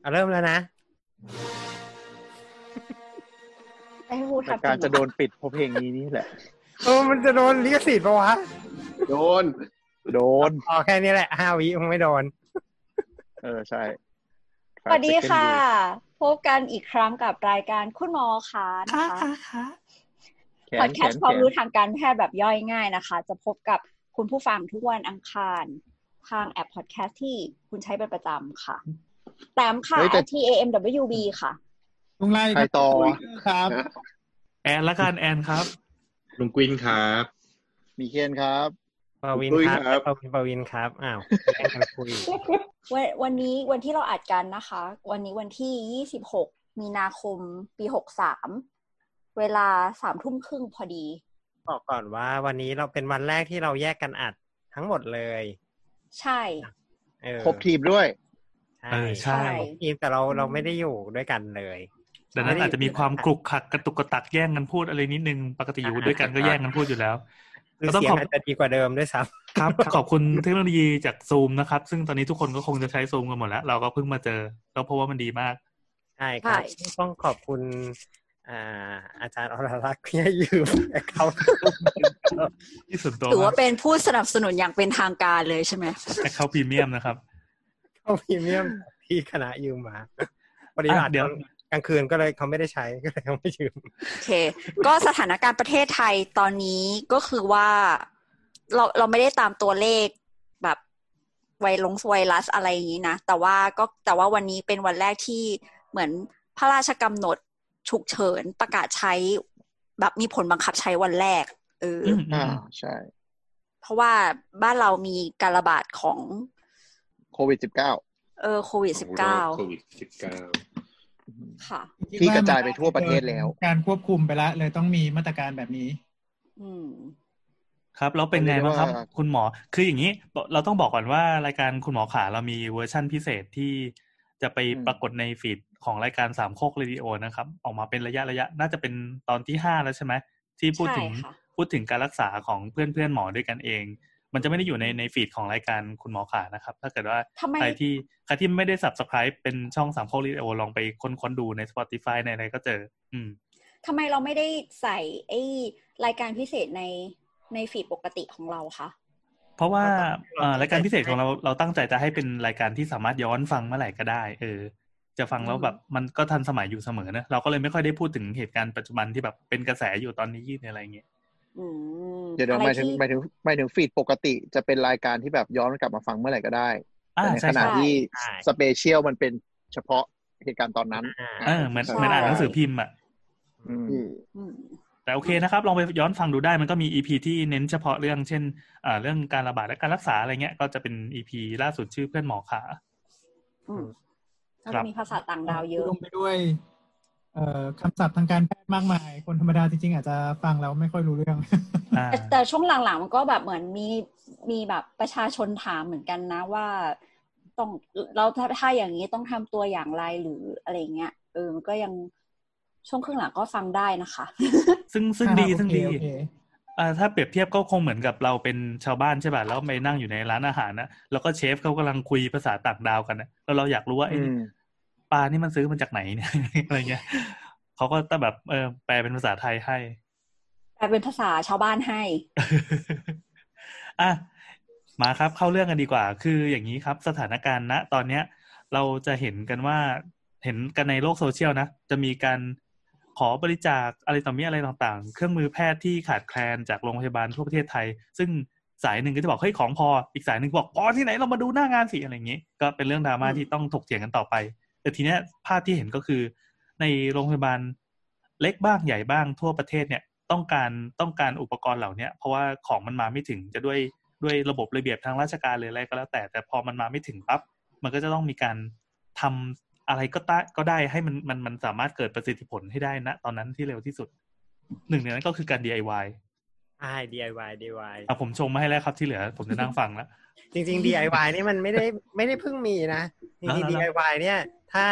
เอาเริ่มแล้วนะ ไอ้พูด แต่ ทำ การจะโดนปิดเพราะเพลงนี้นี่แหละ เออมันจะโดนลิขสิทธิ์ปะวะ โดน โดน พอแค่นี้แหละห้าวิคงไม่โดน เออใช่ สวัสดีค่ะ พบกันอีกครั้งกับรายการคุณหมอคะนะคะ แข พอน ดแค แข ส น ต์ แข ความ น รู้ทางการแพทย์แบบย่อยง่ายนะคะ จะพบกับคุณผู้ฟังทุกวันอังคารทางแอปพอดแคสต์ที่คุณใช้เป็นประจำค่ะ แตมค่ะ เฮ้ยแต่ t a m w b ค่ะ ลุงไล่ ใครต่อ ครับ นะ แอนละกันแอนครับ ลุงกวินครับ มีเคนครับ ปวิน คุย ครับ ครับ ปวินปวินครับ อ้าวแย่งกันคุย วันวันนี้วันที่เราอัดกันนะคะ วันนี้วันที่ 26 มีนาคมปี 63 เวลาสามทุ่มครึ่งพอดี บอกก่อนว่าวันนี้เราเป็นวันแรกที่เราแยกกันอัดทั้งหมดเลย ใช่ เออ ครบทีมด้วย ใช่ เออใช่ ใช่ ทีมแต่เราเราไม่ได้อยู่ด้วยกันเลย ดังนั้นอาจจะมีความคลุกคลักกระตุกกระตักแย่งกันพูดอะไรนิดนึง ปกติอยู่ด้วยกันก็แย่งกันพูดอยู่แล้ว คือ ก็ต้อง เสียง ขอบ อาจจะดีกว่าเดิมด้วยซ้ ครับ ขอบคุณเทคโนโลยีจากซูมนะครับ ซึ่งตอนนี้ทุกคนก็คงจะใช้ซูมกันหมดแล้ว เราก็เพิ่งมาเจอ แล้วเพราะว่ามันดีมาก ำใช่ครับ ต้องขอบคุณ อ่า อาจารย์อรรักษ์ที่ให้ยืมเขา ที่ส่วนตัว ถือว่าเป็นผู้สนับสนุนอย่างเป็นทางการเลยใช่ไหม แอคเคาท์พรีเมียมนะครับ เขาพรีเมียมที่คณะยืมมาพอดี อ่ะ อัด เดี๋ยว ตอนกลางคืนก็เลยเขาไม่ได้ใช้ก็เลยเขาไม่ยืม โอเค ก็สถานการณ์ประเทศไทยตอนนี้ก็คือว่าเราเราไม่ได้ตามตัวเลขแบบไวรัสไวรัสอะไรอย่างนี้นะ แต่ว่าก็แต่ว่าวันนี้เป็นวันแรกที่เหมือนพระราชกำหนดฉุกเฉินประกาศใช้ แบบมีผลบังคับใช้วันแรกเอออ อืมอื อ่าม ใช่ เพราะว่าบ้านเรามีการระบาดของ โควิดสิบเก้า เออโควิดสิบ ของ เก้า โควิดสิบเก้า ค่ะ ที่กระจายไปทั่วประเทศแล้ว การควบคุมไปละเลยต้องมีมาตรการแบบนี้ อืม ครับ แล้วเป็นไงบ้างครับ เรียกว่า คุณหมอ คืออย่างนี้ เราต้องบอกก่อนว่ารายการคุณหมอขาเรามีเวอร์ชั่นพิเศษที่จะไปปรากฏในฟีดของรายการสามโคกเรดิโอนะครับ ออกมาเป็นระยะระยะ น่าจะเป็นตอนที่ห้าแล้วใช่ไหมที่พูดถึง ใช่ค่ะ พูดถึงการรักษาของเพื่อนเพื่อนๆหมอด้วยกันเอง มันจะไม่ได้อยู่ในในฟีดของรายการคุณหมอขานะครับ ถ้าเกิดว่า ทำไม ใครที่ใครที่ไม่ได้ subscribe เป็นช่องสามโคกเรดิโอลองไปค้นๆดูใน Spotify ในอะไรก็เจอ อืม ทำไมเราไม่ได้ใส่ไอ้รายการพิเศษในในฟีดปกติของเราคะ เพราะว่า เราต้อง เอ่อ เราต้อง รายการพิเศษ ใส่ใจ ของเราเราตั้งใจจะให้เป็นรายการที่สามารถย้อนฟังเมื่อไหร่ก็ได้ เออ จะฟังแล้ว อืม แบบมันก็ทันสมัยอยู่เสมอนะเราก็เลยไม่ค่อยได้พูดถึงเหตุการณ์ปัจจุบันที่แบบเป็นกระแสอยู่ตอนนี้ในอะไรเงี้ย อืม เดี๋ยวเดี๋ยอะวไร หมายถึง ที่ หมายถึงหมายถึงฟีดปกติจะเป็นรายการที่แบบย้อนกลับมาฟังเมื่อไหร่ก็ได้ อ่า แต่ใน ใช่ ขณะ ใช่ ที่ ใช่ สเปเชียลมันเป็นเฉพาะเหตุการณ์ตอนนั้น อ่า เออเหมือนเหมือนอ่านหนังสือพิมพ์อ่ะ อืม อืม อืม แต่โอเคนะครับ ลองไปย้อนฟังดูได้มันก็มีอีพีที่เน้นเฉพาะเรื่องเช่นอ่าเรื่องการระบาดและการรักษาอะไรเงี้ย ก็จะเป็นอีพีล่าสุดชื่อเพื่อนหมอขา อืม ครั เรา บ จะมีภาษาต่างดาวเยอะ ลงไปด้วย เอ่อคำศัพท์ทางการแพทย์มากมาย คนธรรมดาจริงๆ อาจจะฟังแล้วไม่ค่อยรู้เรื่อง อ่า แต่แต่ช่วงหลังๆมันก็แบบเหมือนมีมีแบบประชาชนถามเหมือนกันนะว่า ต้องเราถ้าถ้าอย่างนี้ต้องทำตัวอย่างไรหรืออะไรเงี้ยเออมันก็ยังช่วงครึ่งหลังก็ฟังได้นะคะ ซึ่ง ซึ่ง อ่า ดี โอเค ซึ่งดี โอเค อ่าถ้าเปรียบเทียบก็คงเหมือนกับเราเป็นชาวบ้านใช่ป่ะแล้วไปนั่งอยู่ในร้านอาหารนะแล้วก็เชฟเขากำลังคุยภาษาต่างดาวกันนะแล้วเราอยากรู้ว่าไอ้นี่ อืม ปลานี่มันซื้อมาจากไหนเนี่ย อะไรเงี้ยเขาก็ต้องแบบเออแปลเป็นภาษาไทยให้ แต่เป็นภาษาชาวบ้านให้ อ่ะมาครับเข้าเรื่องกันดีกว่า คืออย่างนี้ครับสถานการณ์ณตอนเนี้ย เราจะเห็นกันว่าเห็นกันในโลกโซเชียลนะ จะมีการขอบริจาคอะไรต่อมีอะไรต่างๆ เครื่องมือแพทย์ที่ขาดแคลนจากโรงพยาบาลทั่วประเทศไทย ซึ่งสายหนึ่งก็จะบอกเฮ้ยของพอ อีกสายหนึ่งบอกพอที่ไหนเรามาดูหน้างานสิอะไรอย่างนี้ ก็เป็นเรื่องดราม่าที่ต้องถกเถียงกันต่อไป แต่ทีเนี้ยภาพที่เห็นก็คือ ในโรงพยาบาลเล็กบ้างใหญ่บ้างทั่วประเทศเนี่ยต้องการต้องการอุปกรณ์เหล่าเนี้ยเพราะว่าของมันมาไม่ถึงจะด้วยด้วยระบบระเบียบทางราชการเลยอะไรก็แล้วแต่แต่พอมันมาไม่ถึงปั๊บมันก็จะต้องมีการทำอะไรก็ตะก็ได้ให้มันมันมันสามารถเกิดประสิทธิผลให้ได้ณตอนนั้นที่เร็วที่สุด หนึ่งในนั้นก็คือการ DIY ใช่ DIY DIY อ่ะผมชงมาให้แล้วครับที่เหลือ ผมจะนั่งฟังแล้ว จริงๆ DIY นี่มันไม่ได้ ไม่ได้เพิ่งมีนะ จริงๆแล้วแล้ว DIY เนี่ยถ้า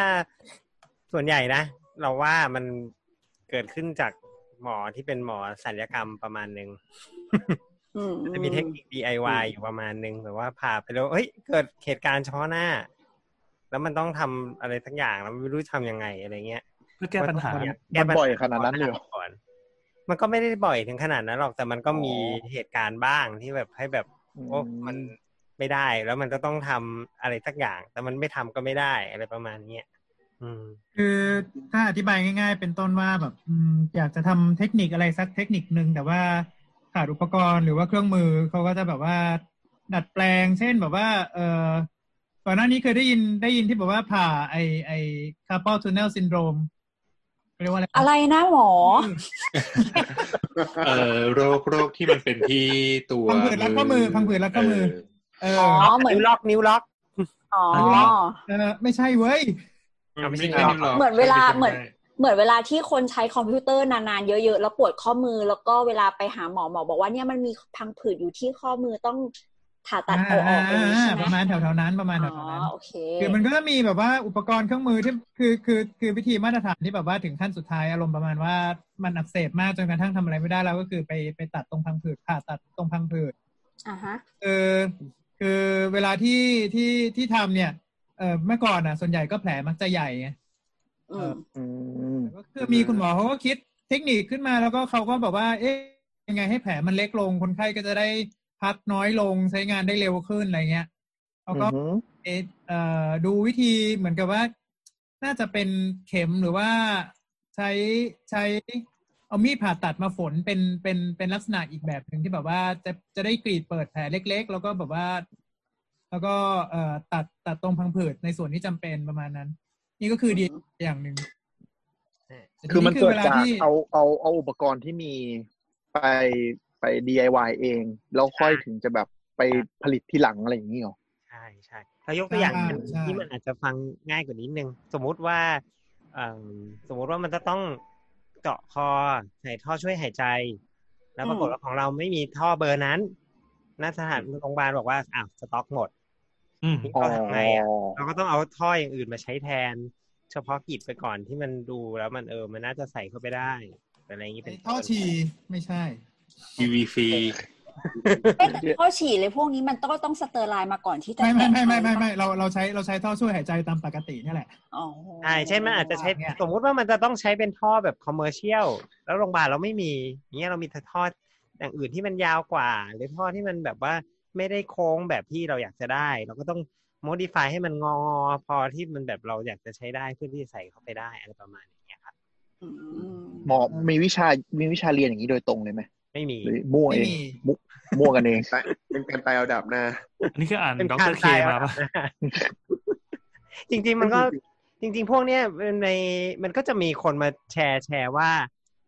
ส่วนใหญ่นะ เราว่ามันเกิดขึ้นจากหมอที่เป็นหมอศัลยกรรมประมาณหนึ่ง อืม จะมีเทคนิค DIY อยู่ประมาณหนึ่งแบบว่าผ่าไปแล้วเฮ้ย เกิดเหตุการณ์เฉพาะหน้า แล้วมันต้องทำอะไรทั้งอย่างแล้วไม่รู้ทำยังไงอะไรเงี้ย เพื่อแก้ปัญหา มัน มันบ่อยขนาดนั้นเลยเหรอ ก่อนมันก็ไม่ได้บ่อยถึงขนาดนั้นหรอกแต่มันก็มีเหตุการณ์บ้างที่แบบให้แบบโอ้มันไม่ได้แล้วมันจะต้องทำอะไรสักอย่าง แต่มันไม่ทำก็ไม่ได้อะไรประมาณเนี้ยอืม คือถ้าอธิบายง่ายๆ เป็นต้นว่าแบบอืมอยากจะทำเทคนิคอะไรสักเทคนิคหนึ่งแต่ว่าขาดอุปกรณ์หรือว่าเครื่องมือเขาก็จะแบบว่า ดัดแปลง เช่นแบบว่า เออก่อนหน้านี้เคยได้ยินได้ยินที่บอกว่าผ่าไอไอคาร์ l อ u ทูเนลซินโดรมเรียกว่าอะไร อะไรนะหมอ เอ่อโรคโรคที่มันเป็นที่ตัว พังผืดรัดข้อมือพังผืดรัดข้อมือ เออ อ๋อเหมือน นิ้วล็อกนิ้วล็อก อ๋อ เออไม่ใช่เว้ย เออไม่ใช่นิ้วล็ก เหมือนเวลาเหมือน ไใช่ เหมือนเวลาที่คนใช้คอมพิวเตอร์นานๆ เยอะๆ แล้วปวดข้อมือแล้วก็เวลาไปหาหมอหมอบอกว่าเนี่ยมันมีพังผืดอยู่ที่ข้อมือต้องผ่าตัดเอาออกอะไรอย่างงี้ใช่ ประ ไหม มาณแถวๆนั้นประมาณ อ๋ แถ อ วๆนั้น โอเค คือมันก็จะมีแบบว่าอุปกรณ์เครื่องมือที่คือคือคือวิธีมาตรฐานที่แบบว่าถึงขั้นสุดท้ายอารมณ์ประมาณว่ามันอักเสบมากจนกระทั่งทำอะไรไม่ได้แล้วก็คือไปไปตัดตรงพังผืดผ่าตัดตรงพังผืด อ่าฮะ คือคือเวลาที่ที่ที่ทำเนี่ยเออเมื่อก่อนอ่ะ ส่วนใหญ่ก็แผลมักจะใหญ่ไง อืม อืม ก็คือมีคุณหมอเขาก็คิดเทคนิคขึ้นมาแล้วก็เขาก็บอกว่า เอ๊ะยังไงให้แผลมันเล็กลง คนไข้ก็จะได้พักน้อยลงใช้งานได้เร็วขึ้นอะไรเงี้ยเขาก็ เอ่อเอ่อดูวิธีเหมือนกับว่า น่าจะเป็นเข็มหรือว่าใช้ใช้เอามีดผ่าตัดมาฝนเป็นเป็นเป็นลักษณะอีกแบบหนึ่งที่แบบว่าจะจะได้กรีดเปิดแผลเล็ก ๆ แล้วก็แบบว่า แล้วก็เอ่อตัดตัดตรงพังผืดในส่วนที่จำเป็นประมาณนั้น นี่ก็คือดีอย่างหนึ่งแต่ที คือมันเกิด วล จาก ที่ เอาเอาเอาอุปกรณ์ที่มีไปไป DIY เอง แล้วค่อยถึงจะแบบไปผลิตที่หลังอะไรอย่างนี้เหรอ ใช่ใช่เรายกตัวอย่าง อ่าใช่ ที่มันอาจจะฟังง่ายกว่านี้นึง สมมุติว่าเอิ่มสมมุติว่ามันจะต้องเจาะคอใส่ท่อช่วยหายใจ แล้วปรากฏ อืม ว่าของเราไม่มีท่อเบอร์นั้นนักสถานโรงพยาบาลบอกว่าอ้าวสต็อกหมด อืม นี่เราทำไงอ่ะเราก็ต้องเอาท่ออย่างอื่นมาใช้แทน เฉพาะกิจไปก่อนที่มันดูแล้วมันเออมันน่าจะใส่เข้าไปได้อะไรอย่างนี้เป็น ท่อ ต้น ฉี่ไม่ใช่ ทีวีฟรี ไม่แต่ข้อฉี่เลยพวกนี้มันต้องต้องสเตอร์ไลน์มาก่อนที่จะ ไม่ไม่ไม่ไม่ไม่ไม่เราเราใช้เราใช้ท่อช่วยหายใจตามปกติเนี่ยแหละ อ๋อ ใช่เช่นมันอาจจะใช้ เนี่ย สมมุติว่ามันจะต้องใช้เป็นท่อแบบคอมเมอร์เชียลแล้วโรงพยาบาลเราไม่มีอย่างเงี้ยเรามีแต่ท่ออย่างอื่นที่มันยาวกว่า หรือท่อที่มันแบบว่าไม่ได้โค้งแบบที่เราอยากจะได้ เราก็ต้อง modify ให้มันงอ พอที่มันแบบเราอยากจะใช้ได้เพื่อที่จะใส่เข้าไปได้อะไรประมาณอย่างเงี้ยครับ อืม หมอมีวิชามีวิชาเรียนอย่างนี้โดยตรงเลยไหม ไม่มี หรือมั่ว ไม่ เอง มี มั่วกันเอง เป็นการตายเอาดับหน้า อันนี้คืออ่าน เป็น ด็อก กา เตอ ร ร์เค ตาย มาปะ จริง ๆ มันก็จริง ๆ พวกเนี้ยในมันก็จะมีคนมาแชร์แชร์ว่า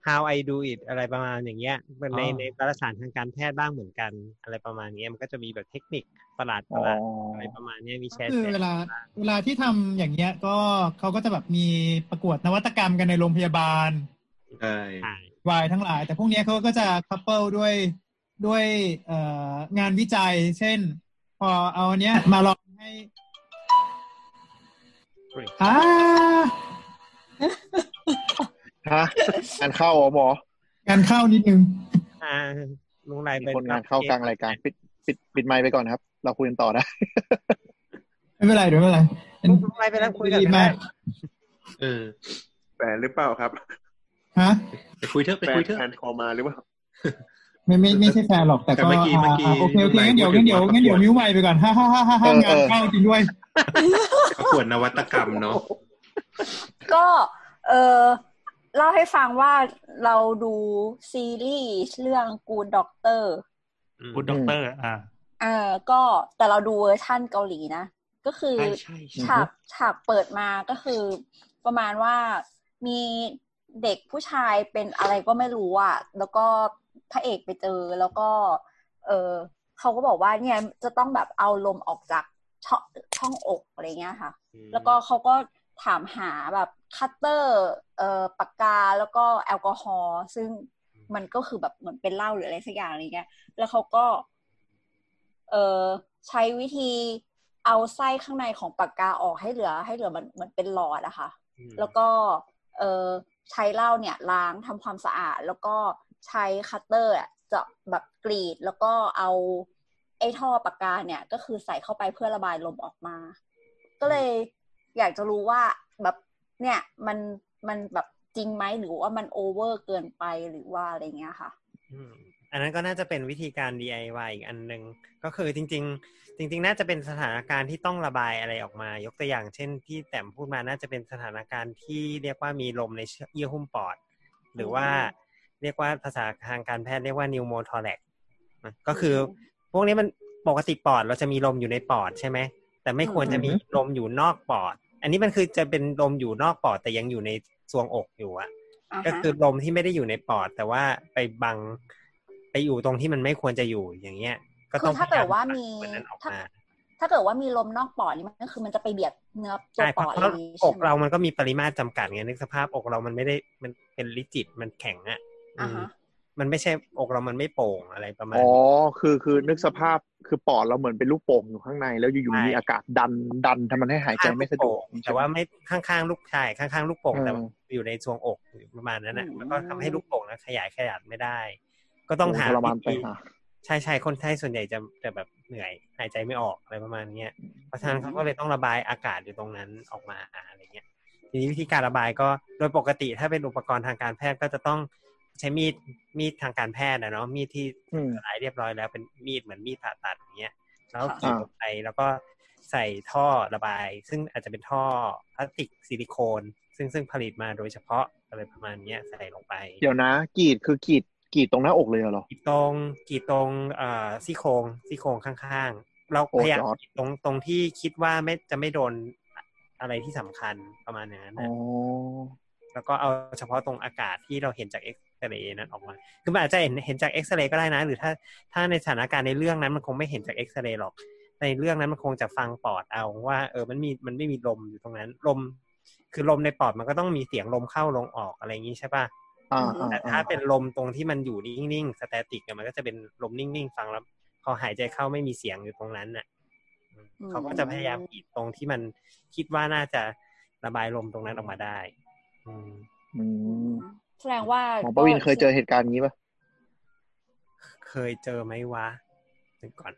how I do it อะไรประมาณอย่างเงี้ยมันใน อ๋อ ในวารสารทางการแพทย์บ้างเหมือนกัน อะไรประมาณเนี้ยมันก็จะมีแบบเทคนิคประหลาดประหลาดอะไรประมาณเนี้ยมีแช ก็ ร์ คือ แชร์ เวลาเวลาที่ทำอย่างเงี้ยก็เขาก็จะแบบมีประกวดนวัตกรรมกันในโรงพยาบาล ใช่ ใช่ วายทั้งหลาย แต่พวกเนี้ยเขาก็จะคัพเปิลด้วยด้วยเอ่องานวิจัย เช่น พอเอาอันเนี้ยมาลองให้อ่า ฮะงานเข้าเหรอหมอ งานเข้านิดนึง อ่าลุงไร มี เป็น คนงานเข้ากลางรายการปิดปิดปิดไมค์ไปก่อนครับ เราคุยกันต่อนะ ไม่เป็นไรเดี๋ยวไม่เป็นไรเป็น ลุงไรไปนั่งคุยกัน ดีมาก เออ แต่หรือเปล่าครับ ฮะ ไปคุยเถอะไป แฟ คุ น ยเถอะ แฟนคอมาหรือเปล่า ไม่ไม่ไม่ใช่แฟนหรอกแต่ แต่ ก็ เมื่อกี้เมื่อกี้ อ่าโอเคโอเคงั้นเดี๋ยว ลุ งั้งนเดี๋ ไรพูดถึงยวงั้นเดี๋ยวมิ้วไวไปก่อนฮ่าฮ่าฮ่าฮ่าฮ่า เออ งานเข้าจริงด้วย ประกวดนวัตกรรมเนาะ ก็เออเล่าให้ฟังว่าเราดูซีรีส์เรื่องกูด็อกเตอร์ อืม คุณด็อกเตอร์อ่า เออก็แต่เราดูเวอร์ชั่นเกาหลีนะ ก็คือ ใช่ใช่ใช่ ฉากฉากเปิดมาก็คือ ประมาณว่ามีเด็กผู้ชายเป็นอะไรก็ไม่รู้อะแล้วก็พระเอกไปเจอแล้วก็ เออเขาก็บอกว่าเนี่ยจะต้องแบบเอาลมออกจากช่องช่องอกอะไรเงี้ยค่ะ แล้วก็เขาก็ถามหาแบบคัตเตอร์ เอ่อปากกาแล้วก็แอลกอฮอล์ซึ่งมันก็คือแบบเหมือนเป็นเหล้าหรืออะไรสักอย่างอะไรเงี้ย แล้วเขาก็ เอ่อใช้วิธีเอาไส้ข้างในของปากกาออกให้เหลือ ให้เหลือมันเหมือนเป็นหลอดอะค่ะ อืม แล้วก็เอ่อใช้เหล้าเนี่ยล้างทำความสะอาด แล้วก็ใช้คัตเตอร์อะเจาะแบบกรีด แล้วก็เอาไอ้ท่อปากกาเนี่ย ก็คือใส่เข้าไปเพื่อระบายลมออกมา ก็เลย อยากจะรู้ว่าแบบเนี่ยมันมันแบบจริงไหมหรือว่ามันโอเวอร์เกินไปหรือว่าอะไรเงี้ยค่ะ อืมอันนั้นก็น่าจะเป็นวิธีการ DIY อีกอันหนึ่งก็คือจริง ๆ จริง ๆ น่าจะเป็นสถานการณ์ที่ต้องระบายอะไรออกมา ยกตัวอย่างเช่นที่แต้มพูดมาน่าจะเป็นสถานการณ์ที่เรียกว่ามีลมในเยื่อหุ้มปอด หรือว่าเรียกว่าภาษาทางการแพทย์เรียกว่า pneumothorax นะก็คืออพวกนี้มันปกติปอดเราจะมีลมอยู่ในปอดใช่ไหม แต่ไม่ควรจะมีลมอยู่นอกปอด อันนี้มันคือจะเป็นลมอยู่นอกปอดแต่ยังอยู่ในซวงอกอยู่อะ อ่า ก็ ฮะ คือลมที่ไม่ได้อยู่ในปอด แต่ว่าไปบังไปอยู่ตรงที่มันไม่ควรจะอยู่อย่างเงี้ย ก็ คื ต้อ อง ถ้าเกิดว่ามี พยยตัดนนั้นออก ถ้า มา ถ้าเกิดว่ามีลมนอกปอดนี่มันก็คือมันจะไปเบียดเนื้อตัว ใช่เพ ป ราะ อด เพ อ ราะ ย่างนี้ อ ใช่ ก ไหม เรามันก็มีปริมาตรจำกัดไงนึกสภาพอกเรามันไม่ได้มันเป็นลิจิตมันแข็งอ่ะ อ่า อืม ฮะ มันไม่ใช่อกเรามันไม่โป่งอะไรประมาณ อ๋อ นี้ คือคือนึกสภาพคือปอดเราเหมือนเป็นลูกโป่งอยู่ข้างใน แล้วอยู่ ใช่ ๆมีอากาศดันดันทำมันให้หายใจไม่สะดวก แต่ว่าไม่ข้างๆลูกชายข้างๆลูกโป่ง อืม แต่ว่าอยู่ในช่วงอกอยู่ประมาณนั้นแหละมันก็ทำให้ลูกโป่งนั้นขยายขยายไม่ได้ ก็ต้องหา โทรมานไป วิธี หา ใช่ใช่ คนไทยส่วนใหญ่จะจะแบบเหนื่อยหายใจไม่ออกอะไรประมาณเนี้ย เพราะฉะนั้นเขาก็เลยต้องระบายอากาศอยู่ตรงนั้นออกมาอะไรเงี้ย ทีนี้วิธีการระบายก็โดยปกติถ้าเป็นอุปกรณ์ทางการแพทย์ก็จะต้องใช้มีดมีดทางการแพทย์นะเนาะมีดที่ อืม สลายเรียบร้อยแล้วเป็นมีดเหมือนมีดผ่าตัดอย่างเงี้ย แล้วขีดลงไปแล้วก็ใส่ท่อระบาย ซึ่งอาจจะเป็นท่อพลาสติกซิลิโคน ซึ่งซึ่งผลิตมาโดยเฉพาะอะไรประมาณเนี้ยใส่ลงไป เดี๋ยวนะกรีดคือกรีดกรีดตรงหน้าอกเลยเหรอ กรีดตรงกรีดตรงเอ่อซี่โครงซี่โครงข้างๆ เราพยายาม โอ้ยอด กรีดตรงตรงที่คิดว่าไม่จะไม่โดนอะไรที่สำคัญประมาณอย่างนั้น อ๋ นะ อ แล้วก็เอาเฉพาะตรงอากาศที่เราเห็นจากเอ็กซเรย์นั้นออกมา คือมันอาจจะเห็นเห็นจากเอ็กซเรย์ก็ได้นะ หรือถ้าถ้าในสถานการณ์ในเรื่องนั้นมันคงไม่เห็นจากเอ็กซเรย์หรอก ในเรื่องนั้นมันคงจะฟังปอดเอาว่า เออมันมีมันไม่มีลมอยู่ตรงนั้นลม คือลมในปอดมันก็ต้องมีเสียงลมเข้าลมออกอะไรอย่างนี้ใช่ปะ อ่า แต่ อ่า ถ้า อ่า เป็นลมตรงที่มันอยู่นิ่งๆ สแตติกอะมันก็จะเป็นลมนิ่งๆ ฟังแล้ว พอหายใจเข้าไม่มีเสียงอยู่ตรงนั้นน่ะอืมเขาก็จะพยายามปิดตรงที่มันคิดว่าน่าจะระบายลมตรงนั้นออกมาได้ อืม อืม แสดงว่า หมอประวินเคยเจอเหตุการณ์อย่างนี้ปะ เคยเจอไหมวะนึกก่อน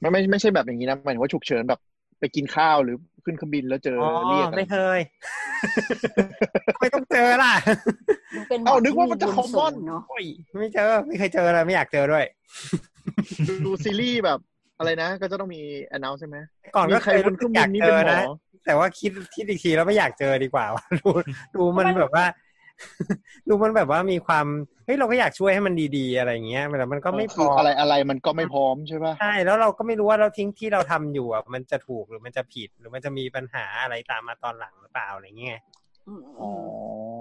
ไม่ไม่ไม่ใช่แบบอย่างนี้นะหมายถึงว่าฉุกเฉินแบบไปกินข้าวหรือขึ้นเครื่องบินแล้วเจอ อ๋อ เรียกอะ ไม่เค ย ไม่ต้องเจอล่ะ ดูเป็นหม เอ้า อ นึกว่ามันจะ ที่ คอมม บุ อ ญ น สูงเนาะ โอ้ย ไม่เจอ ไม่เคยเจอเลยไม่อยากเจอด้วย ดูซีรีส์แบบอะไรนะ ก็จะต้องมี announce ใช่ไหม ก่อน มี ก็ ใค เค ร ย บน รู้สึเครื่ออก งบิ ยาน ก นี่ เจ เป็น อ หมอ นะ แต่ว่าคิดคิดอีกทีแล้วไม่อยากเจอดีกว่า ว่าดูดูมันแบบว่า ดูมันแบบว่ามีความเฮ้ยเราก็อยากช่วยให้มันดีๆอะไรอย่างเงี้ยแต่มันก็ไม่พ คือ อ อะไรอะไรมันก็ไม่พร้อมใช่ปะ ใช่แล้วเราก็ไม่รู้ว่าเราทิ้งที่เราทำอยู่อ่ะมันจะถูกหรือมันจะผิดหรือมันจะมีปัญหาอะไรตามมาตอนหลังหรือเปล่าอะไรเงี้ย อืม อ๋อ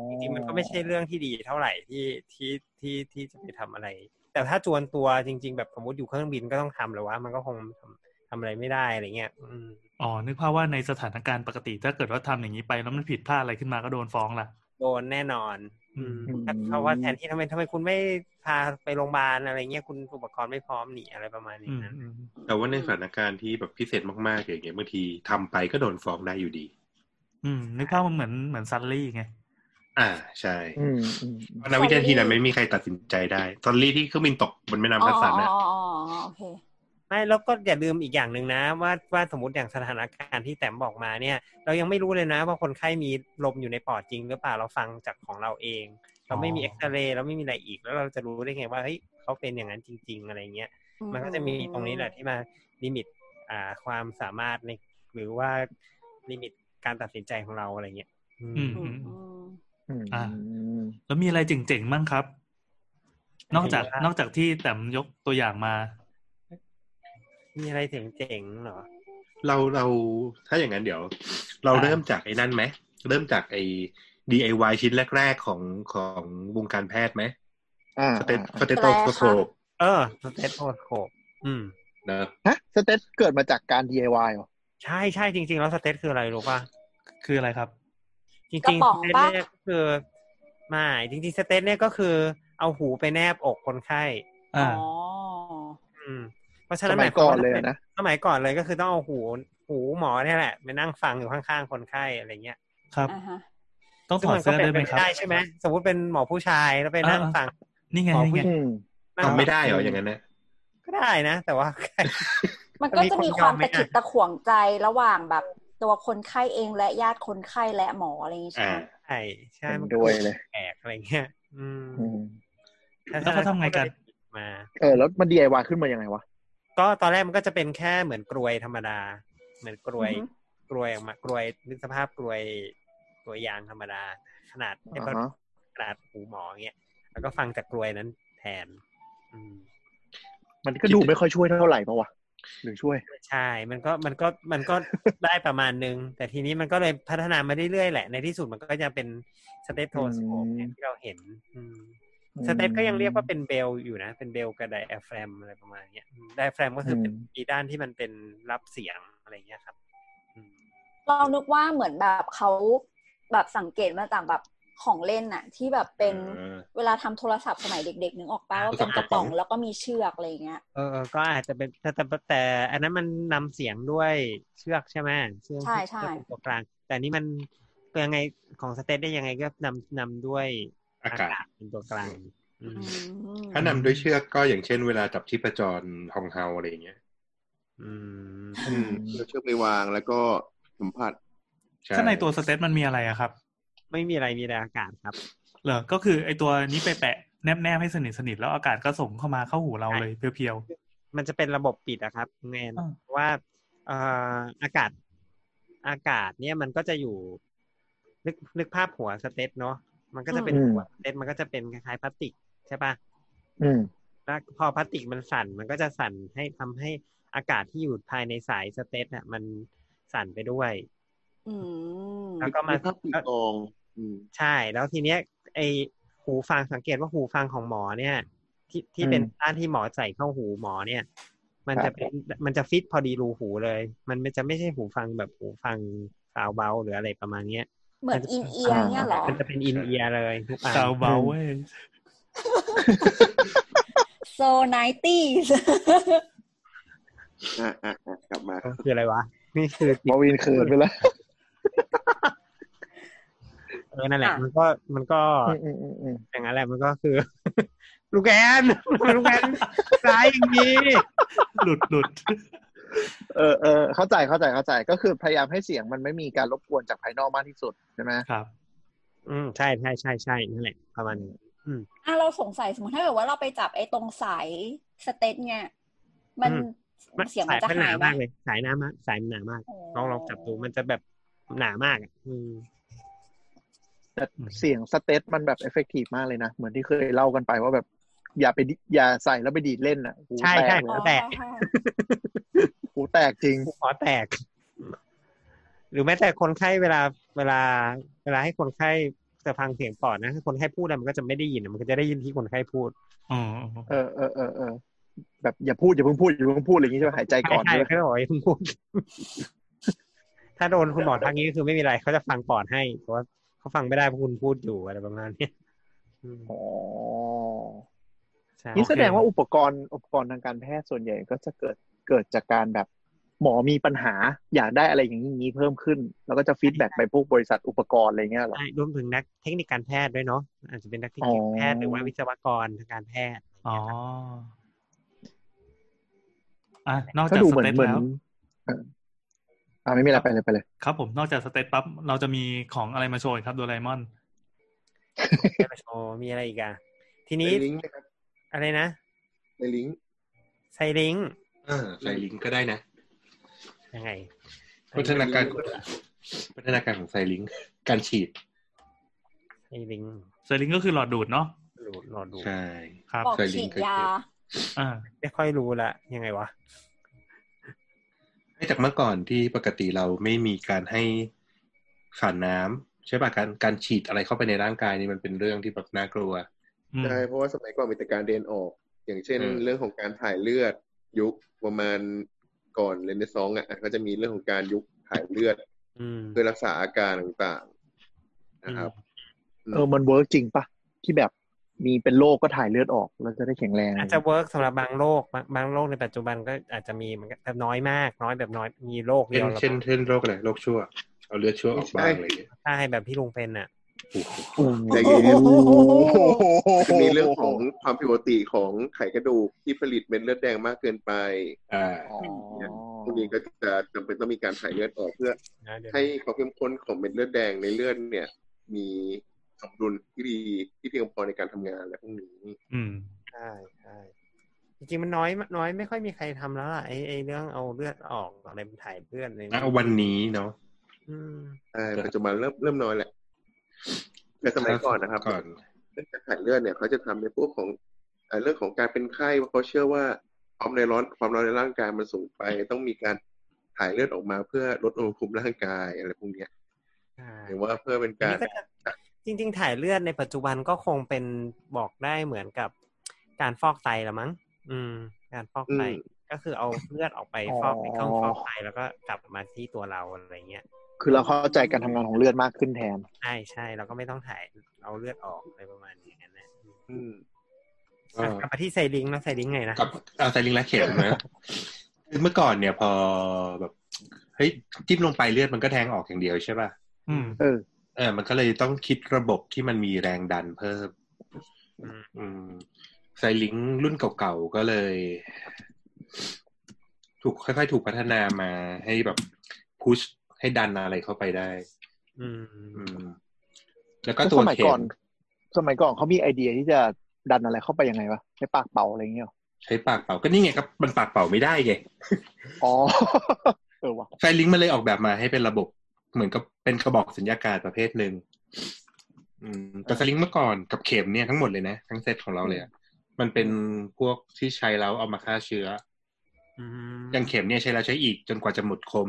จริงๆมันก็ไม่ใช่เรื่องที่ดีเท่าไหร่ที่ที่ที่ที่จะไปทำอะไร แต่ถ้าจวนตัวจริง ๆ แบบสมมติอยู่เครื่องบินก็ต้องทำหรือว่า มันก็คงทำทำอะไรไม่ได้อะไรเงี้ยอืม อ๋อนึกภาพว่าในสถานการณ์ปกติ ถ้าเกิดว่าทำอย่างนี้ไปแล้วมันผิดพลาดอะไรขึ้นมาก็โดนฟ้องละ โดนแน่นอน อืม อืมเพราะว่าแทนที่ทำไมทำไมคุณไม่พาไปโรงพยาบาลอะไรเงี้ยคุณอุปกรณ์ไม่พร้อมหนีอะไรประมาณนี้ อืม นะ อืม แต่ว่าในสถานการณ์ที่แบบพิเศษมากๆอย่างเงี้ยบางทีทำไปก็โดนฟ้องได้อยู่ดี อืมนึกภาพมันเหมือนเหมือนซัลลี่ไง อ่าใช่ อืมอืม เพราะณวินาทีนั้นไม่มีใครตัดสินใจได้ตอนรี่ที่เครื่องบินตกบนแม่น้ำ อ๋ออ๋พัดสั อนอ๋ อ่ะ ออ๋ออ๋อโอเค ไม่แล้วก็อย่าลืมอีกอย่างหนึ่งนะว่าว่าสมมติอย่างสถานการณ์ที่แต้มบอกมาเนี่ย เรายังไม่รู้เลยนะ ว่าคนไข้มีลมอยู่ในปอดจริงหรือเปล่าเราฟังจากของเราเอง เราไม่มี อ๋อ เอ็กซเรย์เราไม่มีอะไรอีกแล้วเราจะรู้ได้ไงว่าเฮ้ยเขาเป็นอย่างนั้นจริง ๆ อะไรเงี้ย มันก็จะมีตรงนี้แหละที่มาลิมิตอ่าความสามารถในหรือว่าลิมิตการตัดสินใจของเราอะไรเงี้ยอืม อืม อื อื ม ม อืม อืม อ่ะ อืม แล้วมีอะไรเจ๋งๆบ้างครับ นอกจาก เห็นไหมครับ นอกจากที่แต้มยกตัวอย่างมา มีอะไรเจ๋งๆเหรอ เราเราถ้าอย่างนั้นเดี๋ยว เรา อ่า เริ่มจากไอ้นั่นไหมเริ่มจากไอ้ DIY ชิ้นแรกๆของของวงการแพทย์ไหม อ่า สเตตส อ่า เตโตสโคป เออสเตตโทสโคปอืม นะ ฮะสเตตเกิดมาจากการ DIY เหรอ ใช่ใช่จริง ๆ แล้วสเตตคืออะไรรู้ป่ะ คืออะไรครับ จริงๆ กระป๋อง สเตต ปะ เนี่ยคือไม่จริง ๆ สเตตเนี่ยก็คือ เอาหูไปแนบอกคนไข้ อ๋ อ่า อ อืม เพราะฉะ ส นั้น มัยก่อนเลย หมาควาว่าถ้าป็สนะมัยก่อนเลยก็คือต้องเอาหูหูหมอเนี่ยแหละไปนั่งฟังอยู่ข้างๆคนไข้อะไรเงี้ย ครับ อ่าฮะ ต้องถ ซึ่ง อด มันก็ เสื้อ เป็น ด้วย ไป ไหม ไม่ ครับ ได้ใช่ไหมสมมติเป็นหมอผู้ชายแล้วไปนั่ง อ่า ฟัง นี่ไง หมอ นี่ ผู้ ไง อืม นั่ง ทำไม่ได้เหรออย่างนั้นนะ ก็ได้นะ แต่ว่า มันก็จะมีความ มีคนยอมไหม ตะ อะ ขิดตะขวงใจระหว่างแบบ ตัวคนไข้เองและญาติคนไข้และหมออะไรอย่างงี้ใช่ อ่า ไหม ใช่ใช่ เห็น มัน ด้วยเลย แปลกอะไรเงี้ย อืม อืม แล้วเขาทำไงกัน มา เออแล้วมัน DIY ขึ้นมายังไงวะ ก็ตอนแรกมันก็จะเป็นแค่เหมือนกรวยธรรมดา เหมือนกรวยกรวยออกมากรวยนึกสภาพกรวยกรวยยางธรรมดา ขนาดไอ้ อ่าฮะ ขนาดหูหมอเงี้ยแล้วก็ฟังจากกรวยนั้นแทน อืม มันก็ดูไม่ค่อยช่วยเท่าไหร่ปะวะหรือช่วย ใช่ มันก็มันก็มันก็ ได้ประมาณนึง แต่ทีนี้มันก็เลยพัฒนามาเรื่อยๆแหละ ในที่สุดมันก็จะเป็นสเตตโทสโคป อืม ที่เราเห็น อืมสเตตก็ยังเรียกว่าเป็นเบลอยู่นะ เป็นเบลกับไดอะแฟรมอะไรประมาณเนี้ยไดอะแฟรมก็คือเป็น อืม อีด้านที่มันเป็นรับเสียงอะไรเงี้ยครับ อืม เรานึกว่าเหมือนแบบเขาแบบสังเกตมาจากแบบของเล่นน่ะ ที่แบบเป็น อ่า เวลาทำโทรศัพท์สมัยเด็กๆนึกออกป้าว่า โทรศั เป็นกพท์ก ระ ระป๋ ป๋ อ อง งแล้วก็มีเชือกอะไรอย่างเงี้ย เออเออก็อาจจะเป็นแต่แต่แต่แต่อันนั้นมันนำเสียงด้วยเชือกใช่ไหมเชือก ใช่ใช่ เชือกเป็นตัวกลาง แต่อันนี้มันยังไงของสเตตได้ยังไงก็นำนำด้วย อากาศ เป็นตัวกลางอือืมม ถ้านำด้วยเชือกก็อย่างเช่นเวลาจับชีพจรฮองเฮาอะไรอย่างเงี้ย อืม อืมเราเชือกไปวางแล้วก็สัมผัส ช่ ข้างในตัวสเตตมันมีอะไรอะครับ ไม่มีอะไรมีแต่อากาศครับ เหรอ ก็คือไอตัวนี้ไปแปะแนบแนบๆให้สนิทสนิทๆแล้วอากาศก็ส่งเข้ามาเข้าหูเราเลยเพียว มันจะเป็นระบบปิดอะครับคุณแอน อ่า เพราะว่าเอ่ออากาศอากาศเนี่ยมันก็จะอยู่ นึกนึกภาพหัวสเตตเนาะมันก็จะเป็น อืม หัวสเตตมันก็จะเป็นคล้ายๆพลาสติกใช่ปะ อืม แล้วพอพลาสติกมันสั่น มันก็จะสั่นให้ทำให้อากาศที่อยู่ภายในสายสเตตเนี่ยมันสั่นไปด้วย อืม แล้วก็มา ภาพปีกกอง อืม ใช่ แล้วทีเนี้ยไอหูฟังสังเกตว่าหูฟังของหมอเนี่ย ที่ที่ อืม เป็นด้านที่หมอใส่เข้าหูหมอเนี่ย มัน ครั จะ บ เป็นมันจะฟิตพอดีรูหูเลย มันไม่จะไม่ใช่หูฟังแบบหูฟังสาวเบาหรืออะไรประมาณเนี้ย เหมือนอินเอียร์เนี่ยเหรอ มันจะเป็นอินเอียร์เลยทุกอั ๆ น ซาวเบาเว้ย โซไนตี้ อ่ะอ่ะอ่ะกลับมาครับ คืออะไรวะ นี่คือ มาวินเขินไปแล้ว เออนั่นแหละ มันก็มันก็ อืมอืมอืม อย่างนั้นแหละมันก็คือ ลูกแอนลูกแอนร้ายอย่างนี้ หลุดหลุด เออเออเข้าใจเข้าใจเข้าใจก็คือพยายามให้เสียงมันไม่มีการรบกวนจากภายนอกมากที่สุดใช่ไหม ครับ อืมใช่ใช่ใช่ใช่นั่นแหละประมาณนี้ อ่ะเราสงสัยสมมติถ้าเกิดว่าเราไปจับไอ้ตรงสายสเตตเนี่ย มัน อืม เสียงมันจะ สายหานหาย ไหม มากเลย สายหนามากสายหนามาก ลองลองจับดูมันจะแบบหนามากอะอืม แต่เสียงสเตตมันแบบเอฟเฟกตีฟมากเลยนะ เหมือนที่เคยเล่ากันไปว่าแบบ อย่าไปดิอย่าใส่แล้วไปดีดเล่นอ่ะหู ใช่ แต ใช่ ก หั เล วย แตก อ๋อ หูแตกจริง หัวแตก หรือแม้แต่คนไข้เวลาเวลา เวลาให้คนไข้จะฟังเสียงปอดนะถ้าคนไข้พูดอะไรมันก็จะไม่ได้ยินอะมันก็จะได้ยินที่คนไข้พูด อ๋อ เออเออเออเออแบบอย่าพูดอย่าเพิ่งพูดอย่าเพิ่งพูดอะไรอย่างนี้ใช่ไหมหายใจก่อน ใช่ ใช่ไหม เขาจะบอกให้พูด ถ้าโดนคุณหมอทักนี้ก็คือไม่มีอะไรเขาจะฟังปอดให้เพราะว่าเขาฟังไม่ได้เพราะคุณพูดอยู่อะไรประมาณเนี้ยอืม อ๋อ ใช่ นี่แสดงว่าอุปกรณ์อุปกรณ์ทางการแพทย์ส่วนใหญ่ก็จะเกิดเกิดจากการแบบ หมอมีปัญหาอยากได้อะไรอย่างนี้เพิ่มขึ้น แล้วก็จะฟีดแบ็กไปพวกบริษัทอุปกรณ์อะไรเงี้ยเหรอ ใช่รวมถึงนักเทคนิคการแพทย์ด้วยเนาะอาจจะเป็นนักเทคนิคแพทย์ อ๋อ หรือว่าวิศวกรทางการแพทย์ อ๋ออ่ะนอก ก็ จาก ดู ส เหมือ เต น ต เหมือน แล้ว เอออ่าไม่มีอะไรไปเลยไปเลย ครับผมนอกจากสเตตปั๊บเราจะมีของอะไรมาโชว์อีกครับโดเรมอน ไปโชว์มีอะไรอีกอะที ใน นี้ ลิงก์ไหมครับ อะไรนะ ในลิงก์ ไซลิง เออใส่ลิงก์ก็ได้นะ ยังไง พัฒนาการของพัฒนาการของใส่ลิงก์การฉีด ไซลิง ไซลิงก็คือหลอดดูดเนาะ หลุดหลอดดู ใช่ ครับ บอก เคยลิ ฉี งดก์เคยเจอ ยา อ่า ไม่ค่อยรู้ละยังไงวะ ให้จากเมื่อก่อนที่ปกติเราไม่มีการให้สารน้ำใช่ป่ะการการฉีดอะไรเข้าไปในร่างกายนี่มันเป็นเรื่องที่แบบน่ากลัว อืม ใช่เพราะว่าสมัยก่อนมีแต่การเดินออก อย่างเช่น อืม เรื่องของการถ่ายเลือด ยุคประมาณก่อนเรเนซองส์อ่ะก็จะมีเรื่องของการยุคถ่ายเลือด อืม เพื่อรักษาอาการต่างๆนะครับ เออมันเวิร์กจริงปะที่แบบมีเป็นโรคก็ถ่ายเลือดออกเราจะได้แข็งแรง อาจจะเวิร์กสำหรับบางโรคบางบางโรคในปัจจุบันก็อาจจะมีเหมือนกันแต่น้อยมาก น้อยแบบน้อยมีโรคเดียเช่น วแล้ว เช่นเช่นโรคอะไรโรคชั่ว เอาเลือดชั่วออกบ้างอะไรอย่างเงี้ย ใช่แบบที่ลุงเป็นอ่ะ แต่ โอ้ ทีนี้ โห จะมีเรื่องของความผิดปกติของไขกระดูกที่ผลิตเม็ดเลือดแดงมากเกินไป อ่า อ๋อ พวกนี้ก็จะจำเป็นต้องมีการถ่ายเลือดออกเพื่อ นะเดี๋ยว ให้ความเข้มข้นของเม็ดเลือดแดงในเลือดเนี่ย มีสมดุลที่ดีที่เพียงพอในการทำงานและพวกนี้ อืม ใช่ใช่จริงๆมันน้อยน้อยไม่ค่อยมีใครทำแล้วล่ะไอ้ไอ้เรื่องเอาเลือดออกอะไรมันถ่ายเลือดอะไร ณวันนี้เนาะ อืม ใช่ ครับ ปัจจุบันเริ่มเริ่มน้อยแหละแต่สมัยก่อนนะครับ ก่อน เรื่องการถ่ายเลือดเนี่ยเขาจะทำในพวกของเอ่อเรื่องของการเป็นไข้เพราะเขาเชื่อว่าความในร้อนความร้อนในร่างกายมันสูงไป ต้องมีการถ่ายเลือดออกมาเพื่อลดอุณหภูมิร่างกายอะไรพวกเนี้ย ใช่ หรือว่าเพื่อเป็น อัน การ นี้ก็จะจริง ๆ ถ่ายเลือดในปัจจุบันก็คงเป็นบอกได้เหมือนกับการฟอกไตละมั้ง อืม การฟอก อื ไต ม ก็คือเอาเลือดออกไปฟอกในเครื่องฟอกไตแล้วก็กลับมาที่ตัวเราอะไรเงี้ย คือเราเข้าใจการทำงานของเลือดมากขึ้นแทน ใช่ใช่เราก็ไม่ต้องถ่ายเอาเลือดออกอะไรประมาณอย่างนั้นนะอืม อืม ก็ อ่ะกลับมาที่ไซลิงนะไซลิงไงนะ กับเอาไซลิงและเข็มนะ คือเมื่อก่อนเนี่ยพอแบบเฮ้ยจิ้มลงไปเลือดมันก็แทงออกอย่างเดียวใช่ป่ะ อืม เออ เออมันก็เลยต้องคิดระบบที่มันมีแรงดันเพิ่ม อืม อืมไซลิงก์รุ่นเก่าๆก็เลย ถูกค่อยๆ ถูกพัฒนามาให้แบบพุชให้ดันอะไรเข้าไปได้ อื อื ม ม แล้วก็ตัว สมัย เข็ ก่อ ม น สมัยก่อนเขามีไอเดียที่จะดันอะไรเข้าไปยังไงวะใช้ปากเป่าอะไรอย่างเงี้ยหรอ ใช้ปากเป่าก็นี่ไงครับมันปากเป่าไม่ได้ไง อ๋ อ เออวะ ไซลิงก์มันเลยออกแบบมาให้เป็นระบบ เหมือนกับเป็นกระบอกสัญญากาศประเภทหนึ่งอืมแต่ไซลิงก์เมื่อก่อนกับเข็มเนี่ยทั้งหมดเลยนะ ทั้งเซตของเราเลยอะมันเป็นพวกที่ใช้แล้วเอามาฆ่าเชื้อ อืม อย่างเข็มเนี่ยใช้แล้วใช้อีกจนกว่าจะหมดคม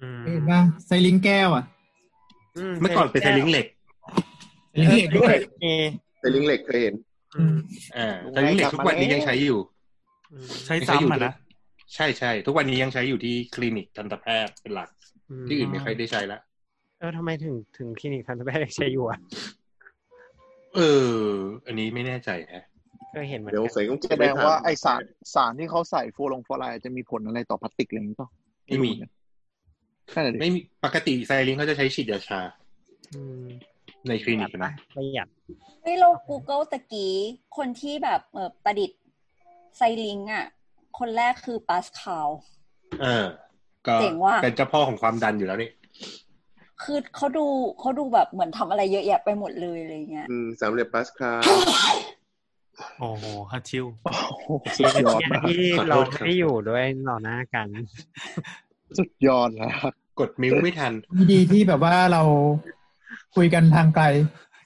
อืม เห็นป่ะไซลิงแก้วอ่ะ เมื่อก่อนเป็นไซลิงก์เหล็ก ไซลิงเด็กด้วย มี แต่ลิงเหล็กเคยเห็น อืม อ่าแต่ลิงก์เหล็กทุกวันนี้ยังใช้อยู่ อืม ใช้ ยังใช้อยู่ ซ้ำอ่ะนะ ใช่ใช่ทุกวันนี้ยังใช้อยู่ที่คลินิกทันตแพทย์เป็นหลัก ที่อื่นไม่ค่อยได้ใช้ละ เออทำไมถึงถึงคลินิกทันตแพทย์ ยังใช้อยู่อ่ะ เออ อันนี้ไม่แน่ใจฮะ เคยเห็นเหมือน เดี๋ยว กัน ใส่ต้องเก็ แส บ ด ไว้ ง ทาน ว่าไอสารสารที่เขาใส่ฟลูออโรฟลูออไรด์จะมีผลอะไรต่อพลาสติกอะไรอย่างนี้ป่ะ ไม่มี นั่นแหละดิ ไม่มีปกติไซลิงก์เขาจะใช้ฉีดยาชา อืม ในคลินิกนะ ประหยัด เฮ้ยเรา Google ตะกี้คนที่แบบเอ่อประดิษฐ์ไซลิงอ่ะ คนแรกคือปาสคาล เออ ก็ เจ๋งว่ะ เป็นเจ้าพ่อของความดันอยู่แล้วนี่ คือเขาดูเขาดูแบบเหมือนทำอะไรเยอะแยะไปหมดเลยอะไรเงี้ย อืมสามเหลี่ยมปาสคาล โอ้โหฮัตชิว โอ้โห เ สุดยอด นี่ นะ ยที่เราไม่ได้อยู่ด้วยเราหน้ากัน สุดยอดนะ กดมิ้วไม่ทัน ดีที่แบบว่าเราคุยกันทางไกล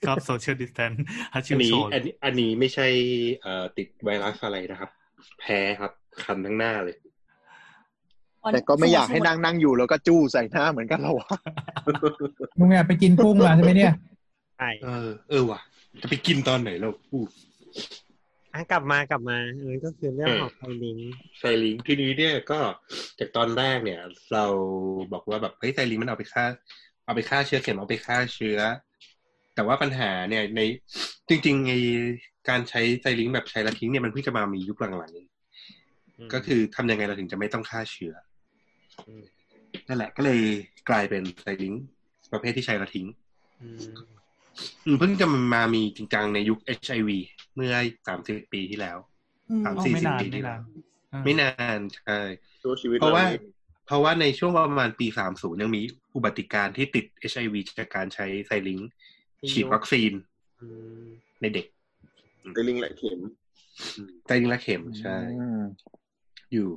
ครับโซเชียลดิสแตนฮัตชิ อัน ว นี้ โชน อันนี้อันนี้ไม่ใช่เอ่อติดไวรัสอะไรนะครับ แพ้ครับคันทั้งหน้าเลย แต่ก็ไม่อยากให้นั่งนั่งอยู่แล้วก็จู้ใส่หน้าเหมือนกันเราวะ มึงอยากไปกินกุ้งเหรอใช่ไหมเนี่ย ใช่ เออ เออว่ะ จะไปกินตอนไหนเราอู้ อ่ะกลับมากลับมาเออก็คือเรื่องของไซลิง ไซลิงทีนี้เนี่ยก็จากตอนแรกเนี่ย เราบอกว่าแบบเฮ้ยไซลิงมันเอาไปฆ่า เอาไปฆ่าเชื้อเข็มเอาไปฆ่าเชื้อ แต่ว่าปัญหาเนี่ยในจริงๆไอการใช้ไซลิงแบบใช้ละทิ้งเนี่ยมันเพิ่งจะมามียุคหลังๆเอง ม ก็คือทำยังไงเราถึงจะไม่ต้องฆ่าเชื้อ ม นั่นแหละก็เลยกลายเป็นไซลิงประเภทที่ใช้ละทิ้ง อืม อืมเพิ่งจะมามีจริงจังในยุค HIV เมื่อสามสิบปีที่แล้วสาม เอา สี่ ไม่ สิบ นาน ปี ไม่ ที่แล้ นาน ว เออ ไม่นานใช่ ช่วชีวิต เพราะว่า นี่ เพราะว่าในช่วงประมาณปี 30 ยังมีอุบัติการณ์ที่ติด HIV จากการใช้ไซลิงค์ฉีดวัคซีน อืม ในเด็ก ไซลิงเหล็กเข็ม ไซลิงค์และเข็มใช่ อืม อยู่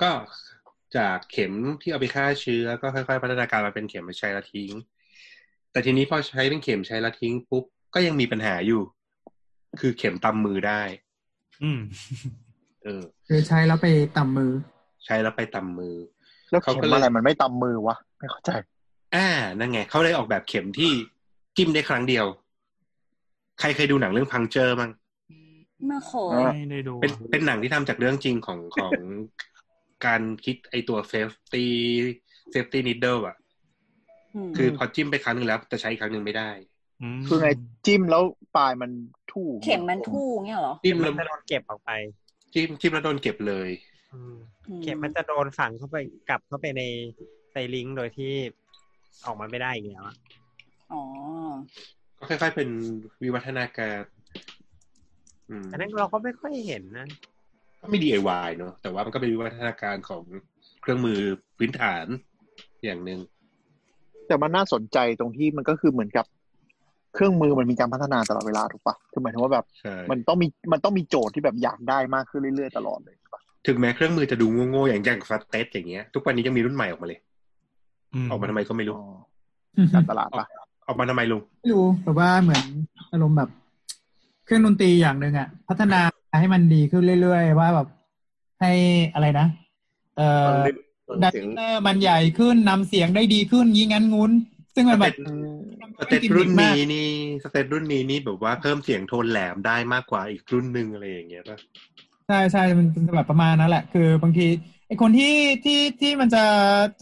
ก็จากเข็มที่เอาไปฆ่าเชื้อ ก็ค่อยๆ พัฒนาการมาเป็นเข็มใช้ละทิ้ง แต่ทีนี้พอใช้เป็นเข็มใช้ละทิ้งปุ๊บก็ยังมีปัญหาอยู่ คือเข็มตำมือได้ อืม เออ คือใช้แล้วไปต่ำมือ ใช้แล้วไปตำมือ แล้ว เขา เข็ ก็ มอะเลยไรมันไม่ตำมือวะไม่เข้าใจ อ่า นั่นไง เขาเลยออกแบบเข็มที่จิ้มได้ครั้งเดียว ใครเคยดูหนังเรื่องพังเจอร์มั้ง มาโค อ่า ไม่ได้ดู เป็นเป็นหนังที่ทำจากเรื่องจริงของของ การคิดไอตัวเซฟตี้เซฟตี้นิดเดิลอะ ม คือพอจิ้มไปครั้งหนึ่งแล้วจะใช้อีกครั้งหนึ่งไม่ได้ ม คือไงจิ้มแล้วปลายมันทู่ เข็มมันทู่เงี้ยเหรอ จิ้มแล้ว มันจะโดนเก็บออกไป จิ้มจิ้มแล้วโดนเก็บเลย อืม อื เข็มมันจะโดนฝังเข้าไปกลับเข้าไปในไซลิงโดยที่ออกมาไม่ได้อีกแล้วอะ อ๋อ ก็ค่อยๆเป็นวิวัฒนาการ อืม อันนั้นเราก็ไม่ค่อยเห็นนะ ก็ไม่ DIY เนอะแต่ว่ามันก็เป็นวิวัฒนาการของเครื่องมือพื้นฐานอย่างหนึ่ง แต่มันน่าสนใจตรงที่มันก็คือเหมือนกับเครื่องมือมันมีการพัฒนาตลอดเวลาถูกปะคือหมายถึงว่าแบบ ใช่ มันต้องมีมันต้องมีโจทย์ที่แบบอยากได้มากขึ้นเรื่อยๆตลอดเลยถูกปะ ถึงแม้เครื่องมือจะดูโง่ๆอย่างอย่างฟัตเตสอย่างเงี้ย ทุกวันนี้ยังมีรุ่นใหม่ออกมาเลย ออกมาทำไมก็ไม่รู้ อ๋อการตลาดปะ ออกมาทำไมลุง ไม่รู้แต่ว่าเหมือนอารมณ์แบบ เครื่องดนตรีอย่างหนึ่งอะพัฒนาให้มันดีขึ้นเรื่อยๆ ว่าแบบให้อะไรนะ เอ่ ฟัง อ ได้ฟัง ดัน เสียง เตอร์มันใหญ่ขึ้นนำเสียงได้ดีขึ้นงี้งั้นงุ้น ซึ่งมันแบบ สเตตรุ่นนี้นี่สเตตรุ่นนี้นี่แบบว่าเพิ่มเสียงโทนแหลมได้มากกว่าอีกรุ่นหนึ่งอะไรอย่างเงี้ยป่ะ ใช่ใช่มันเป็นแบบประมาณนั้นแหละ คือบางทีไอคนที่ที่ที่มันจะ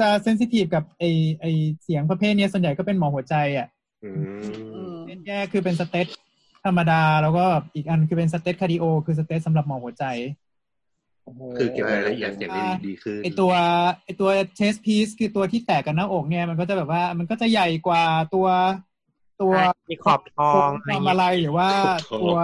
จะเซนซิทีฟกับไอไอเสียงประเภทเนี้ยส่วนใหญ่ก็เป็นหมอหัวใจอะ อื อื ม ม เซตแรกคือเป็นสเตตธรรมดาแล้วก็อีกอันคือเป็นสเตตคาร์ดิโอ คือสเตตสำหรับหมอหัวใจ คือเก็บรายละเอียดเสียงได้ดีขึ้น ไอตัวไอตัวเชสพีซคือตัวที่แตกกันหน้าอกเนี่ย มันก็จะแบบว่ามันก็จะใหญ่กว่าตัวตัว มีขอบทองอะไร ทำ เงี้ อะ ย ไรหรือว่าตัว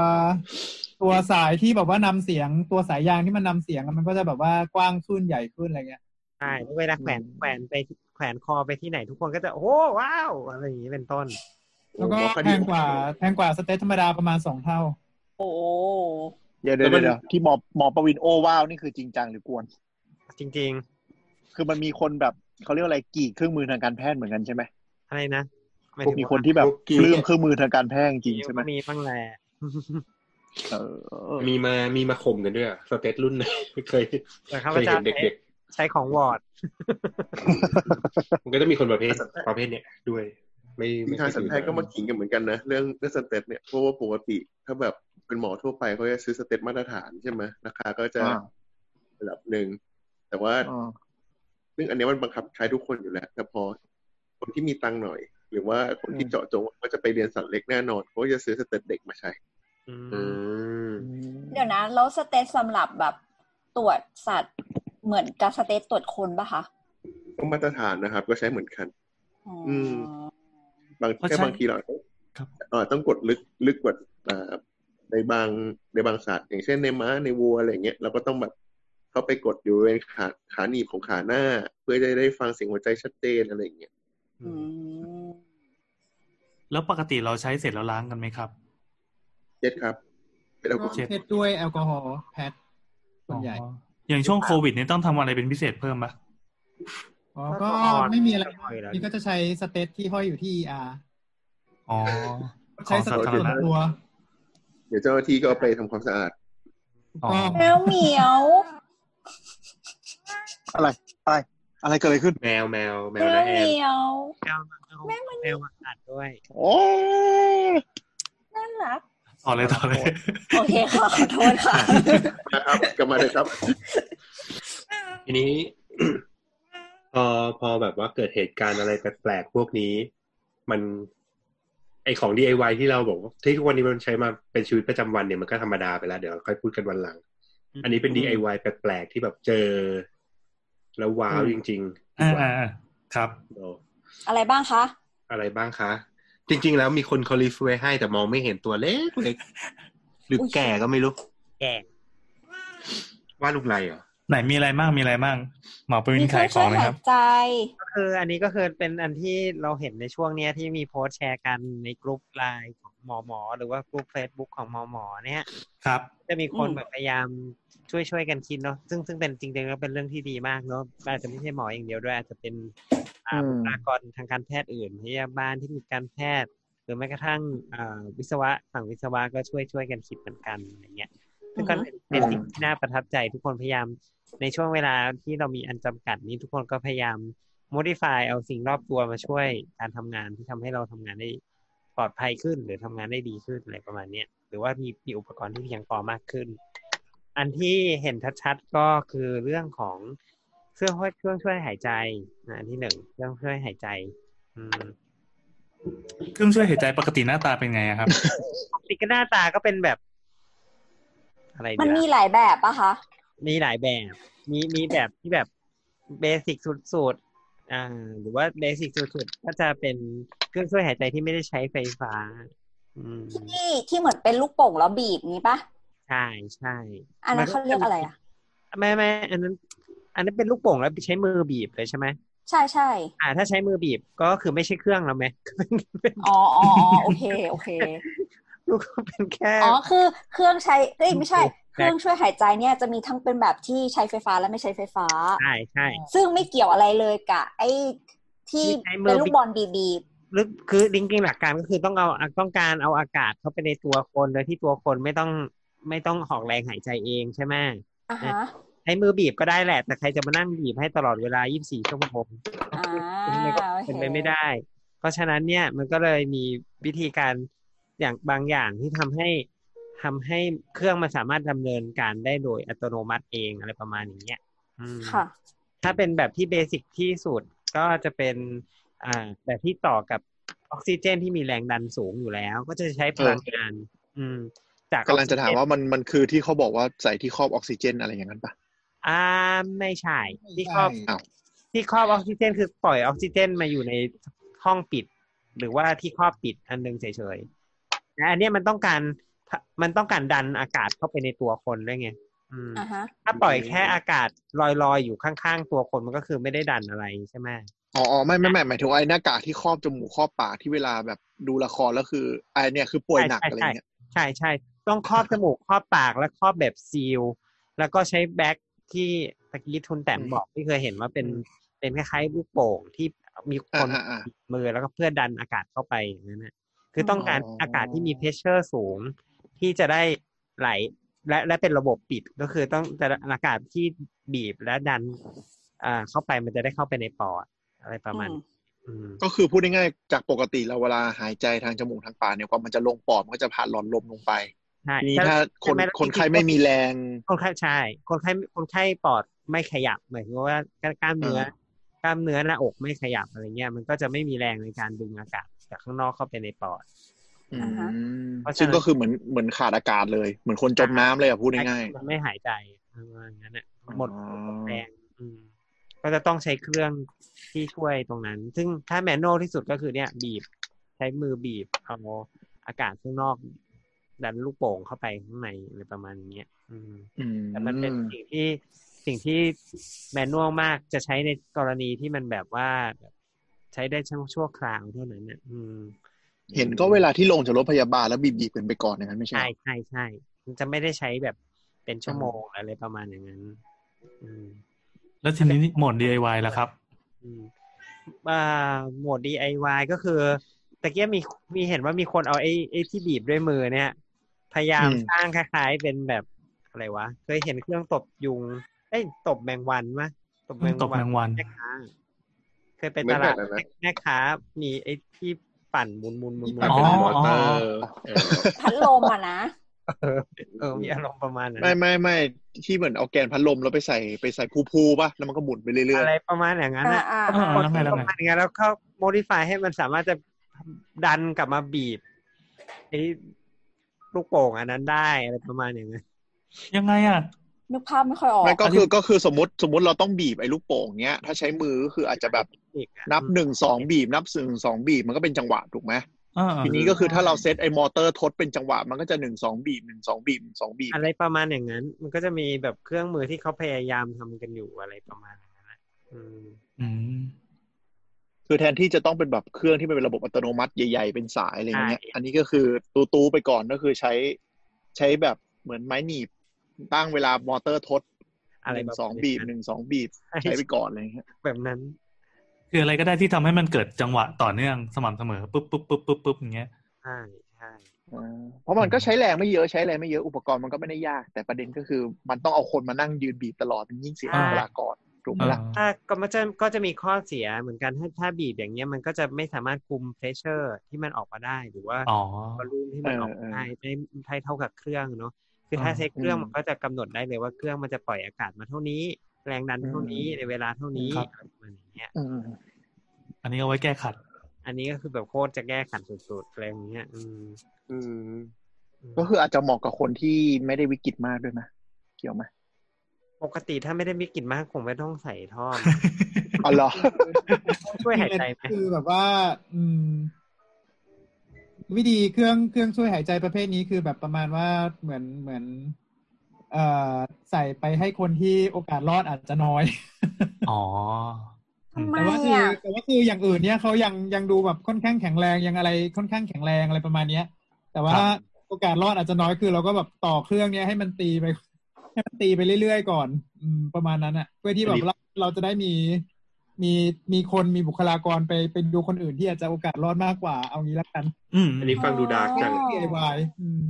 ตัวสายที่แบบว่านำเสียงตัวสายยางที่มันนำเสียงอะมันก็จะแบบว่ากว้างขึ้นใหญ่ขึ้นอะไรเงี้ย ใช่เวลาแขวนแขวนไปแขวนคอไปที่ไหนทุกคนก็จะโอ้ว้าวอะไรอย่างนี้เป็นต้น แล้วก็ โอ้โห แพงกว่าแพงกว่าสเตตธรรมดาประมาณสองเท่า โอ้ เดี๋ยวเดี๋ยวเดี๋ยวที่หมอหมอประวินโอว้าวนี่คือจริงจังหรือกวน จริง คือมันมีคนแบบเขาเรียกว่าอะไรกรี่เครื่องมือทางการแพทย์เหมือนกันใช่ไหม ๆ อะไรนะหาย พว ถึ ก ง มี ว่า คนที่แบบเรื่องเครื่องมือทางการแพทย์จริงใช่ไหม มีบ้างแหละ เออ มีมามีมาข่มกันด้วยอะสเตตรุ่นไหน เคย แต่ข้า เค พ ย เจ้า เห็น ใช้ เด็ก ใช้ของวอร์ด ๆ มันก็จะมีคนประเภทประเภทเนี้ยด้วย ไม่ นิ ไม่ ทานสันแพทย์ก็มาขิงกันเหมือนกันนะ เรื่องเรื่องสเตตเนี่ยเพราะว่าปกติ ถ้าแบบเป็นหมอทั่วไปเขาจะซื้อสเตตมาตรฐานใช่ไหมราคาก็จะ อ่า ระดับหนึ่ง แต่ว่า อ่า ซึ่งอันเนี้ยมันบังคับใช้ทุกคนอยู่แล้ว แต่พอคนที่มีตังค์หน่อย หรือว่าคนที่เจาะจงก็จะไปเรียนสัตว์เล็กแน่นอนเขาก็จะซื้อสเตตเด็กมาใช้ อืม เดี๋ยวนะแล้วสเตตสำหรับแบบตรวจสัตว์เหมือนกับสเตตตรวจคนปะคะ ก็มาตรฐานนะครับ ก็ใช้เหมือนกัน อ๋ออ ม บาง เพราะ แค่ ใช้ บางทีเราต้อง ครับ เอ่อต้องกดลึกลึกกว่าอ่าในบางในบางสัตว์อย่างเช่นในม้าในวัวอะไรอย่างเงี้ยเราก็ต้องแบบเข้าไปกดอยู่บริเวณขาขาหนีบของขาหน้า เพื่อจะได้ฟังเสียงหัวใจชัดเจนอะไรอย่างเงี้ย อืม แล้วปกติเราใช้เสร็จแล้วล้างกันไหมครับ เจ็ดครับเป็นแอลกอฮอล์ เจ็ด เช็ดด้วยแอลกอฮอล์แพทส่วนใหญ่ อ๋ออย่างช่วงโควิดเนี่ยต้องทำอะไรเป็นพิเศษเพิ่มปะ อ๋อ แล้วก็ ก็ อ่อน ไม่มีอะไร แล้วก็อ่อยแล้ว นี่ก็จะใช้สเตตที่ห้อยอยู่ที่ ER อ๋อ ใช้สเตตส่วนตัว เดี๋ยวเจ้าหน้าที่ก็เอาไปทำความสะอาด อ๋อ ก็ แมวเหมียว อะไรอะไร อะไรเกิดอะไรขึ้น แมวแมวแมแมว ว นะแอ เห น มียว แมวมาเอาแมวมาอัดด้วย โอ้ย น่ารัก ต่อเลยต่อเลย โอเคค่ะขอโทษค่ะ นะครับกลับมาเลยครับ ทีนี้ พอพอแบบว่าเกิดเหตุการณ์อะไรแปลกๆพวกนี้ มันไอของ DIY ที่เราบอกว่าที่ทุกวันนี้มันใช้มาเป็นชีวิตประจำวันเนี่ยมันก็ธรรมดาไปแล้ว เดี๋ยวเราค่อยพูดกันวันหลัง อืม อันนี้เป็น DIY แปลกๆที่แบบเจอ แล้วว้าวจริงๆ อ่า ดีกว่า อ่าอ่าครับ เนอะ อะไรบ้างคะ อะไรบ้างคะ จริง ๆ แล้วมีคนคอลิฟไว้ให้แต่มองไม่เห็นตัวเล็กเล็กๆหรือแก่ก็ไม่รู้ แกะ ว่าลูกไรเหรอ ไหนมีอะไรบ้างมีอะไรบ้างหมอประวิน มีเครื่ ขาย อง ข ช่ อ ว ง ย นะ หา ค ย รับ ใจ ก็คืออันนี้ก็คือเป็นอันที่เราเห็นในช่วงเนี้ยที่มีโพสต์แชร์กันในกลุ่มไลน์ของหมอหมอ หรือว่ากลุ่ม Facebook ของหมอหมอเนี่ย ครับ จะมีคน อืม แบบพยายามช่วยช่วยๆกันคิดเนาะซึ่งซึ่งเป็นจริงๆแล้วเป็นเรื่องที่ดีมากเนาะอาจจะไม่ใช่หมออย่างเดียวด้วย อาจจะเป็นอ่าบุคลากรทางการแพทย์อื่นพยาบาลที่มีการแพทย์ หรือแม้กระทั่งอ่าวิศวะฝั่งวิศวะก็ช่วยช่วยกันคิดเหมือนกันอะไรเงี้ยซึ่งก็เป็นเป็นสิ่งที่น่าประทับใจทุกคนพยายามในช่วงเวลาที่เรามีอันจำกัดนี้ทุกคนก็พยายาม modify เอาสิ่งรอบตัวมาช่วยการทำงานที่ทำให้เราทำงานได้ปลอดภัยขึ้น หรือทำงานได้ดีขึ้นอะไรประมาณเนี้ยหรือว่ามีมีอุปกรณ์ที่เพียงพอมากขึ้น อันที่เห็นชัดๆก็คือเรื่องของเครื่องช่วยเครื่องช่วยหายใจนะอันที่หนึ่งเครื่องช่วยหายใจ อืม เครื่องช่วยหายใจปกติหน้าตาเป็นไงอะครับ ติกหน้าตาก็เป็นแบบ อะไรดี มันมี ล่ะ หลายแบบปะคะ มีหลายแบบ มีมีแบบที่แบบเบสิกสุดๆอ่า หรือว่าเบสิกสุดๆก็จะเป็นเครื่องช่วยหายใจที่ไม่ได้ใช้ไฟฟ้า อืม ที่ที่เหมือนเป็นลูกโป่งแล้วบีบนี้ปะ ใช่ใช่ อันนั้นเขาเรียกอะไรอ่ะ ไม่ไม่อันนั้น อันนั้นเป็นลูกโป่งแล้วใช้มือบีบเลยใช่ไหม ใช่ใช่ อ่า ถ้าใช้มือบีบก็คือไม่ใช่เครื่องแล้วไหม อ๋ออ๋ออ๋อโอเคโอเค ลูกก็เป็นแค่ อ๋อคือเครื่องใช้เอ้ยไม่ใช่ โอเค เครื่องช่วยหายใจเนี่ยจะมีทั้งเป็นแบบที่ใช้ไฟฟ้าและไม่ใช้ไฟฟ้า ใช่ใช่ ซึ่งไม่เกี่ยวอะไรเลยกะไอ้ที่ ที่ใช้มือ เป็นลูกบอลบีบ หรือคือจริงๆหลักการก็คือต้องเอาต้องการเอาอากาศเข้าไปในตัวคนโดยที่ตัวคนไม่ต้องไม่ต้องออกแรงหายใจเองใช่ไหม ๆอ่ะฮะ ใช้มือบีบก็ได้แหละ แต่ใครจะมานั่งบีบให้ตลอดเวลา 24 ชั่วโมง อ่า เป็นไปไม่ได้ เพราะฉะนั้นเนี่ยมันก็เลยมีวิธีการอย่างบางอย่างที่ทำให้ทำให้เครื่องมันสามารถดำเนินการได้โดยอัตโนมัติเองอะไรประมาณอย่างเงี้ยอืม ค่ะ ถ้าเป็นแบบที่เบสิกที่สุดก็จะเป็นอ่าแบบที่ต่อกับออกซิเจนที่มีแรงดันสูงอยู่แล้ว ก็จะใช้พลังงาน อืม จาก กำลังจะถามว่ามันมันคือที่เขาบอกว่าใส่ที่ครอบออกซิเจนอะไรอย่างนั้นปะ อ่าไม่ใช่ ที่ครอบ ไม่ใช่ อ้าว ที่ครอบออกซิเจน คือปล่อยออกซิเจนมาอยู่ในห้องปิด หรือว่าที่ครอบปิดอันหนึงเฉยๆแต่อันเนี้ยมันต้องการมันต้องการดันอากาศเข้าไปในตัวคนด้วยไงอืม อ่ะฮะ ถ้าปล่อยแค่อากาศลอยๆอยู่ข้างๆตัวคนมันก็คือไม่ได้ดันอะไรใช่ไหม อ๋ออ๋อไม่ไม่ไม่หมายถึงว่าไอ้หน้ากากที่ครอบจมูกครอบปากที่เวลาแบบดูละครแล้วคือไอ้เนี่ยคือป่วยหนัก ใช่ อะไร ใช่ เงี้ย ใช่ใช่ต้องครอบจมูกครอบปากและครอบแบบซีล แล้วก็ใช้แบ็กที่ตะกี้ทุนแต้มบอกที่เคยเห็นว่าเป็นเป็นคล้ายๆลูกโป่งที่มีคน อ่าอ่า บีบมือแล้วก็เพื่อดันอากาศเข้าไปอย่างนั้นนะคือต้องการ อ๋ออ อากาศที่มีเพชเชอร์สูง ที่จะได้ไหลและและเป็นระบบปิดก็คือต้องจะอากาศที่บีบและดันอ่าเข้าไปมันจะได้เข้าไปในปอดอะไรประมาณ อืม อืม ก็คือพูดง่ายๆจากปกติเราเวลาหายใจทางจมูกทางปากเนี่ยกว่ามันจะลงปอดมันก็จะผ่านหลอดลมลงไป ใช่ ทีนี้ แต่ ถ้าคน แต่ คนไข้ไม่มีแรง คนไข้ใช่ คนไข้คนไข้ปอดไม่ขยับหมายถึงว่ากล้ามเนื้อ อ่า กล้ามเนื้อหน้าอกไม่ขยับอะไรเงี้ยมันก็จะไม่มีแรงในการดึงอากาศจากข้างนอกเข้าไปในปอด อื อ่าฮะ ม เพราะฉะนั้น ซึ่งก็คือเหมือนเหมือนขาดอากาศเลย เหมือนคนจมน้ำเลยอ่ะพูดง่าย มันไม่หายใจประมาณนั้นน่ะ อ๋อ หมดแรงอืมก็จะต้องใช้เครื่องที่ช่วยตรงนั้น ซึ่งถ้าแมนนวลที่สุดก็คือเนี่ย บีบ ใช้มือบีบเอาอากาศข้างนอก ดันลูกโป่งเข้าไปข้างในอะไรประมาณอย่างเงี้ยอืม ๆอืม แต่มันเป็นสิ่งที่สิ่งที่แมนนวลมากจะใช้ในกรณีที่มันแบบว่าแบบใช้ได้ชั่วชั่วคราวเท่านั้นเนี่ยอืม เห็นก็เวลาที่ลงจากรถพยาบาลแล้วบีบบีบๆกันไปก่อนอย่างนั้นไม่ใช่ ใช่ เหรอ ใช่ใช่มันจะไม่ได้ใช้แบบเป็นชั่วโมงอะไรประมาณอย่างนั้น อืม แล้วทีนี้หมด DIY แล้วครับ อืมอ่าหมวด DIY ก็คือตะเกียบมีมีเห็นว่ามีคนเอาไอ้ไอ้ที่บีบด้วยมือเนี่ย พยายามสร้างคล้ายๆเป็นแบบอะไรวะ เคยเห็นเครื่องตบยุงเอ้ยตบแมงวันมะตบแมงวัน ตบแมงวัน แม่ค้าเคยไปตลาด ไม่แบบนั้นนะ แม่ค้ามีไอ้ที่ปั่นหมุนหมุนหมุนหมุ ปั่น น เป็น อ๋อ มอเตอร์เออ พัดลมอ่ะนะ เออมีอารมณ์ประมาณนั้น ไม่ไม่ไม่ที่เหมือนเอาแกนพัดลมแล้วไปใส่ไปใส่พูพูป่ะแล้วมันก็หมุนไปเรื่อย อะไรประมาณอย่างนั้น อ่า นะ อ่า อ่า คน แล้วที่ไงแล้ว ประ ไง มาณนี้แล้วก็ modify ให้มันสามารถจะดันกลับมาบีบไอ้ลูกโป่งอันนั้นได้อะไรประมาณอย่างนั้น ยังไงอ่ะ นึกภาพไม่ค่อยอ ๆ อก ไม่ก็คือก็คือสมมติสมมติเราต้องบีบไอ้ลูกโป่งเนี้ยถ้าใช้มือก็คืออาจจะแบบ อีกอะ นับหนึ่งสองบีบนับหนึ่งสองบีบมันก็เป็นจังหวะถูกไหม อ่า ทีนี้ก็คือถ้าเราเซตไอ้มอเตอร์ทดเป็นจังหวะมันก็จะหนึ่งสองบีบหนึ่งสองบีบหนึ่งสองบีบ อะไรประมาณอย่างนั้น มันก็จะมีแบบเครื่องมือที่เขาพยายามทำกันอยู่อะไรประมาณอย่างนั้นนะอืม อืม คือแทนที่จะต้องเป็นแบบเครื่องที่มันเป็นระบบอัตโนมัติใหญ่ ๆ เป็นสายอะไรอย่างเงี้ย อันนี้ก็คือตูตูๆไปก่อนก็คือใช้ใช้แบบเหมือนไม้หนีบตั้งเวลามอเตอร์ทด อะไร หนึ่ง ประมาณ สองบีบ ย่านั้หน นึ่งสองบีบใช้ไปก่อนอะไรอย่างเงี้ย แบบนั้น คืออะไรก็ได้ที่ทำให้มันเกิดจังหวะต่อเนื่องสม่ำเสมอปุ๊บปุ๊บปุ๊บปุ๊บปุ๊บอย่างเงี้ย ใช่ใช่ อ่าเพราะมันก็ใช้แรงไม่เยอะใช้อะไรไม่เยอะอุปกรณ์มันก็ไม่ได้ยาก แต่ประเด็นก็คือมันต้องเอาคนมานั่งยืนบีบตลอดมันยิ่งเสีย อ่า เวลาก่อนถูกไหมล่ะ ถ้าก็มันจะก็จะมีข้อเสียเหมือนกันถ้าถ้าบีบอย่างเงี้ยมันก็จะไม่สามารถคุมเพรสเชอร์ที่มันออกมาได้หรือว่า อ๋อ วอลลุ่มที่มันออกได้ไม่ไม่เท่ากับเครื่องเนาะคือถ้า อ่า ใช้เครื่องมันก็จะกำหนดได้เลยว่าเครื่องมันจะปล่อยอากาศมาเท่านี้ แรงดันเท่านี้ในเวลาเท่านี้อะไรประมาณอย่างเงี้ย อืม อันนี้เอาไว้แก้ขัด อันนี้ก็คือแบบโคตรจะแก้ขัดสุดๆอะไรอย่างเงี้ยอืม อืม ก็คืออาจจะเหมาะกับคนที่ไม่ได้วิกฤตมากด้วยนะเกี่ยวไหม ปกติถ้าไม่ได้มีกลิ่นมากคงไม่ต้องใส่ท่อม อ๋อเหรอ ช่วยหายใจไหม คือแบบว่า อืม วิธีเครื่องเครื่องช่วยหายใจประเภทนี้คือแบบประมาณว่าเหมือนเหมือน เอ่อใส่ไปให้คนที่โอกาสรอดอาจจะน้อย อ๋อ ไม่ แต่ว่าคือ อะ แต่ว่าคืออย่างอื่นเนี่ยเขายังยังดูแบบค่อนข้างแข็งแรงยังอะไรค่อนข้างแข็งแรงอะไรประมาณเนี้ย แต่ว่า ครับ โอกาสรอดอาจจะน้อยคือ เราก็แบบต่อเครื่องเนี้ยให้มันตีไป ให้มันตีไปเรื่อยๆก่อน อืมประมาณนั้นอะเพื่อที่แบบเราเราจะได้มีมีมีคนมีบุคลากรไปเป็นดูคนอื่นที่อาจจะโอกาสรอดมากกว่าเอางี้ละกัน อืม อันนี้ฟังดูดาร์กจัง DIY อืม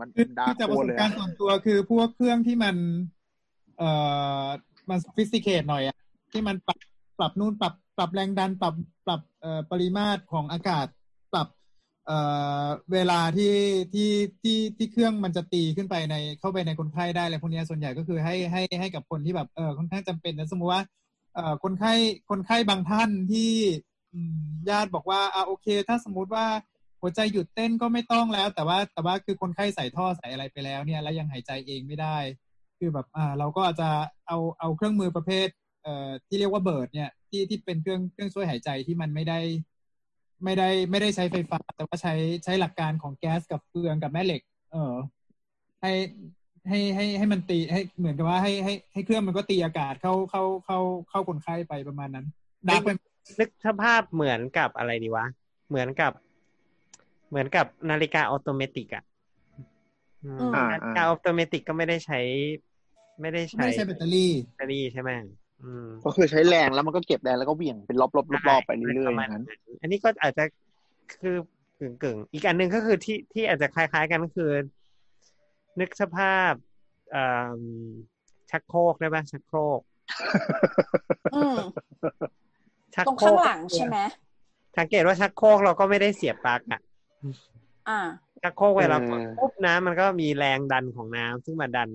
มัน คือ ดา คือจาก โค ประสบ เลย การ อะ ณ์ส่วนตัวคือพวกเครื่องที่มัน เอ่อมัน s o p h i s t i c a t e หน่อยอะที่มันปรับปรับนู่นปรับปรับแรงดัน ปรับปรับเอ่อปริมาตรของอากาศ ปรับเอ่อเวลาที่ที่ที่ที่เครื่องมันจะตีขึ้นไปในเข้าไปในคนไข้ได้อะไรพวกเนี้ยส่วนใหญ่ก็คือให้ให้ให้กับคนที่แบบเออค่อนข้างจำเป็นนะสมมติว่า เอ่อคนไข้คนไข้บางท่านที่อืมญาติบอกว่าอ่าโอเค ถ้าสมมุติว่าหัวใจหยุดเต้นก็ไม่ต้องแล้ว แต่ว่าแต่ว่าคือคนไข้ใส่ท่อใส่อะไรไปแล้วเนี่ยแล้วยังหายใจเองไม่ได้ คือแบบอ่าเราก็อาจจะเอาเอาเครื่องมือประเภทเอ่อที่เรียกว่าเบิร์ดเนี่ยที่ที่เป็นเครื่องเครื่องช่วยหายใจที่มันไม่ได้ ไม่ได้ไม่ได้ใช้ไฟฟ้า แต่ว่าใช้ใช้หลักการของแก๊สกับเฟืองกับแม่เหล็ก เออให้ให้ให้ให้มันตีให้เหมือนกับว่าให้ให้ให้เครื่องมันก็ตีอากาศเข้าเข้าเข้าเข้าคนไข้ไปประมาณนั้นดักไป นึกสภาพเหมือนกับอะไรดีวะ เหมือนกับ เหมือนกับนาฬิกาออโตเมติกอะอืม อ่า นาฬิกาออโตเมติกก็ไม่ได้ใช้ ไม่ได้ ไม่ ใช้ ได้ใช้แบตเตอรี่ แบตเตอรี่ใช่ไหมอืม ก็คือใช้แรงแล้วมันก็เก็บแรงแล้วก็เหวี่ยงเป็นรอบๆรอบๆไปเรื่อยๆอย่างนั้น อันนี้ก็อาจจะคือกึ่งกึ่งๆอีกอันหนึ่งก็คือที่ที่อาจจะคล้ายๆกันก็คือ นึกสภาพเอิ่มชักโครกได้ไหมชักโครก อืม ชัก ตรง โคร ข้าง ก หลังใช่ไหม สังเกตว่าชักโครกเราก็ไม่ได้เสียบปลั๊กอ่ะ อ่า ชักโครกเวลา เออ กดปุ๊บน้ำมันก็มีแรงดันของน้ำซึ่งมาดัน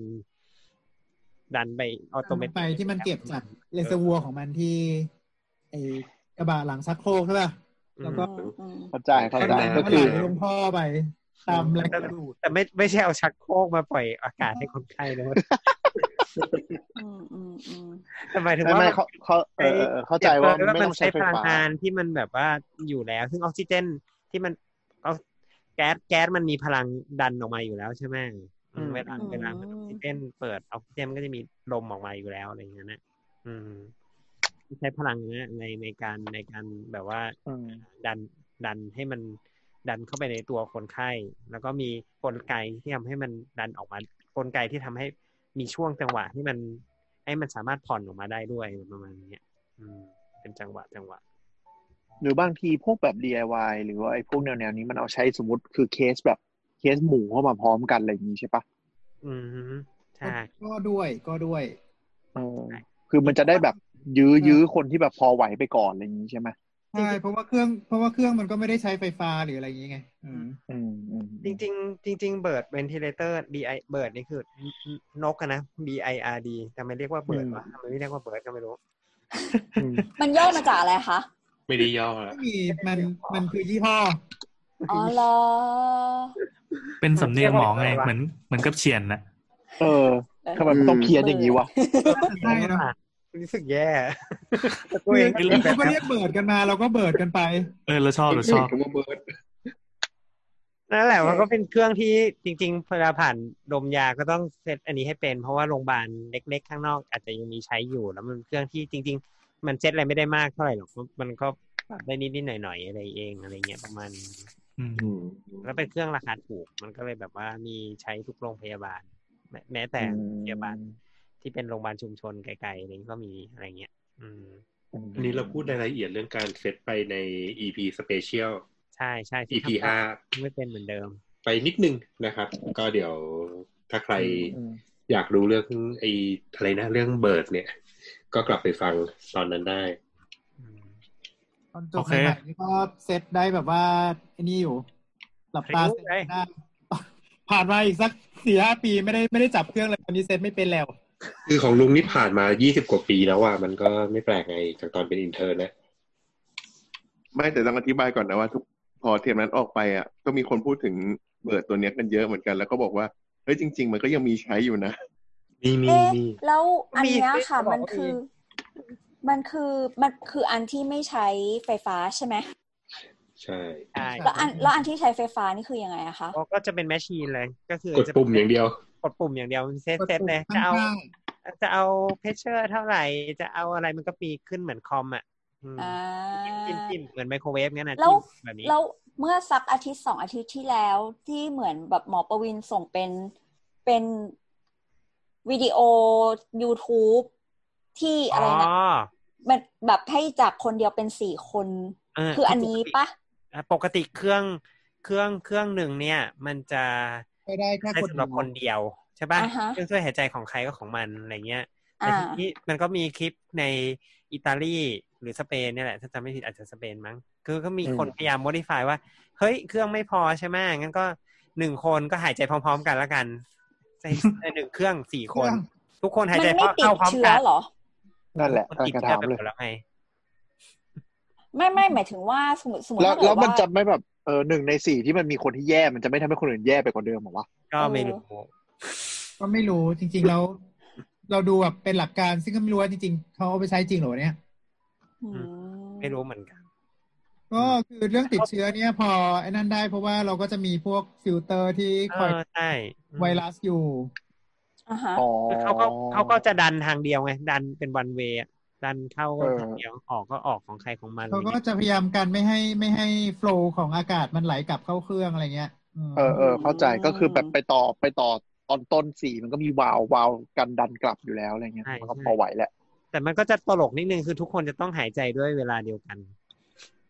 ดันไปออโตเมติ ไปที่มันเก็บจากเลเซอร์วัวของมันที่ไอกระบะหลังซักโครกใช่ป่ะ แล้วก็ อืมอืม เข้าใจเข้า ก็ ใจ ไหล ก็ ก็ คื ไห อ ลลงท่อไป ตามแรงดูด แต่ไม่ไม่ใช่เอาชักโครกมาปล่อยอากาศให้คนไข้นะเว้ย อืมอืมอืม แต่หมายถึง ไม่ ว่า ไม่เขาเขาเออเออเออเข้าใจว่ามันไม่ต้องใช้ไฟ พลัง ฟ้าง านที่มันแบบว่าอยู่แล้ว ซึ่งออกซิเจนที่มันเอาแก๊สแก๊สมันมีพลังดันออกมาอยู่แล้วใช่ไหมอืมเวลาเวลามันออกซิเจนเปิดออกซิเจนมันก็จะมีลมออกมาอยู่แล้วอะไรอย่างเงี้ยนะอืมใช้พลังเนี้ยในในการในการแบบว่า อืม ดันดันให้มันดันเข้าไปในตัวคนไข้ แล้วก็มีกลไกที่ทำให้มันดันออกมากลไกที่ทำให้มีช่วงจังหวะที่มัน ให้มันสามารถผ่อนออกมาได้ด้วยประมาณเนี้ยอืม เป็นจังหวะจังหวะ หรือบางทีพวกแบบ DIY หรือว่าไอ้พวกแนวแนวๆนี้มันเอาใช้สมมติคือเคสแบบเคสหมู่เข้ามาพร้อมกันอะไรอย่างนี้ใช่ปะ อืมใช่ ก็ด้วยก็ด้วย เออคือมันจะได้แบบยื้อยื้อคนที่แบบพอไหวไปก่อนอะไรอย่างนี้ใช่ไหม ใช่เพราะว่าเครื่องเพราะว่าเครื่องมันก็ไม่ได้ใช้ไฟฟ้าหรืออะไรอย่างเงี้ยไงอืม อืมอืม จริงจริงๆจริงเบิร์ดเวนทิเลเตอร์ BI เบิร์ดนี่คือนกอะนะ B I R D แต่ไม่เรียกว่าเบิร์ดวะทำไมไม่เรียกว่าเบิร์ดก็ไม่รู้ อืม มันย่อมาจากอะไรคะ ไม่ได้ย่อละ ไม่มีมันมันคือยี่ห้อ อ๋อเหรอ เป็นสำเนียงหมอไง เรียกว่า เหมือนเหมือนกับเฉียนนะ เออทำไมมันต้องเพี้ยนอย่างนี้วะ ใช่เนอะ รู้สึกแย่ คือคือเขาก็เรียกเบิร์ดกันมาเราก็เบิร์ดกันไป เออเราชอบเราชอบ คำว่าเบิร์ด นั่นแหละมันก็เป็นเครื่องที่จริง ๆเวลาผ่านดมยาก็ต้องเซตอันนี้ให้เป็น เพราะว่าโรงพยาบาลเล็ก ๆ ข้างนอกอาจจะยังมีใช้อยู่ แล้วมันเครื่องที่จริง ๆ มันเซตอะไรไม่ได้มากเท่าไหร่หรอกมันก็ปรับได้นิดๆหน่อยๆอะไรเองอะไรเงี้ยประมาณนี้ อืม อืม แล้วเป็นเครื่องราคาถูก มันก็เลยแบบว่ามีใช้ทุกโรงพยาบาล แม้แม้แต่โรงพยาบาลที่เป็นโรงพยาบาลชุมชนไกลๆอะไรนี้ก็มีอะไรเงี้ย อืม อันนี้เราพูดรายละเอียดเรื่องการเซตไปใน EP Special ใช่ใช่ซึ่ง EP ทำ ห้า ไม่เป็นเหมือนเดิม ไปนิดนึงนะครับ ก็เดี๋ยวถ้าใคร อืม อยากรู้เรื่องไอ้อะไรนะเรื่องเบิร์ดเนี่ย ก็กลับไปฟังตอนนั้นได้ อืม ตอนจบใหม่ๆนี่ก็เซตได้แบบว่าไอ้นี่อยู่ หลับตาเซตได้ผ่านมาอีกสักสี่ห้าปีไม่ได้ไม่ได้จับเครื่องเลยตอนนี้เซตไม่เป็นแล้ว คือของลุงนี่ผ่านมา 20 กว่าปีแล้วอ่ะมันก็ไม่แปลกไงจากตอนเป็นอินเทอร์นะ ไม่แต่ต้องอธิบายก่อนนะว่าทุกพอเทปนั้นออกไปอ่ะก็มีคนพูดถึงเบิร์ดตัวเนี้ยกันเยอะเหมือนกัน แล้วก็บอกว่าเฮ้ยจริง ๆ มันก็ยังมีใช้อยู่นะ มีมี เอ๊ะ มี แล้วอันเนี้ยค่ะ มันคือ มันคือมันคืออันที่ไม่ใช้ไฟฟ้าใช่ไหม ใช่ ใช่ แล้วอันแล้วอันที่ใช้ไฟฟ้านี่คือยังไงอะคะ ก็จะเป็นแมชชีนเลยก็คือก ด จะ ปุ่มอย่างเดียว กดปุ่มอย่างเดียวเซตเซตเลย ข้ จะเอาจะงเอาเพชเชอร์เท่าไหร่ จะเอาอะไรมันก็มีขึ้นเหมือนคอมอ่ะอืม อ่า จิ้มจิ้มเหมือนไมโครเวฟงั้นนะ แล้ว จิ้มแบบนี้ แล้วเมื่อสักอาทิตย์สองอาทิตย์ที่แล้วที่เหมือนแบบหมอประวินส่งเป็นเป็นวิดีโอ YouTube ที่ อ๋ อะไร อ นะมันแบบให้จากคนเดียวเป็นสี่คน เออ คืออันนี้ปะ อ่ะปกติเครื่องเครื่องเครื่องหนึ่งเนี่ย มันจะ ๆไม่ได้แค่ ได้ กด สำหรับคนเดียวใช่ป่ะ อ่าฮะ เครื่องช่วยหายใจของใครก็ของมันอะไรเงี้ยแต่ อ่า ทีนี้มันก็มีคลิปในอิตาลีหรือสเปนเนี่ยแหละ ถ้าจำไม่ผิดอาจจะสเปนมั้ง คือก็มีคน อืม พยายาม modify ว่า เฮ้ย เครื่องไม่พอใช่ไหมงั้นก็หนึ่งคนก็หายใจพร้อม ๆ กันละกันใส่ในหนึ่งเครื่องสี่ เค คน รื่อง ทุกคนหาย มัน ใจ ไม่ติ เข้า ด พร้อม เชื้อ กัน เหรอ นั่นแหละ คน การ ติด กระ เชื้อ ทำ ไป เล หม ย ดแล้วไง ไม่ไม่หมายถึงว่าสมมติสมมติ แล้ว ถ้าเกิด แล้วมัน ว่า จะไม่แบบเออหนึ่งในสี่ที่มันมีคนที่แย่มันจะไม่ทำให้คนอื่นแย่ไปกว่าเดิมเหรอวะ ก็ไม่รู้ ก็ไม่รู้จริงๆแล้วเราดูแบบเป็นหลักการซึ่งก็ไม่รู้ว่าจริงๆเขาเอาไปใช้จริงเหรอเนี่ย อืม ไม่รู้เหมือนกัน ก็คือเรื่องติดเชื้อเนี่ยพอไอ้นั่นได้เพราะว่าเราก็จะมีพวกฟิลเตอร์ที่ เอ คอย อใช่อืม ไวรัสอยู่ อ่าฮะ อ๋อ คือเขาก็เขาก็จะดันทางเดียวไง ดันเป็นวันเวดันเข้าก็ทางเดียวออกก็ออกของใครของมัน เขาก็ อะไรเงี้ย จะพยายามกันไม่ให้ไม่ให้โฟลว์ของอากาศมันไหลกลับเข้าเครื่องอะไรเงี้ยม เออเออเข้าใจก็คือแบบไปต่อไปต่อตอนต้นสี่มันก็มีวาล์ววาล์วกันดันกลับอยู่แล้วอะไรเงี้ยมันก็พอไหวแหละ แต่มันก็จะตลกนิดนึงคือทุกคนจะต้องหายใจด้วยเวลาเดียวกัน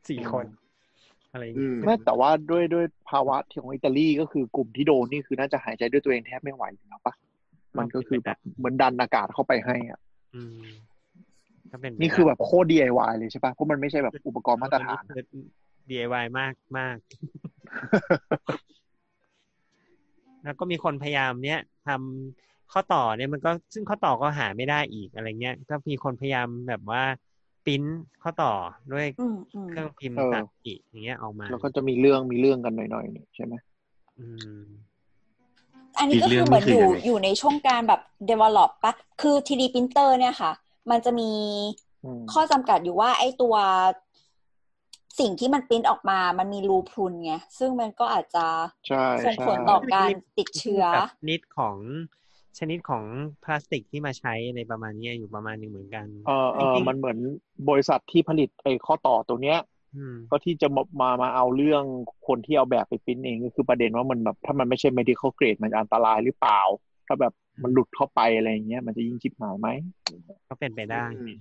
สี่คน อะไรอย่าง อื เงี้ย ม ไม่แต่ว่าด้วยด้วยภาวะที่ของอิตาลีก็คือกลุ่มที่โดนนี่คือน่าจะหายใจด้วยตัวเองแทบไม่ไหวอยู่แล้วปะมันก็คือแบบเหมือนดันอากาศเข้าไปให้อ่ะ อืมก็เป็นไปได้ นี่คือแบบโคตร DIY เลยใช่ปะเพราะมันไม่ใช่แบบอุปกรณ์มาตรฐาน เออนี่คือ DIY มาก มาก แล้วก็มีคนพยายามเนี้ยทำข้อต่อเนี่ยมันก็ซึ่งข้อต่อก็หาไม่ได้อีกอะไรเงี้ย ก็มีคนพยายามแบบว่าปริ้นข้อต่อด้วย อืมอืม เครื่องพิมพ์สามมิติอย่างเงี้ยออกมา แล้วก็จะมีเรื่องมีเรื่องกันหน่อยๆนี่ใช่ไหม อืม อันนี้ก็ อีกเรื่ คืออง เหมือน นี่ อ คือยู่ ยังอยู่ไงในช่วงการแบบ develop ปะคือ 3D printer เนี่ยค่ะ มันจะมี อืม ข้อจำกัดอยู่ว่าไอ้ตัวสิ่งที่มันปริ้นออกมา มันมีรูพรุนไง ซึ่งมันก็อาจจะ ใช่ ส่งผ ใช่ ลต่อการติดเชื้อ แบบนิดของชนิดของพลาสติกที่มาใช้อะไรประมาณเนี้ยอยู่ประมาณหนึงเหมือนกัน เออเออ จริงๆ มันเหมือนบริษัทที่ผลิตไอ้ข้อต่อตัวเนี้ย อืม ก็ที่จะมามามาเอาเรื่องคนที่เอาแบบไปปริ้นเองก็คือประเด็นว่ามันแบบถ้ามันไม่ใช่ medical grade มันจะอันตรายหรือเปล่า ถ้าแบบมันหลุดเข้าไปอะไรอย่างเงี้ยมันจะยิ่งจิบหายไหม ก็เป็นไปได้ อืม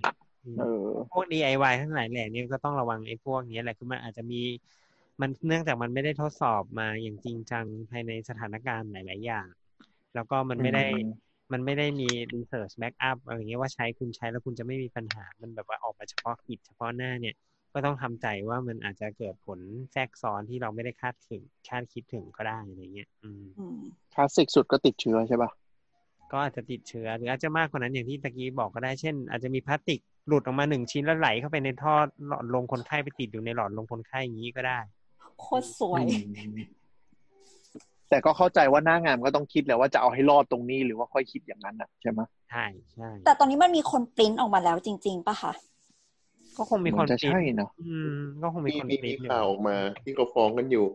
อืม เออ พวก DIY ทั้งหลายแหล่เนี่ยก็ต้องระวังไอ้พวกเนี้ยแหละคือมันอาจจะมี มันเนื่องจากมันไม่ได้ทดสอบมาอย่างจริงจังภายในสถานการณ์หลาย ๆ อย่าง แล้วก็มันไม่ได้ อืม มันไม่ได้มีรีเสิร์ชแบ็กอัพอะไรเงี้ยว่าใช้คุณใช้แล้วคุณจะไม่มีปัญหา มันแบบว่าออกมาเฉพาะกิจเฉพาะหน้าเนี่ย ก็ต้องทำใจว่ามันอาจจะเกิดผลแทรกซ้อนที่เราไม่ได้คาดถึงคาดคิดถึงก็ได้อะไรเงี้ย อืม อืม คลาสสิกสุดก็ติดเชื้อใช่ป่ะ ก็อาจจะติดเชื้อหรืออาจจะมากกว่านั้นอย่างที่ตะกี้บอกก็ได้เช่น อาจจะมีพลาสติกหลุดออกมาหนึ่งชิ้นแล้วไหลเข้าไปในท่อหลอดลมคนไข้ไปติดอยู่ในหลอดลมคนไข้อย่างนี้ก็ได้ โคตรสวย อืมแต่ก็เข้าใจว่าหน้างานมันก็ต้องคิดแหละว่าจะเอาให้รอดตรงนี้หรือว่าค่อยคิดอย่างนั้นอ่ะใช่ไหม ใช่ใช่ แต่ตอนนี้มันมีคนปริ้นออกมาแล้วจริง ๆปะคะ ก็คงมีคน มันจะใช่ ปริ้ เนอะ อืม ก็คงมี มี คน มี ปริ้ มี นอยู่ ข่าวออกมาที่เขาฟ้องกันอยู่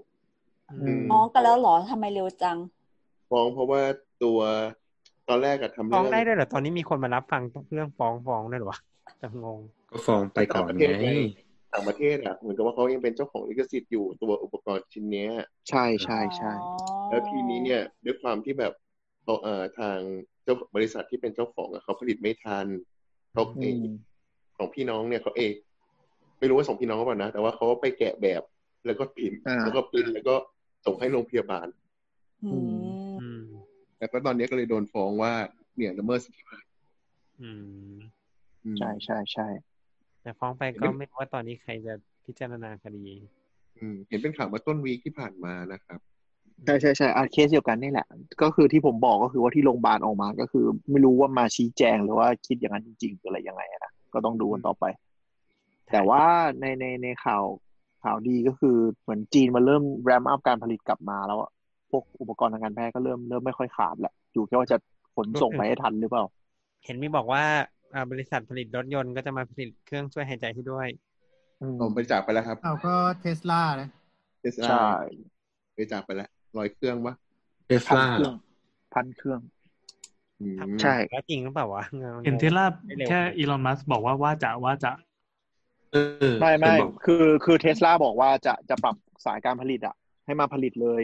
อืม อ๋อกันแล้วเหรอทำไมเร็วจัง ฟ้องเพราะว่าตัวตอนแรกอะทำ ฟ้อ เรื่ ง อง ได้ด้วยเหรอตอนนี้มีคนมารับฟังเรื่องฟ้องฟ้องด้วยเหรอวะแต่งง ก็ฟ้องไปก่ ต่า อง น ประเท ไง ศไงต่างประเทศอะเหมือนกับว่าเขายังเป็นเจ้าของลิขสิทธิ์อยู่ตัวอุปกรณ์ชิ้นเนี้ย ใช่ใช่ใช่ อ๋อ แล้วทีนี้เนี่ยด้วยความที่แบบเขาเอ่อทางเจ้าบริษัทที่เป็นเจ้าของอะเขาผลิตไม่ทันเขาเอ อื ง ม ของพี่น้องเนี่ยเขาเองไม่รู้ว่าส่งพี่น้องหรือเปล่านะแต่ว่าเขาก็ไปแกะแบบ แล้วก็พิมพ์ อ่า แล้วก็ปริ้นแล้วก็ส่งให้โรงพยาบาล อืม อืม แล้วก็ตอนนี้ก็เลยโดนฟ้องว่าเนี่ยละเมิดสิทธิ อืม อืม ใช่ใช่ใช่ แต่ฟ้องไปก็ เห็นไหม ไม่รู้ว่าตอนนี้ใครจะพิจารณาคดี อืมเห็นเป็นข่าวมาต้นวีคที่ผ่านมานะครับ ใช่ใช่ใช่อาเคสเดียวกันนี่แหละ ก็คือที่ผมบอกก็คือว่าที่โรงพยาบาลออกมา ก็คือ ไม่รู้ว่ามาชี้แจงหรือว่าคิดอย่างนั้นจริงๆหรืออะไรยังไงอะนะก็ต้องดูกันต่อไป แต่ว่าในในในข่าวข่าวดีก็คือเหมือนจีนมันเริ่มแรมอัพการผลิตกลับมาแล้วอะพวกอุปกรณ์ทางการแพทย์ก็เริ่มเริ่มไม่ค่อยขาดแหละอยู่แค่ว่าจะขนส่งไปให้ทันหรือเปล่า เห็นมีบอกว่าอ่าบริษัทผลิตรถยนต์ก็จะมาผลิตเครื่องช่วยหายใจให้ด้วย อืม ผมไปจากไปแล้วครับ เราก็เทสลานะ เทสลา ใช่ ไปจากไปแล้วลอยเครื่องวะ เทส พัน ลา เครื่องพันเครื่อง อืม ใช่ แล้วจริงหรือเปล่าวะ เห็นเทสลา ไม่เร็ว แค่อีลอนมัสบอกว่าว่าจะว่าจะ เออ ไม่ไม่ เห็นบอก คือคือเทสลาบอกว่าจะจะปรับสายการผลิตอะให้มาผลิตเลย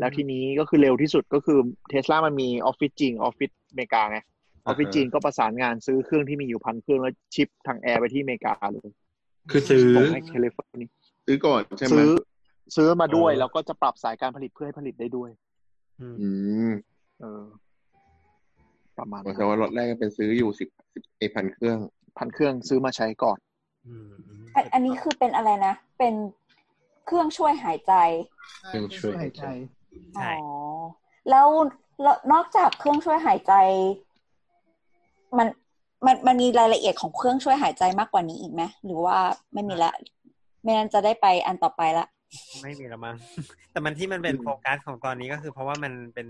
แล้วทีนี้ก็คือเร็วที่สุดก็คือเทสลามันมีออฟฟิศจีนออฟฟิศอเมริกาไงออฟฟิศจีนก็ประสานงานซื้อเครื่องที่มีอยู่พันเครื่องแล้วชิปทางแอร์ไปที่อเมริกาเลย คือซื้อ ส่งให้แคลิฟอร์เนีย ซื้อก่อนใช่ไหม ซื้อซื้อมาด้วย เออ แล้วก็จะปรับสายการผลิตเพื่อให้ผลิตได้ด้วย อืม เออ ประมาณ หมาย นั้น ความว่าล็อตแรกก็เป็นซื้ออยู่สิบสิบเอพันเครื่อง พันเครื่องซื้อมาใช้ก่อน อันอันนี้คือเป็นอะไรนะ เป็นเครื่องช่วยหายใจ เครื่องช่วยหายใจ ใช่ อ๋อ แล้วแล้วนอกจากเครื่องช่วยหายใจ มันมันมันมีรายละเอียดของเครื่องช่วยหายใจมากกว่านี้อีกไหมหรือว่าไม่มีละไม่งั้นจะได้ไปอันต่อไปละ ไม่มีละมั้ง แต่มันที่มันเป็น อืม โฟกัสของตอนนี้ก็คือ เพราะว่ามันเป็น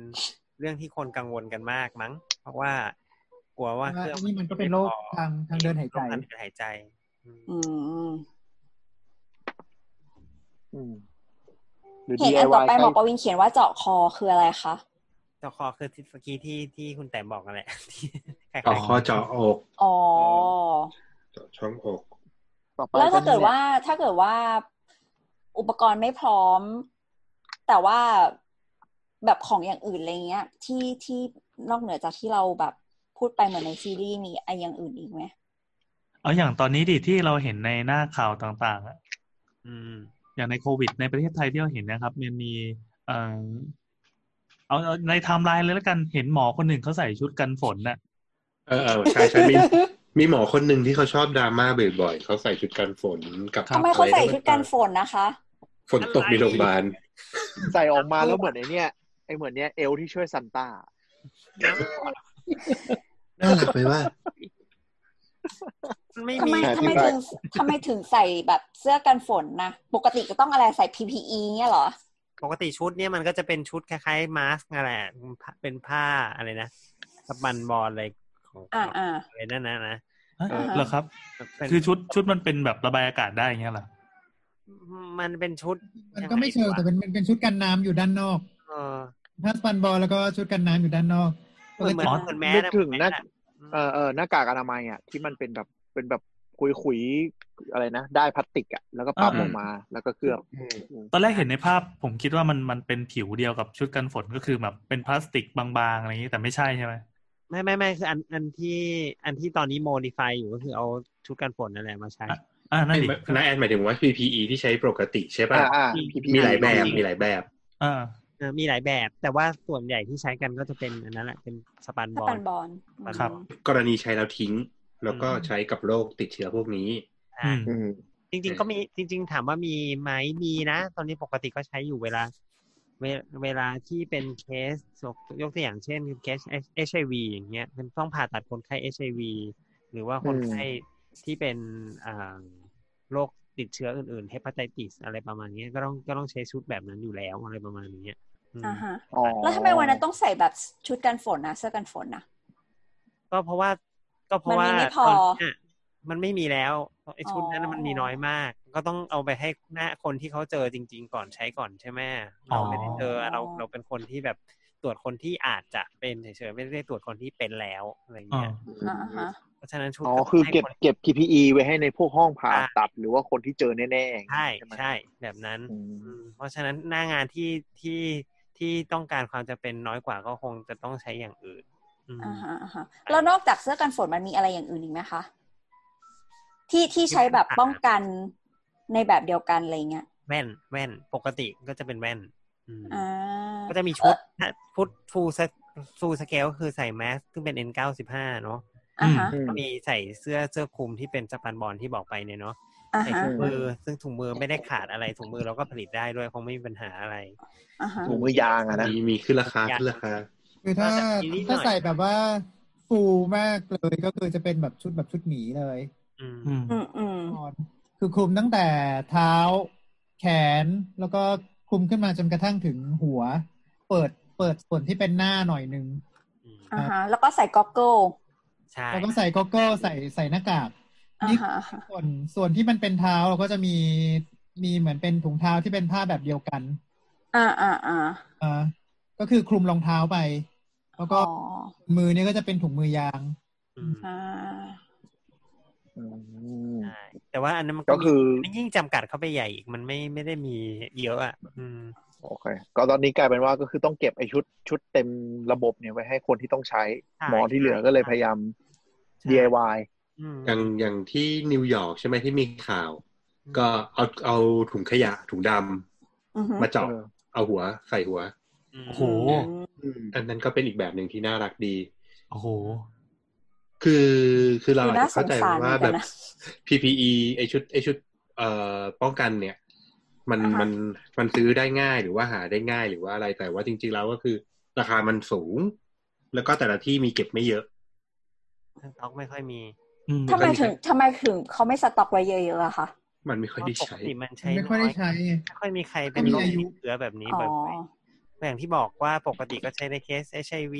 เรื่องที่คนกังวลกันมากมั้ง เพราะว่ากลัวว่า ว่า เครื่อง อันนี้มันก็เป็นโรคทางทางเดินหายใจ โรคทงเดินหายใจอืม อืม อืมหรือ เห็นอันต่อ DIY ไป ใก หมอ ล้ ปวินเขียนว่าเจาะคอคืออะไรคะ จอคอคือที่เมื่อกี้ที่ที่คุณแต้มบอกกันแหละ ที่ใคร เจาะ ๆ คอเจาะอก อ๋อ เจาะช่องอก ต่อไป แล้วถ้าเกิด นี่ย ว่าถ้าเกิดว่าอุปกรณ์ไม่พร้อม แต่ว่าแบบของอย่างอื่นอะไรเงี้ย ที่ที่นอกเหนือจากที่เราแบบพูดไปเหมือนในซีรีส์มีไอะไรอย่างอื่นอีกไหม เอาอย่างตอนนี้ดิที่เราเห็นในหน้าข่าวต่างๆอะ อืม อย่างในโควิด ในประเทศไทยที่เราเห็นนะครับ มันมีเอ่อเอาเอาในไทม์ไลน์เลยแล้วกันเห็นหมอคนหนึ่งเขาใส่ชุดกันฝนน่ะ เออเออใช่ใช่มี มีหมอคนหนึ่งที่เขาชอบดราม่าบ่อยๆเขาใส่ชุดกันฝนกับ ทำไมเขาใส่ชุดกัน ฝ ฝ น นนะคะ ฝนตกในโรงพยาบาล ใส่ออกมาแล้วเหมือนไอเนี้ยไอเหมือนเนี้ยเอลที่ช่วยซันต้า น่ารักไปว่า มันไม่ ทำ มี ไม อทำธิไม บาย ถึงทำไมถึงใส่แบบเสื้อกันฝนนะปกติจะต้องอะไรใส่ PPE เงี้ยเหรอ ปกติชุดเนี่ยมันก็จะเป็นชุดคล้ายๆมาสก์อะไรอะเป็นผ้าอะไรนะสปันบอลอะไรของ อ่าอ่า อะไรนั่นนะนะ ฮะ อ่าฮะ เหรอครับ เป็น คือชุดชุดมันเป็นแบบระบายอากาศได้อย่างเงี้ยเหรอ มันเป็นชุด มันก็ไม่เชิงแต่เป็นเป็นเป็นชุดกันน้ำอยู่ด้านนอก เออ ถ้าสปันบอลแล้วก็ชุดกันน้ำอยู่ด้านนอก เหมือนเหมือนเหมือนแมสอะ นึกถึง เหมือแมสอะ นะ เออเออหน้ากากอนามัยอ่ะที่มันเป็นแบบเป็นแบบคุยๆอะไรนะได้พลาสติกอ่ะแล้วก็ปั๊ม อ่า ออกมาแล้วก็เคลือบ ตอนแรกเห็นในภาพ ผมคิดว่ามันมันเป็นผิวเดียวกับชุดกันฝนก็คือแบบเป็นพลาสติกบางๆอะไรอย่างงี้แต่ไม่ใช่ใช่ไหม ไม่ไม่ไม่คืออันอันที่อันที่ตอนนี้โมดิฟายอยู่ก็คือเอาชุดกันฝนนั่นแหละมาใช้ อ่านั่นดิ คณะแอนหมายถึงว่า PPE ที่ใช้ปกติใช่ป่ะ อ่าอ่า มี PPE มีหลายแบบ จริง มีหลายแบบ อ่า เออมีหลายแบบ แต่ว่าส่วนใหญ่ที่ใช้กันก็จะเป็นอันนั้นแหละเป็นสปัน ถ้า บอ ปั ล นบอล ครับ กรณีใช้แล้วทิ้ง แล้วก็ใช้กับโรคติดเชื้อพวกนี้ อืม อืม จริงๆก็มีจริง ๆ ถามว่ามีไหมมีนะ ตอนนี้ปกติก็ใช้อยู่เวลา เวเวลาที่เป็นเคสยกตัวอย่างเช่นเคสเอชไอวีอย่างเงี้ยมันต้องผ่าตัดคนไข้เอชไอวีหรือว่าคนไข้ที่เป็นอ่าโรคติดเชื้ออื่นๆเฮปาไตติสอะไรประมาณเนี้ยก็ต้องก็ต้องใช้ชุดแบบนั้นอยู่แล้วอะไรประมาณเนี้ยอืม อ่าฮะ อ๋อ แล้วทำไมวันนั้นต้องใส่แบบชุดกันฝนนะเสื้อกันฝนนะ ก็เพราะว่าก็เพราะ มัน ว่า มีไม่พอ ตอนเนี้ยมันไม่มีแล้วไอ้ชุดนั้น อ๋ น่ะ อ มันมีน้อยมาก ก็ต้องเอาไปให้หน้าคนที่เขาเจอจริง ๆ ก่อนใช้ก่อนใช่ไหมเราไม่ได้เจอเราเราเป็นคนที่แบบตรวจคนที่อาจจะเป็นเฉยๆไม่ได้ตรวจคนที่เป็นแล้วอะไรอย่าง อ่า เงี้ย อ่าฮะ เพราะฉะนั้นชุด อ๋อ ก็ คือ ให้ เก็บ คน เก็บ PPE ไว้ให้ในพวกห้องผ่า อ่า ตัดหรือว่าคนที่เจอแน่ๆอย่าง ใช่ นี้ไหม ใช่แบบนั้น อืม อืมเพราะฉะนั้นหน้างานที่ที่ที่ต้องการความจะเป็นน้อยกว่าก็คงจะต้องใช้อย่างอื่นอืม อ่าฮะอ่าฮะแล้วนอกจากเสื้อกันฝนมันมีอะไรอย่างอื่นอีกไหมคะ ที่ที่ใช้แบบป้องกันในแบบเดียวกันอะไรเงี้ย แว่นแว่นปกติก็จะเป็นแว่นอืม อ่า ก็จะมีชุดนะชุดฟูลฟูลสเกลคือใส่แมสซึ่งเป็น N95 เนอะ อ่าฮะ อืม ก็มีใส่เสื้อเสื้อคลุมที่เป็นสปันบอลที่บอกไปเนี่ยเนาะ อ่า ใส่ ฮะ ถุงมือซึ่งถุงมือไม่ได้ขาดอะไรถุงมือเราก็ผลิตได้ด้วยคงไม่มีปัญหาอะไร อ่าฮะ ถุงมือยางอะนะ มีมีขึ้นราคาขึ้นราคา คือถ้า ก็จะมีนิดหน่อย ถ้าใส่แบบว่าฟูมากเลยก็คือจะเป็นแบบชุดแบบชุดหมีเลย อืม อืม อืมอืม คือคลุมตั้งแต่เท้า แขนแล้วก็คลุมขึ้นมาจนกระทั่งถึงหัว เปิดเปิดส่วนที่เป็นหน้าหน่อยหนึง อืม อ่าฮะแล้วก็ใส่ก็อกเกิล ใช่ แล้วก็ใส่ก็อกเกิลใส่ใส่หน้ากาก อ่า นี่ ฮะอ่าฮะ ส่วนส่วนที่มันเป็นเท้าเราก็จะมีมีเหมือนเป็นถุงเท้าที่เป็นผ้าแบบเดียวกัน อ่าอ่าอ่า เอ่อก็คือคลุมรองเท้าไป แล้วก็ อ๋อ มือเนี่ยก็จะเป็นถุงมือยาง อืม อ่า อืม ใช่แต่ว่าอันนั้นมัน ก็คือ มันยิ่งจำกัดเข้าไปใหญ่อีกมันไม่ไม่ได้มีเยอะอ่ะอืม โอเค ก็ตอนนี้กลายเป็นว่าก็คือต้องเก็บไอชุดชุดเต็มระบบเนี่ยไว้ให้คนที่ต้องใช้ ใช่ หมอที่เหลือก็เลยพยายาม ใช่ DIY อืม อย่างอย่างที่นิวยอร์กใช่ไหมที่มีข่าว ก็เอาเอาถุงขยะถุงดำ อือฮึ มาเจาะ เออ เอาหัวใส่หัว โอ้โห อันนั้นก็เป็นอีกแบบหนึ่งที่น่ารักดี โอ้โห คือคือเรา ดู อาจ น่าสจะเข้าง ใจ สารเหมื ว่า อนกั แบ น บ นะ PPE ไอชุดไอชุดเอ่อป้องกันเนี่ย มัน อ่าฮะ มันมันซื้อได้ง่ายหรือว่าหาได้ง่ายหรือว่าอะไรแต่ว่าจริง ๆ แล้วก็คือ ราคามันสูง แล้วก็แต่ละที่มีเก็บไม่เยอะ ทั้งต็อกไม่ค่อยมี อืม ทำไมถึงทำไมถึงเขาไม่สต็อกไว้เยอะๆอะคะ มันไม่ค่อยได้ ปก ใช้ ติมันใช้ ไม่ค่อยได้ใช้ไง ไม่ค่อยมีใครเป็นโรคติดเชื้อแบบนี้ อ๋อ บ่อยๆอย่างที่บอกว่าปกติก็ใช้ในเคส HIV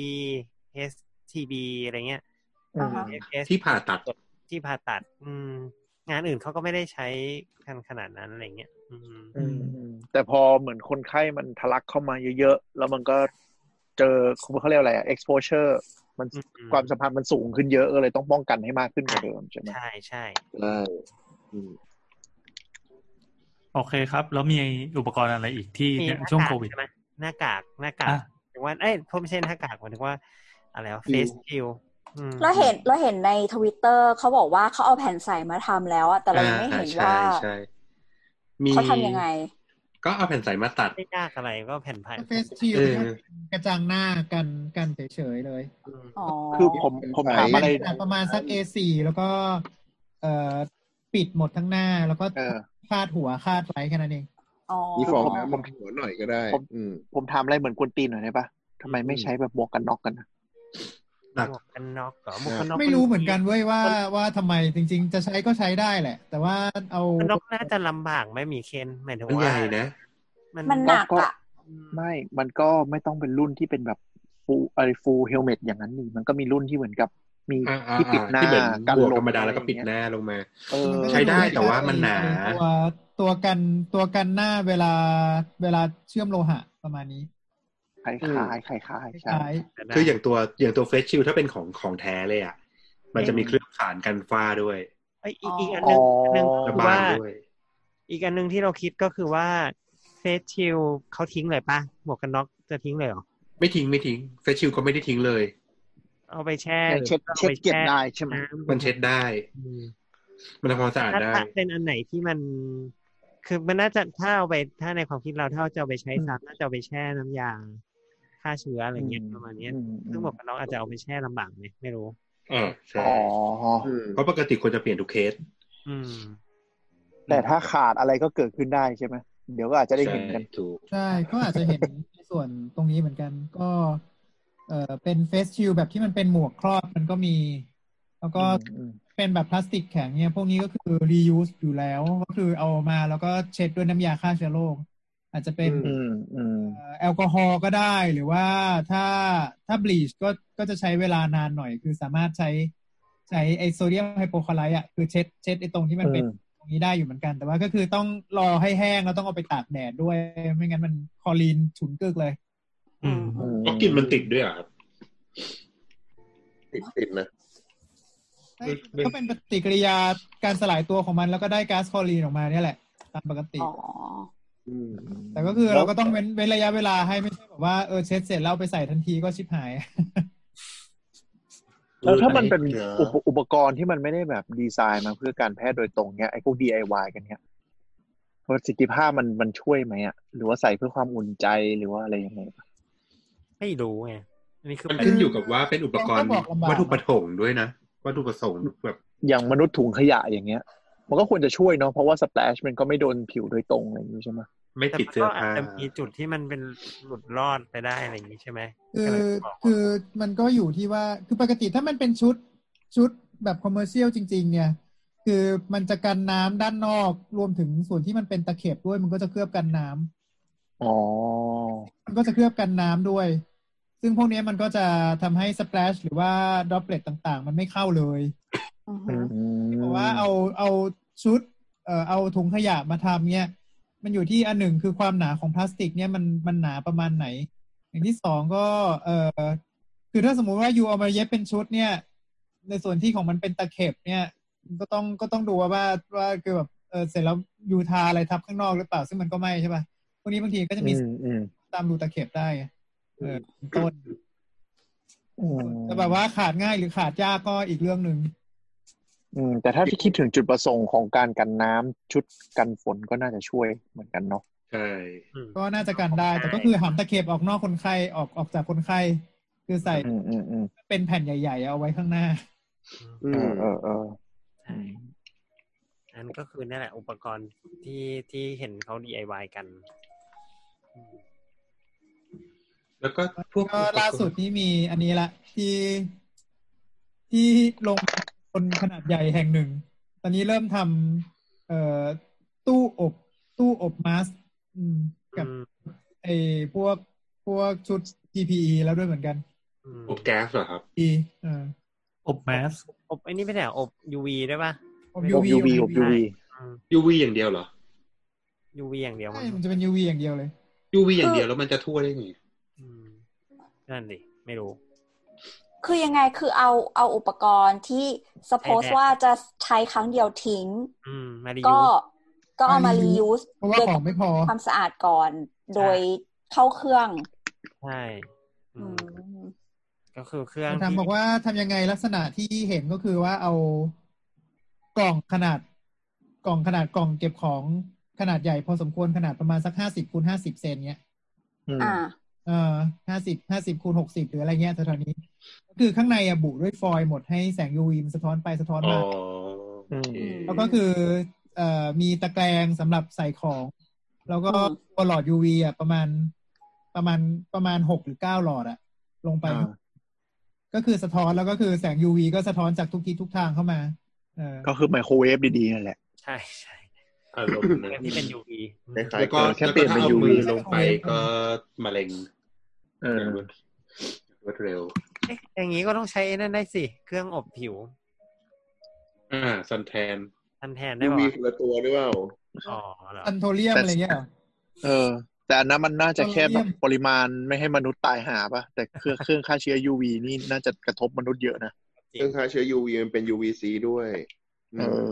เคสทีบีอะไรเงี้ย อ่าฮะ เคส ที่ผ่าตัด ที่ผ่าตัด อืม งานอื่นเขาก็ไม่ได้ใช้กันขนาดนั้นอะไรเงี้ยอืม อืมอืมแต่พอเหมือนคนไข้มันทะลักเข้ามาเยอะๆ แล้วมันก็เจอเขาเรียกอะไรอะ exposure มัน อืม ความสัมพันธ์มันสูงขึ้นเยอะก็เลยต้องป้องกันให้มากขึ้นกว่าเดิมใช่ไหม ใช่ใช่ ใช่อืม โอเคครับ แล้วมีอุปกรณ์อะไรอีกที่ มี เนี่ย หน้า ช่วง กาก โควิด ใช่ไหมหน้ากากหน้ากาก อ่ะ ถึงว่าเอ้ยผมไม่ใช่หน้ากากหมายถึงว่า อะไรวะเฟสชิล แล้วเห็นแล้วเห็นในทวิตเตอร์เขาบอกว่าเขาเอาแผ่นใสมาทำแล้วอะแต่เรายังไม่เห็น อ่ ว่า ใช่ใช่มี เขาทำยังไง ก็เอาแผ่นใสมาตัด ไม่ยากอะไรก็แผ่นผ่าน เฟสชิล เออ กระจังหน้ากันกันเฉยๆเลย อืม อ๋อ คือผมผมถามอะไร ขนาดประมาณสัก A4 แล้วก็ เอ่อปิดหมดทั้งหน้าแล้วก็ เออ คาดหัวคาดไว้แค่นั้นเอง อ๋อ มีฟอง อ๋อ น้ำมันหัวหน่อยก็ได้ ผม อืม ผมถามอะไรเหมือนกวนตีนหน่อยได้ปะทำไมไม่ใช้แบบหมวกกันน็อกกันนะ หนัก หมวกกันน็อกเหรอหมวกกันน็อก ไม่รู้เหมือนกันเว้ยว่าว่าทำไมจริง ๆ จะใช้ก็ใช้ได้แหละ แต่ว่าเอา หมวกกันน็อกน่าจะลำบากไหมหมีเคนหมายถึง ไม่ให ว่า ญ่นะ มัน มันหนักอะ ไม่ มันก็ไม่ต้องเป็นรุ่นที่เป็นแบบฟูอะไรฟูเฮลเมตอย่างนั้นนี่มันก็มีรุ่นที่เหมือนกับมี อ่าอ่า ที่ปิดหน้า ที่เหมือน กัน หมวก ล ธร ม รมดาแล้วก็ อะไร ปิด อย่ง ห เงี้ย น้าลงมา เออ มันก็จะ ใช้ได้ ม่ แต่ว่ามันหนา ตัวตัวกันตัวกันหน้าเวลาเวลาเชื่อมโลหะประมาณนี้ คล้ายคล้ายคล้ายคล้ายๆใช่ ใช้าย คืออย่างตัวอย่างตัวเฟสชิลถ้าเป็นของของแท้เลยอ่ะ มันจะมีเครื่องขานกันฟ้าด้วย เอ้ยอีกอีกอันหนึงอันหนึง ระ คือ บ้าน ว่า ด้วย อีกอันหนึงที่เราคิดก็คือว่าเฟสชิลเขาทิ้งเลยปะหมวกกันน็อกจะทิ้งเลยเหรอ ไม่ทิ้งไม่ทิ้งเฟสชิลก็ไม่ได้ทิ้งเลย เอาไปแช่ ยังเช็ด หรืออาเช็ดไป เก็บ แช่ ได้ใช่ไหม ำ มันเช็ดได้ อืม มันทำความสะอาด ถ้า ได้ ถ้าเป็นอันไหนที่มัน คือมันน่าจะถ้าเอาไปถ้าในความคิดเราถ้าจะเอาไปใช้ซ้ำน่าจะเอาไปแช่น้ำยาฆ่าเชื้ออะไรเงี้ยประมาณเนี้ย อืม ซึ่งหมวกกันน็อกอาจจะเอาไปแช่ลำบากไหมไม่รู้ อ่าใช่ อ๋อ อืม เพราะปกติควรจะเปลี่ยนทุกเคส อืม แต่ถ้าขาดอะไรก็เกิดขึ้นได้ใช่ไหม เดี๋ยวก็อาจจะได้เห็นกัน ใช่ถูก ใช่ก็อาจจะเห็นในส่วนตรงนี้เหมือนกันก็เออเป็นเฟสชิลแบบที่มันเป็นหมวกครอบมันก็มี แล้วก็ อืม เป็นแบบพลาสติกแข็งเนี่ยพวกนี้ก็คือ reuse อยู่แล้วก็คือเอามาแล้วก็เช็ดด้วยน้ำยาฆ่าเชื้อโรคอาจจะเป็น อืมอืม เอ่อแอลกอฮอล์ก็ได้หรือว่าถ้าถ้าบลีชก็ก็จะใช้เวลานานหน่อย คือสามารถใช้ใช้ไอโซเดียมไฮโปคลอไรด์อ่ะคือเช็ดเช็ดไอตรงที่มันเป็น อืม ตรงนี้ได้อยู่เหมือนกัน แต่ว่าก็คือต้องรอให้แห้งแล้วต้องเอาไปตากแดดด้วย ไม่งั้นมันคลอรีนฉุนกึกเลย อืม อืม ก็กลินมันติดด้วยเหรอ่ะครับ ติดติดนะ เออ ก็เป็นปฏิกิริยาการสลายตัวของมันแล้วก็ได้ก๊าซคลอรีนออกมาเนี่ยแหละ ตามปกติ อ๋อ อืม แต่ก็คือเราก็ต้องเว้นเว้นระยะเวลาให้ไม่ใช่แบบว่าเออเช็ดเสร็จแล้วเอาไปใส่ทันทีก็ชิบหาย แล้วถ้ามันเป็น เดี๋ยว อุปอุปกรณ์ที่มันไม่ได้แบบดีไซน์มาเพื่อการแพทย์โดยตรงเนี้ยไอ้พวก DIY กันเนี้ยประสิทธิภาพมันมันช่วยไหมอ่ะ หรือว่าใส่เพื่อความอุ่นใจหรือว่าอะไรยังไงปะ ไม่รู้ไงอันนี้คือ มัน ประ ขึ้น เด็น อยู่กับว่าเป็นอุปกรณ์ เราก็บอกลำบาก วัตถุประสงค์ด้วยนะวัตถุประสงค์แบบ อย่างมนุษย์ถุงขยะอย่างเงี้ย มันก็ควรจะช่วยเนาะเพราะว่าสเปลชมันก็ไม่โดนผิวโดยตรงอะไรอย่างงี้ใช่ไหม ไม่ แต่ ติด มัน เสื้ ก็ อ อาจ ผ้า จะมีจุดที่มันเป็นหลุดรอดไปได้อะไรอย่างนี้ใช่ไหมก็คือเลยบอกว่า คือมันก็อยู่ที่ว่าคือปกติถ้ามันเป็นชุดชุดแบบคอมเมอร์เชียลจริง ๆ เนี่ย คือมันจะกันน้ำด้านนอกรวมถึงส่วนที่มันเป็นตะเข็บด้วยมันก็จะเคลือบกันน้ำ อ๋อ มันก็จะเคลือบกันน้ำด้วย ซึ่งพวกเนี้ยมันก็จะทำให้สเปลชหรือว่าดรอปเลตต่างๆ มันไม่เข้าเลย อือฮึ อืม เพราะว่า ว่าเอาเอาชุดเอ่อเอาถุงขยะมาทำเนี่ยมันอยู่ที่อันหนึ่งคือความหนาของพลาสติกเนี่ยมันมันหนาประมาณไหน อย่างที่สองก็เอ่อคือถ้าสมมุติว่าอยู่เอามาเย็บเป็นชุดเนี่ย ในส่วนที่ของมันเป็นตะเข็บเนี่ย ก็ต้องก็ต้องดูว่าว่าคือแบบเออเสร็จแล้วยูทาอะไรทับข้างนอกหรือเปล่าซึ่งมันก็ไม่ใช่ป่ะพวกนี้บางทีก็จะมี อืมอืม ตามรูตะเข็บได้เออเป็นต้น อืม แต่แบบว่าขาดง่ายหรือขาดยากก็อีกเรื่องหนึ่ง อืมแต่ถ้าที่คิดถึงจุดประสงค์ของการกันน้ำชุดกันฝนก็น่าจะช่วยเหมือนกันเนาะ ใช่ ก็น่าจะกันได้ แต่ก็คือหามตะเข็บออกนอกคนไข้ออกออกจากคนไข้ คือใส่ อืมอืมอืม เป็นแผ่นใหญ่ ๆ เอาไว้ข้างหน้า อื เอ ม อเออเออ ใช่อันก็คือนั่นแหละอุปกรณ์ที่ที่เห็นเขา DIY กัน แล้วก็พวก ก็ล่าสุดนี้มีอันนี้ละ ที่ที่ลงคนขนาดใหญ่แห่งหนึ่ง ตอนนี้เริ่มทำเอ่อตู้อบ ตู้อบมาสก์อืมกับ อืม ไอ้พวกพวกชุด PPE แล้วด้วยเหมือนกัน อืม อบแก๊สเหรอครับ อีเอ่อ อบแมส อบไอ้นี่ไม่ใช่เหรออบ UV ได้ปะ อบ UV อบ UV อืม UV อย่างเดียวเหรอ UV อย่างเดียวมั้ ใช่ ง มันจะเป็น UV อย่างเดียวเลย UV อย่างเดียวแล้วมันจะทั่วได้ไง อืมนั่นดิไม่รู้ คือยังไงคือเอาเอาอุปกรณ์ที่ suppose ใช้ได้ ว่าจะใช้ครั้งเดียวทิ้ง อืมมารี ก็ ยู ก็เอามา มา reuse เพราะว่า โดย ของไม่พอ ความสะอาดก่อน โดย ใช่ เข้าเครื่อง ใช่อืม อืม ก็คือเครื่อง ทำ ที่ บอกว่าทำยังไงลักษณะที่เห็นก็คือว่าเอากล่องขนาด กล่องขนาดกล่องเก็บของขนาดใหญ่พอสมควรขนาดประมาณสักห้าสิบคูณห้าสิบเซนเนี้ย อืม อ่า เอ่อห้าสิบห้าสิบคูณหกสิบหรืออะไรเงี้ยแถวๆนี้ คือข้างในอะบุด้วยฟอยล์หมดให้แสง UV มันสะท้อนไปสะท้อน อ๋อ มา โอเค แล้วก็คือเอ่อมีตะแกรงสำหรับใส่ของ แล้วก็ อืม ตัวหลอด UV อ่ะประมาณประมาณประมาณหกหรือเก้าหลอดอ่ะ ลงไป อ่า ก็คือสะท้อนแล้วก็คือแสง UV ก็สะท้อนจากทุกทิศทุกทางเข้ามา เออ ก็คือไมโครเวฟดีๆนั่นแหละ ใช่ใช่ อารมณ์ เค นะ รื่องที่เป็น UV อืม คล้าย แล้ว ๆ ก็ กัน แค่ แล้ว เปลี่ยก็นเป็นถ้าเอา UV มือลงไปก็มะเร็ง เออ รวดเร็ว เอ๊ะอย่างนี้ก็ต้องใช้ไอ้นั่นได้สิ เครื่องอบผิว อ่าซันแทน ทำแทนได้ ยู ป่ะ วี วะ คนละตัวหรือเปล่า อ๋อเหรอ ซันโทเรียม แต่ อะไรเงี้ยเหรอ เออ แต่อันนั้นมันน่าจะแค่แบบ เยี่ยม ปริมาณไม่ให้มนุษย์ตายหาป่ะ แต่เครื่องเครื่องฆ่าเชื้อ UV นี่น่าจะกระทบมนุษย์เยอะนะ จริ เครื่อง งฆ่าเชื้อ UV มันเป็น UVC ด้วย เออ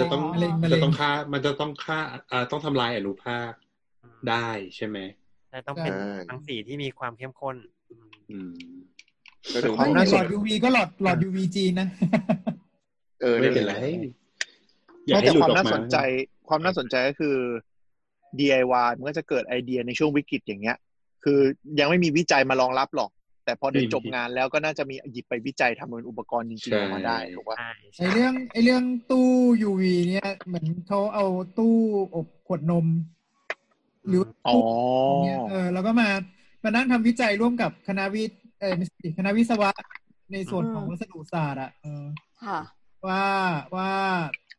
จะต้อง มะเร็งมะเร็ จะ ง ต้องฆ่ามันจะต้องฆ่าอ่าต้องทำลายอนุภาคได้ใช่ไหม แต่ต้องเป็น ใช่ รังสีที่มีความเข้มข้นอืม อืม ก็ดู เา ไม่ น่า ห ส ล น อด UV ก็หลอดหลอด UV จีนนะ เออ ไม่ นั่น เป็น แห ไร ละ อย่า ไม่ ให้ แต่ หลุ ค ด วาม ออก น่า มา สนใจ ความน่าสนใจก็คือ DIY มันก็จะเกิดไอเดียในช่วงวิกฤตอย่างเงี้ย คือยังไม่มีวิจัยมารองรับหรอก แต่พอเดี๋ยวจบงานแล้วก็น่าจะมีหยิบไปวิจัยทำเป็นอุปกรณ์จริงๆออกมาได้ถูกป่ะ ใช่ ไอ ใช่ เรื่องไอเรื่องตู้ UV เนี่ยเหมือนเขาเอาตู้อบขวดนม หรือ อ๋อ ตู้เนี่ยเออแล้วก็มามานั่งทำวิจัยร่วมกับคณะวิทย์เออไม่ใช่คณะวิศวะในส่วน อืม ของวัสดุศาสตร์อ่ะเออ ค่ะ ว่าว่า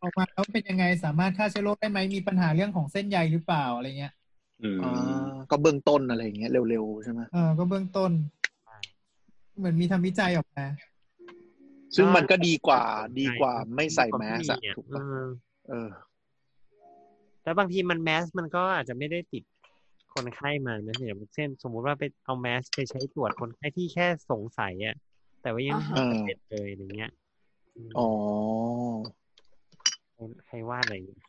ออกมาแล้วเป็นยังไงสามารถฆ่าเชื้อโรคได้ไหมมีปัญหาเรื่องของเส้นใยหรือเปล่าอะไรเงี้ย อืม อ่าก็เบื้องต้นอะไรอย่างเงี้ยเร็วๆใช่ไหม เออก็เบื้องต้น เหมือนมีทำวิจัยออกมา ซึ่งมันก็ดีกว่าดีกว่าไม่ใส่แมสอะถูกป่ะ อืม เออ แต่บางทีมันแมสมันก็อาจจะไม่ได้ติดคนไข้มานะอย่างเช่น สมมุติว่าไปเอาแมสไปใช้ตรวจคนไข้ที่แค่สงสัยอะแต่ว่ายัง อ่าฮะ ไม่ได้เป็นเลยอย่างเงี้ย อ๋อ อืมใครว่าอะไรอย่างเงี้ย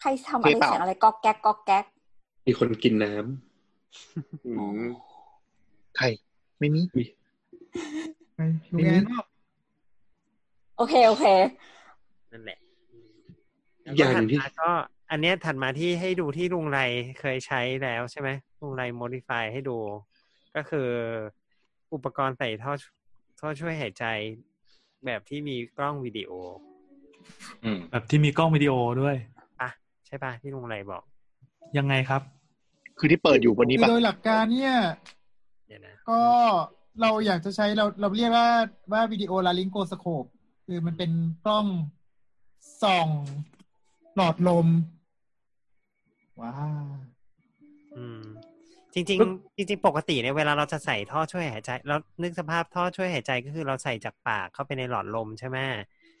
ใครทำอะไร เทปเปล่า เสียงอะไรก็แก๊กก็แก๊ก มีคนกินน้ำ อืม ใครไม่มี ไปดูแอนว่า โอเคโอเค นั่นแหละอืม อย่างห แล้ว นึ่งที่ ถัดมาก็ อันเนี้ยถัดมาที่ให้ดูที่ลุงไรเคยใช้แล้วใช่ไหมลุงไรโมดิฟายให้ดู ก็คืออุปกรณ์ใส่ท่อท่อช่วยหายใจ แบบที่มีกล้องวิดีโอ อืม แบบที่มีกล้องวิดีโอด้วย ป่ะใช่ป่ะที่ลุงไรบอก ยังไงครับ คือที่เปิดอยู่บนนี้ คือ ปะ โดยหลักการเนี่ย เดี๋ยวนะ ก็เราอยากจะใช้เราเราเรียกว่าว่าวิดีโอลาลิงโกสโคปคือมันเป็นกล้องส่องหลอดลม ว้าว อืมจริง ก็ ๆ จริง ๆ ปกติเนี่ยเวลาเราจะใส่ท่อช่วยหายใจ แล้วนึกสภาพท่อช่วยหายใจก็คือเราใส่จากปากเข้าไปในหลอดลมใช่ไหม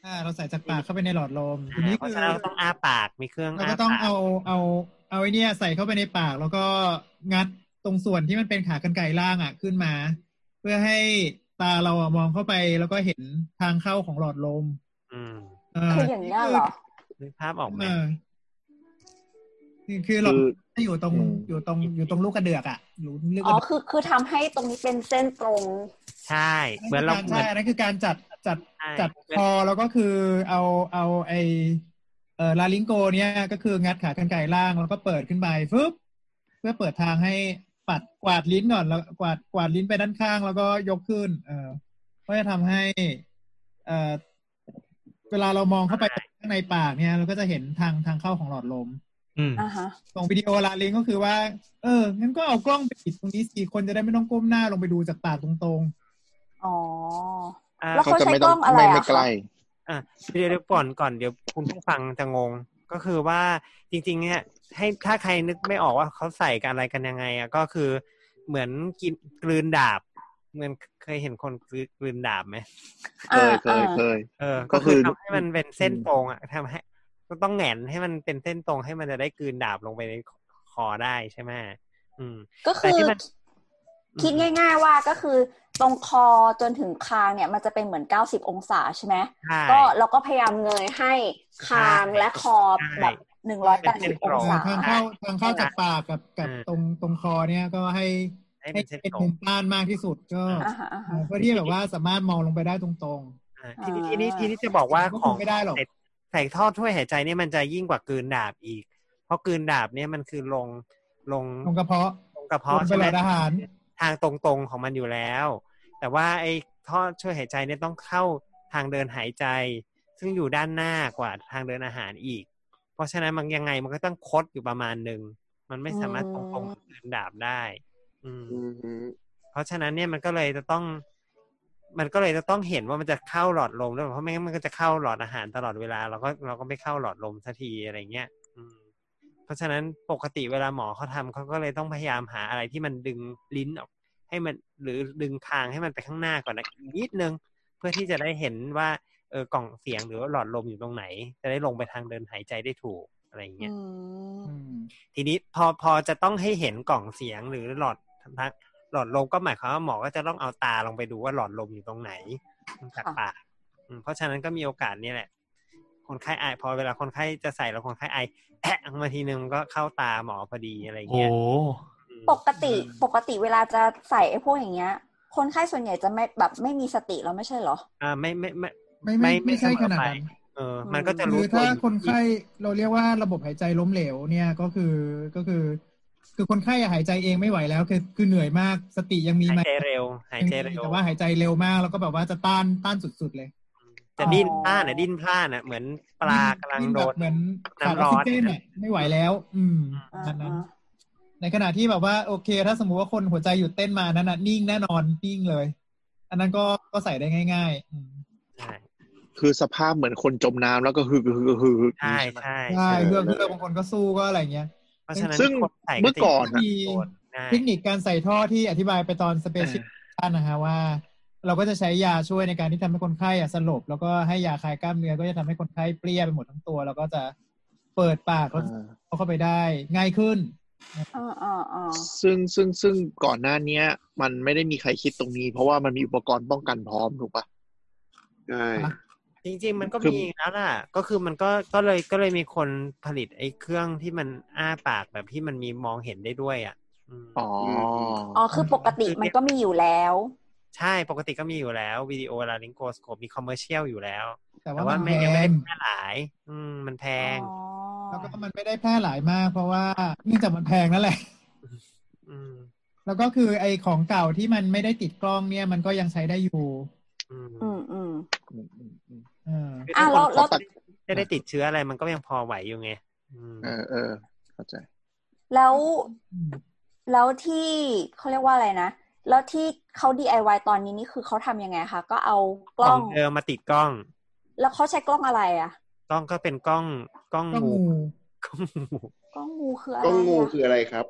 อ่าเราใส่จากปากเข้าไปในหลอดลมทีนี้ เพ คื ราะ อ ฉะนั้นเราต้องอ้าปากมีเครื่อง เรา อ้า ก็ต้อง ปาก เอาเอาเอาไอเนี่ยใส่เข้าไปในปาก แล้วก็งัดตรงส่วนที่มันเป็นขากรรไกรล่างอ่ะขึ้นมา เพื่อให้ตาเราอะมองเข้าไปแล้วก็เห็นทางเข้าของหลอดลม อืม เออ คืออย่างเงี้ยเหรอ นึกภาพออกไหม เออนี่คือหลอด คือ ถ้าอยู่ตรง อืม อยู่ตรงอยู่ตรงลูกกระเดือกอ่ะหรือลูก อ๋อกระเดือก คือคือทำให้ตรงนี้เป็นเส้นตรง ใช่เหมือนเรา นั่น เหมือนคือการใช่นั่นคือการจัดจัด ใช่ จัดคอแล้วก็คือเอาเอาไอเอ่อลาลิงโกเนี่ยก็คืองัดขากรรไกรล่างแล้วก็เปิดขึ้นไปฟึบเพื่อเปิดทางให้ปัดกวาดลิ้นก่อนแล้วกวาดกวาดลิ้นไปด้านข้าง แล้วก็ยกขึ้น เออก็จะทำให้ เอ่อเวลาเรามองเข้าไปข้างในปากเนี่ย เราก็จะเห็นทางทางเข้าของหลอดลม อืม อ่าฮะ ส่งวิดีโอลาลิงก็คือว่า เอองั้นก็เอากล้องไปติดตรงนี้สี่คนจะได้ไม่ต้องก้มหน้าลงไปดูจากปากตรง อ๋อ อ่า แล้ว ก็จะไม่ต้อง เขาใช้กล้องอะไรอะไม่ไม่ คะ ใกล้ เดี๋ยวเดี๋ยวก่อนก่อนเดี๋ยวคุณผู้ฟังจะงง ก็คือว่าจริง ๆ เนี่ย ให้ถ้าใครนึกไม่ออกว่าเขาใส่กันอะไรกันยังไงอะก็คือเหมือนกินกลืนดาบ เหมือนเคยเห็นคนกลืนดาบไหม เคยเคย อ่า เคย เออ ก็ ก็ คื คือ อ ทำให้มันเป็นเส้น อืม ตรงอ่ะทำให้ก็ต้องแหงนให้มันเป็นเส้นตรงให้มันจะได้กลืนดาบลงไปในคอได้ใช่ไหมอืม ก็ แต่ คือ ที่มัน คิด อืม ง่าย ๆ ว่าก็คือตรงคอจนถึงคางเนี่ย มันจะเป็นเหมือนเก้าสิบองศาใช่ไหม ใช่ ก็เราก็พยายามเงยให้คางและคอ ใช่ แบบหนึ่งร้อยแปดสิบ ๆเอ อง อ ศา ทางเข้าทางเข้าจากปากกับกับ อ่า ตรงตรงคอเนี่ยก็ให้ ให้ ให้ เป็นเส้น เป็น ตร มุ ง มต้านมากที่สุดก็ อ่าฮะอ่า เอ ฮะ อเพื่อที่แบบว่าสามารถมองลงไปได้ตรง อ่าทีนี้ทีนี้ทีนี้จะบอกว่า ก็ ข ค อง ง ไม่ได้หรอก ใส่ใส่ท่อช่วยหายใจเนี่ยมันจะยิ่งกว่ากลืนดาบอีก เพราะกลืนดาบเนี่ยมันคือลงลง ตรงกระเพาะ ลงกระ ล เพาะ งไป ใช่ไหม หลอดอาหาร ทางตรงๆของมันอยู่แล้ว แต่ว่าไอ้ท่อช่วยหายใจเนี่ยต้องเข้าทางเดินหายใจ ซึ่งอยู่ด้านหน้ากว่าทางเดินอาหารอีก เพราะฉะนั้นมันยังไงมันก็ต้องคดอยู่ประมาณหนึ่งมันไม่สามารถตรงๆเหมือนกลืนดาบได้ อืม อือฮึ เพราะฉะนั้นเนี่ยมันก็เลยจะต้อง มันก็เลยจะต้องเห็นว่ามันจะเข้าหลอดลมด้วยเพราะไม่งั้นมันก็จะเข้าหลอดอาหารตลอดเวลาเราก็เราก็ไม่เข้าหลอดลมสักทีอะไรเงี้ยอืม เพราะฉะนั้นปกติเวลาหมอเขาทำเขาก็เลยต้องพยายามหาอะไรที่มันดึงลิ้นออก ให้มันหรือดึงคางให้มันไปข้างหน้าก่อนนะอีกนิดนึง เพื่อที่จะได้เห็นว่าเออกล่องเสียงหรือว่าหลอดลมอยู่ตรงไหน จะได้ลงไปทางเดินหายใจได้ถูกอะไรเงี้ย อืม ทีนี้พอพอจะต้องให้เห็นกล่องเสียงหรือหลอดทั้งหลอดลมก็หมายความว่าหมอก็จะต้องเอาตาลงไปดูว่าหลอดลมอยู่ตรงไหนจาก ค่ะ ปากอืมเพราะฉะนั้นก็มีโอกาสเนี่ยแหละ คนไข้ไอายพอเวลาคนไข้จะใส่แล้วคนไข้ไอแอะมาทีนึงมันก็เข้าตาหมอพอดีอะไร โอ้โห เงี้ยอืม ปกติปกติเวลาจะใส่ไอ้พวกอย่างเงี้ย คนไข้ส่วนใหญ่จะไม่แบบไม่มีสติแล้วไม่ใช่เหรอ อ่าไม่ไม่ไม่ ไม่ ไม่ ไม่ ไม่ ไม่ใช่ เสมอ ขนาด ไป นั้น เออ มันก็จะ คื รู้ อ ตัว ถ้า อยู่ คนไข้เราเรียกว่าระบบหายใจล้มเหลวเนี่ยก็คือก็คือ คือคนไข้อะหายใจเองไม่ไหวแล้ว คือคือเหนื่อยมากสติยังมี หาย ไหม ใจเร็ว หายใจเร็ว แต่ว่าหายใจเร็วมากแล้วก็แบบว่าจะต้านต้านสุดๆเลย จะดิ้นพลาดนะดิ้นพลาดนะเหมือนปลากำลัง ดิ้น โด แบบ น เหมือนขาดอ น้ำร้ อก อน ซิเจนอะไม่ไหวแล้ว อืมประมาณนั้น ในขณะที่แบบว่าโอเค ถ้าสมมติว่าคนหัวใจหยุดเต้นมานั้นน่ะนิ่งแน่นอนนิ่งเลย อันนั้นก็ก็ใส่ได้ง่าย ๆ อืม ใช่ คือสภาพเหมือนคนจมน้ำแล้วก็ฮือฮือฮือฮือ ใช่ ไหม ใช่ ใช่ ใช่ เพื่อเพื่อบางคนก็สู้ก็อะไรเงี้ย เพราะฉะนั้น ซึ่ง คนใส่ เมื่อก่อน จะ อะ โดนง่าย เทคนิคการใส่ท่อที่อธิบายไปตอนสเปเชียลนะฮะว่า เราก็จะใช้ยาช่วยในการที่ทำให้คนไข้อะสลบ แล้วก็ให้ยาคลายกล้ามเนื้อก็จะทำให้คนไข้เปรี้ยไปหมดทั้งตัว แล้วก็จะเปิดปากแล้ว อ่า เข้าไปได้ง่ายขึ้น อ่าอ่าอ่า ซึ่งซึ่งซึ่งก่อนหน้าเนี้ย มันไม่ได้มีใครคิดตรงนี้ เพราะว่ามันมีอุปกรณ์ป้องกันพร้อมถูกปะ ใช่ จริง ๆ มันก็ คือ มีแล้วล่ะ ก็คือมันก็ก็เลยก็เลยมีคนผลิตไอ้เครื่องที่มันอ้าปากแบบที่มันมีมองเห็นได้ด้วยอ่ะอืม อ๋อ อ๋อคือปกติมันก็มีอยู่แล้ว ใช่ปกติก็มีอยู่แล้ววิดีโอลาลิงโกสโคปมีคอมเมอร์เชียลอยู่แล้ว แต่ แต่ ว่า ว่า มัน ไม่ แพ ยังไม่ได้งแพร่หลาย อืมมันแพง อ๋อ แล้วก็มันไม่ได้แพร่หลายมาก เพราะว่าเนื่องจากมันแพงนั่นแหละ อืม แล้วก็คือไอของเก่าที่มันไม่ได้ติดกล้องเนี่ยมันก็ยังใช้ได้อยู่ อืม อืมอืม อืมอืมอืม เออ คือ อ่ะ ถ้าคน แล้ว เขาจะได้ติดเชื้ออะไรมันก็ยังพอไหวอยู่ไงอืม เออเออเข้าใจ แล้ว อืม แล้วที่เขาเรียกว่าอะไรนะ แล้วที่เขา DIY ตอนนี้นี่คือเขาทำยังไงคะ ก็เอาก ข ล้ อ อง ง เดิมมาติดกล้อง แล้วเขาใช้กล้องอะไรอ่ะ กล้องก็เป็นกล้องกล้อง ก็ งู งู กล้องงู กล้องงูคืออะไร กล้องงู อะ คืออะไรครับ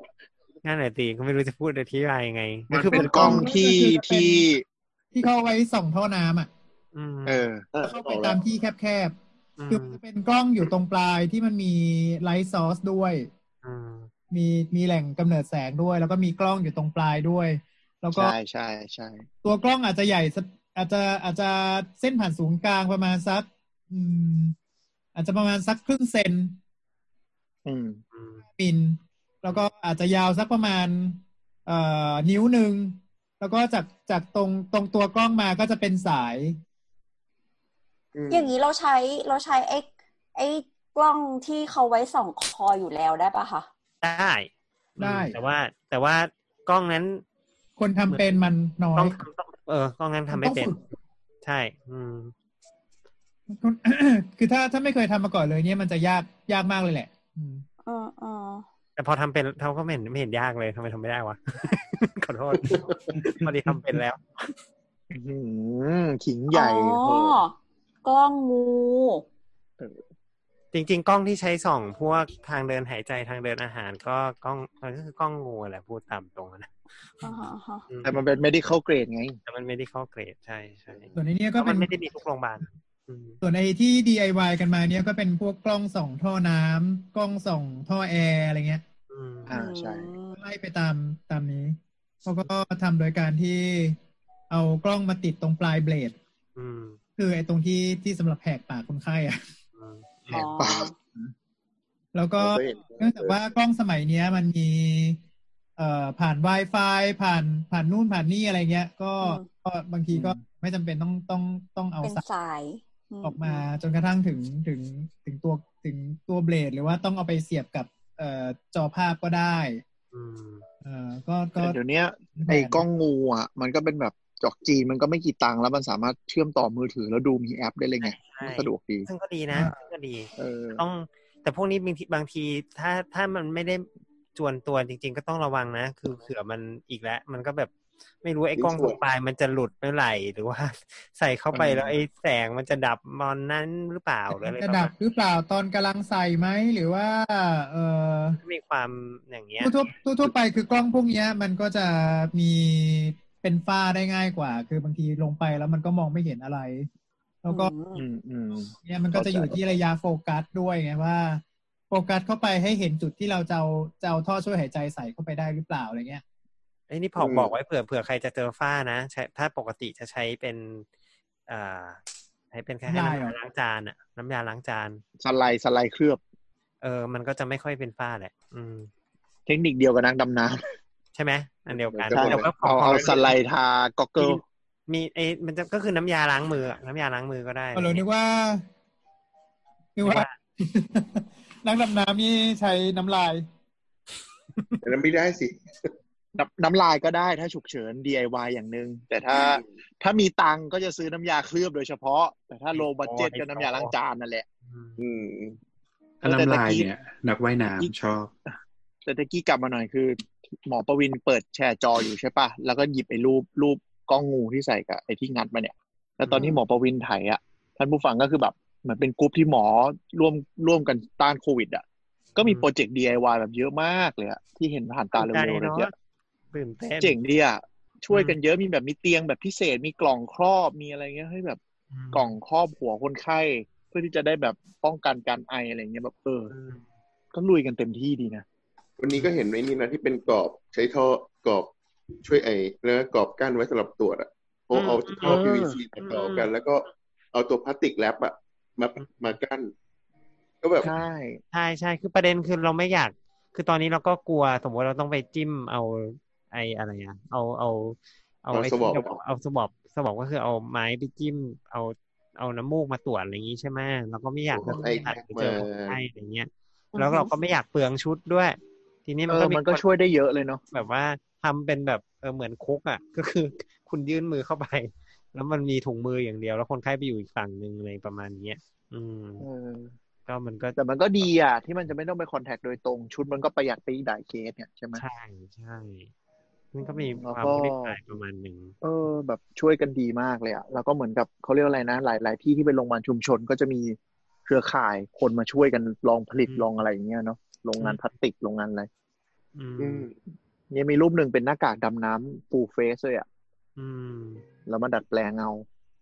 นั่นแหละตีก็ไม่รู้จะพูดอธิบายยังไง มันเป็นกล้องที่ที่ ที่เขาเอาไว้ส่องท่อน้ำอ่ะ อืม เออ อ่ะ เข้าไป ต่อ ตา แล้ว มที่แคบๆ คือ ม มันจะเป็นกล้องอยู่ตรงปลายที่มันมีไลท์ซอร์สด้วย อืม มีมีแหล่งกำเนิดแสงด้วย แล้วก็มีกล้องอยู่ตรงปลายด้วย แล้วก็ ใช่ใช่ใช่ ตัวกล้องอาจจะใหญ่สักอาจจะอาจจะเส้นผ่านศูนย์กลางประมาณสัก อืม อาจจะประมาณสักครึ่งเซน อืม อืม ปิน แล้วก็อาจจะยาวสักประมาณ เอ่อนิ้วหนึ่งแล้วก็จากจากตรงตรงตัวกล้องมาก็จะเป็นสาย อืม อย่างนี้เราใช้เราใช้ไอ้ไอ้กล้องที่เขาไว้ส่องคออยู่แล้วได้ปะคะ ได้ ได้ อืมแต่ว่าแต่ว่ากล้องนั้น คนทำเป็นมันน้อย ต้องต้องเออกล้องนั้นทำไม่ ต้อง เป็น ฝึก ใช่ อืม คุณ คือถ้าถ้าไม่เคยทำมาก่อนเลยเนี่ยมันจะยากยากมากเลยแหละอืม เออเออ แต่พอทำเป็นทำก็ไม่เห็นไม่เห็นยากเลยทำไมทำไม่ได้วะ ขอโทษ พอดีทำเป็นแล้ว อื้อหือขิงใหญ่ อ๋ โห อกล้องงู จริง ๆ กล้องที่ใช้ส่องพวกทางเดินหายใจทางเดินอาหาร ก็กล้องมันก็คือกล้องงูแหละพูดตามตรงนะ อ่าฮะอ่าฮะ แต่มันเป็น medical grade ไง แต่มันไม่ได้เข้าเกรดใช่ใช่ ส่วนไอ้เนี่ย เพ ก็ ราะ เป็ มัน น ไม่ได้มีทุกโรงพยาบาลอืม ส่วนไอ้ที่ DIY กันมาเนี่ยก็เป็นพวกกล้องส่องท่อน้ำกล้องส่องท่อแอร์อะไรเงี้ย อืม อ่าใช่ อืม ไล่ไปตามตามนี้เขาก็ทำโดยการที่เอากล้องมาติดตรงปลายเบลด อืม คือไอ้ตรงที่ที่สำหรับแหกปากคนไข้อะ อืม แหกปาก แล้วก็ ผมไม่เห็น เนื่องจากว่ากล้องสมัยเนี้ยมันมี เอ่อผ่าน Wi-Fi ผ่านผ่านนู่นผ่านนี่อะไรเงี้ย ก็ก็บางทีก็ไม่จำเป็นต้องต้องต้องเอา เป็น สาย สาย ออกมาจนกระทั่งถึงถึงถึงตัวถึงตัวเบลด หรือว่าต้องเอาไปเสียบกับเอ่อจอภาพก็ได้ อืม เอ่อก็ก็ แต่เดี๋ยวเนี้ยไอ้กล้องงูอ่ะ มันก็เป็นแบบจอกจีนมันก็ไม่กี่ตังค์แล้วมันสามารถเชื่อมต่อมือถือแล้วดูมีแอปได้เลยไง ใช่ ก็สะดวกดี ซึ่งก็ดีนะซึ่งก็ดี เออ ต้องแต่พวกนี้บางทีบางทีถ้าถ้ามันไม่ได้จวนตัวจริง ๆ ก็ต้องระวังนะ คือเผื่อมันอีกแล้ว มันก็แบบไม่รู้ไอ้กล้องตรงปลายมันจะหลุดเมื่อไหร่หรือว่า ใส่เข้าไป อืม แล้วไอ้แสงมันจะดับมอนนั้นหรือเปล่าหรืออะไร จะ ประ ดั มา บ ณ หรือเปล่าตอนกำลังใส่ไหมหรือว่า เอ่อ มีความอย่างเงี้ย ทั่วทั่วทั่วไปคือกล้องพวกเนี้ย มันก็จะมีเป็นฝ้าได้ง่ายกว่า คือบางทีลงไปแล้วมันก็มองไม่เห็นอะไร แล้วก็ อืม อืมอืม เนี่ยมันก็จะอยู่ที่ระยะโฟกัสด้วยไงว่า โฟกัสเข้าไปให้เห็นจุดที่เราจะเอาจะเอาท่อช่วยหายใจใส่เข้าไปได้หรือเปล่าอะไรเงี้ย ไอ้ยนี่ผอก อืม บอกไว้เผื่อเผื่อใครจะเจอฝ้านะใช้ถ้าปกติจะใช้เป็นอ่าใช้เป็นแค่น้ำ ลายเหรอ ยาล้างจานอะน้ำยาล้างจาน สไลด์สไลด์เคลือบ เออ มันก็จะไม่ค่อยเป็นฝ้าแหละ อืม เทคนิคเดียวกับนักดำน้ ใช่ไหมอันเดียวกัน ำใช่ แต่ว่าขงขงเอาเอา ร สไลด์ทากอกเกิล มีไอ้มันจะก็คือน้ำยาล้างมืออะน้ำยาล้างมือก็ได้ ก็เลยนึกว่านึกว่า นักดำน้ำนี่ใช้น้ำลาย แต่นั้นไม่ได้สิ น้ำน้ำลายก็ได้ถ้าฉุกเฉิน DIY อย่างหนึ่งแต่ถ้าถ้ามีตังค์ก็จะซื้อน้ำยาเคลือบโดยเฉพาะ แต่ถ้าโลบัจเจตก็น้ำยาล้างจานนั่นแหละ อืม อืม ถ้าน้ำลายเนี่ย นักว่ายน้ำชอบ แต่ตะกี้กลับมาหน่อยคือ หมอประวินเปิดแชร์จออยู่ใช่ปะแล้วก็หยิบไอ้รูปรูปกล้องงูที่ใส่กับไอ้ที่งัดมาเนี่ย แล้วตอนที่หมอประวินถ่ายอ่ะท่านผู้ฟังก็คือแบบเหมือนเป็นกลุ่มที่หมอร่วมร่วมกันต้านโควิดอ่ะก็มีโปรเจกต์ DIY แบบเยอะมากเลยอะที่เห็นผ่านตาเร็ ใจ วๆเลย เนาะ เยอะ ตื่นเต้น เจ๋งดีอ่ะช่วยกันเยอะมีแบบมีเตียงแบบพิเศษมีกล่องครอบมีอะไรเงี้ยให้แบบ ม กล่องครอบหัวคนไข้เพื่อที่จะได้แบบป้องกันการไออะไรเงี้ยแบบเออ อืม ก็ลุยกันเต็มที่ดีนะ วันนี้ก็เห็นไอ้นี่นะที่เป็นกรอบใช้ท่อกรอบช่วยไอ้เนื้อกรอบกั้นไว้สำหรับตรวจอะเอาเอาท่อ PVC มาต่อกัน แล้วก็เอาตัวพลาสติกแรปอะมามากั้น ก็แบบ ใช่ ใช่ใช่คือประเด็นคือเราไม่อยาก คือตอนนี้เราก็กลัวสมมติเราต้องไปจิ้มเอาไอ้อะไรอะเอาเอาเอา เอา ไอ้ สวอป ที่เราเอาสวอปสวอปก็คือเอาไม้ไปจิ้ม เอาเอาน้ำมูกมาตรวจอะไรอย่างนี้ใช่ไหมเราก็ไม่อยากจะสัมผัสหรือเจอคนไข้อะไรอย่างเงี้ยแล้วเราก็ไม่อยากเปลืองชุดด้วย ทีนี้ เอ มัน อ ก็มี มันก็ คน ช่วยได้เยอะเลยเนาะ แบบว่าทำเป็นแบบเออเหมือนคุกอ่ะ ก็คือคุณยื่นมือเข้าไป แล้วมันมีถุงมืออย่างเดียว แล้วคนไข้ไปอยู่อีกฝั่งหนึ่งอะไรประมาณเนี้ย อืม เออ ก็มันก็ แต่มันก็ดีอ่ะ ที่มันจะไม่ต้องไปคอนแทคโดยตรง ชุดมันก็ประหยัดไปอีกหลายเคสเนี่ยใช่ไหม ใช่ใช่มันก็มี แล้ว ความ ก็ ไม่ได้ตายประมาณหนึ่ง เออ แบบช่วยกันดีมากเลยอ่ะ แล้วก็เหมือนกับเขาเรียกว่าอะไรนะ หลายหลายที่ที่เป็นโรงพยาบาลชุมชนก็จะมีเครือข่ายคนมาช่วยกันลองผลิตลองอะไรอย่างเงี้ยเนาะ โรงงานพลาสติกโรงงานอะไร อื อื ม ม เนี่ยมีรูปหนึ่งเป็นหน้ากากดำน้ำฟูเฟสเลยอ่ะ อืม แล้วมาดัดแปลงเอา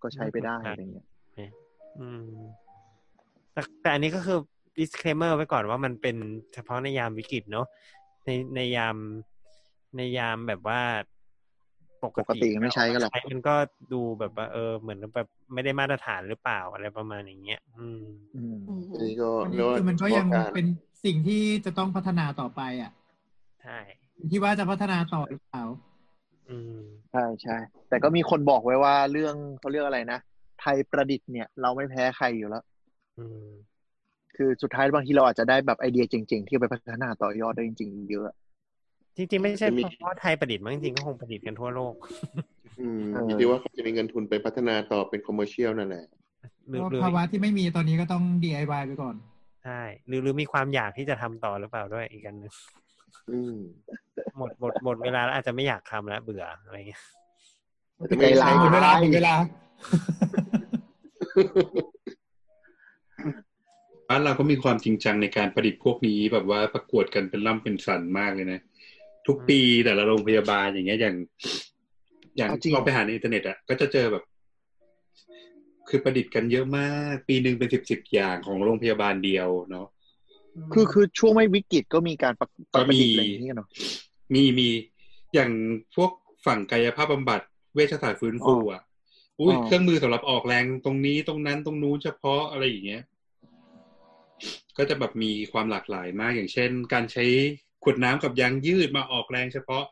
ก็ใช้ไปได้อะไรเงี้ย อืมแต่แต่อันนี้ก็คือ disclaimer ไว้ก่อนว่ามันเป็นเฉพาะในยามวิกฤตเนาะในในยามในยามแบบว่าปก ปกติไม่ใช้กันหรอก เามาใช้มันก็ดูแบบว่าเออเหมือนแบบไม่ได้มาตรฐานหรือเปล่าอะไรประมาณอย่างเงี้ย อืม อืม อืม อันนี้ก็ อัน เรี นี้ ยกว่า คือมันก็ยัง การ เป็นสิ่งที่จะต้องพัฒนาต่อไปอ่ะ ใช่ อยู่ที่ว่าจะพัฒนาต่อหรือเปล่า อืม ใช่ใช่แต่ก็มีคนบอกไว้ว่าเรื่องเขาเรียกอะไรนะ ไทยประดิษฐ์เนี่ย เราไม่แพ้ใครอยู่แล้ว อืม คือสุดท้ายบางทีเราอาจจะได้แบบไอเดียเจ๋งๆ ที่เอาไปพัฒนาต่อยอดได้จริงๆ เยอะ จริงๆ ไม่ใช่เฉพาะไทยประดิษฐ์มั้งจริงๆก็คงประดิษฐ์กันทั่วโลก อืม เออ อยู่ที่ว่าเขาจะมีเงินทุนไปพัฒนาต่อเป็นคอมเมอร์เชียลนั่นแหละ ห เพ รือหราะว่ารือ ภาวะที่ไม่มีตอนนี้ก็ต้อง DIY ไปก่อน ใช่หรือหรือมีความอยากที่จะทำต่อหรือเปล่าด้วยอีกกันหนึง อืม หมดหมดหมดเวลาแล้วอาจจะไม่อยากทำแล้วเบื่ออะไรเงี้ย อาจจะไม่ได้ ใจร้ ใช้ ย หม ก็ ดเว ได้ ลาหมดเวลา บ้านเราก็มีความจริงจังในการประดิษฐ์พวกนี้แบบว่าประกวดกันเป็นล่ำเป็นสันมากเลยนะ ทุกปีแต่ละโรงพยาบาลอย่างเงี้ยอย่าง อย่าง เอาจริงเหรอ เราไปหาในอินเทอร์เน็ตอ่ะก็จะเจอแบบ คือประดิษฐ์กันเยอะมาก ปีหนึ่งเป็นสิบสิบอย่างของโรงพยาบาลเดียวเนาะ ๆ คือคือช่วงไม่วิกฤตก็มีการประ ก็ ประ มี ดิษฐ์อะไรอย่างนี้กันเนาะ มีมีอย่างพวกฝั่งกายภาพบำบัดเวชศาสตร์ฟื้นฟูอ่ะ อุ้ย อ๋อ เครื่องมือสำหรับออกแรงตรงนี้ตรงนั้นตรงนู้นเฉพาะอะไรอย่างเงี้ย ก็จะแบบมีความหลากหลายมากอย่างเช่น การใช้ขวดน้ำกับยางยืดมาออกแรงเฉพาะ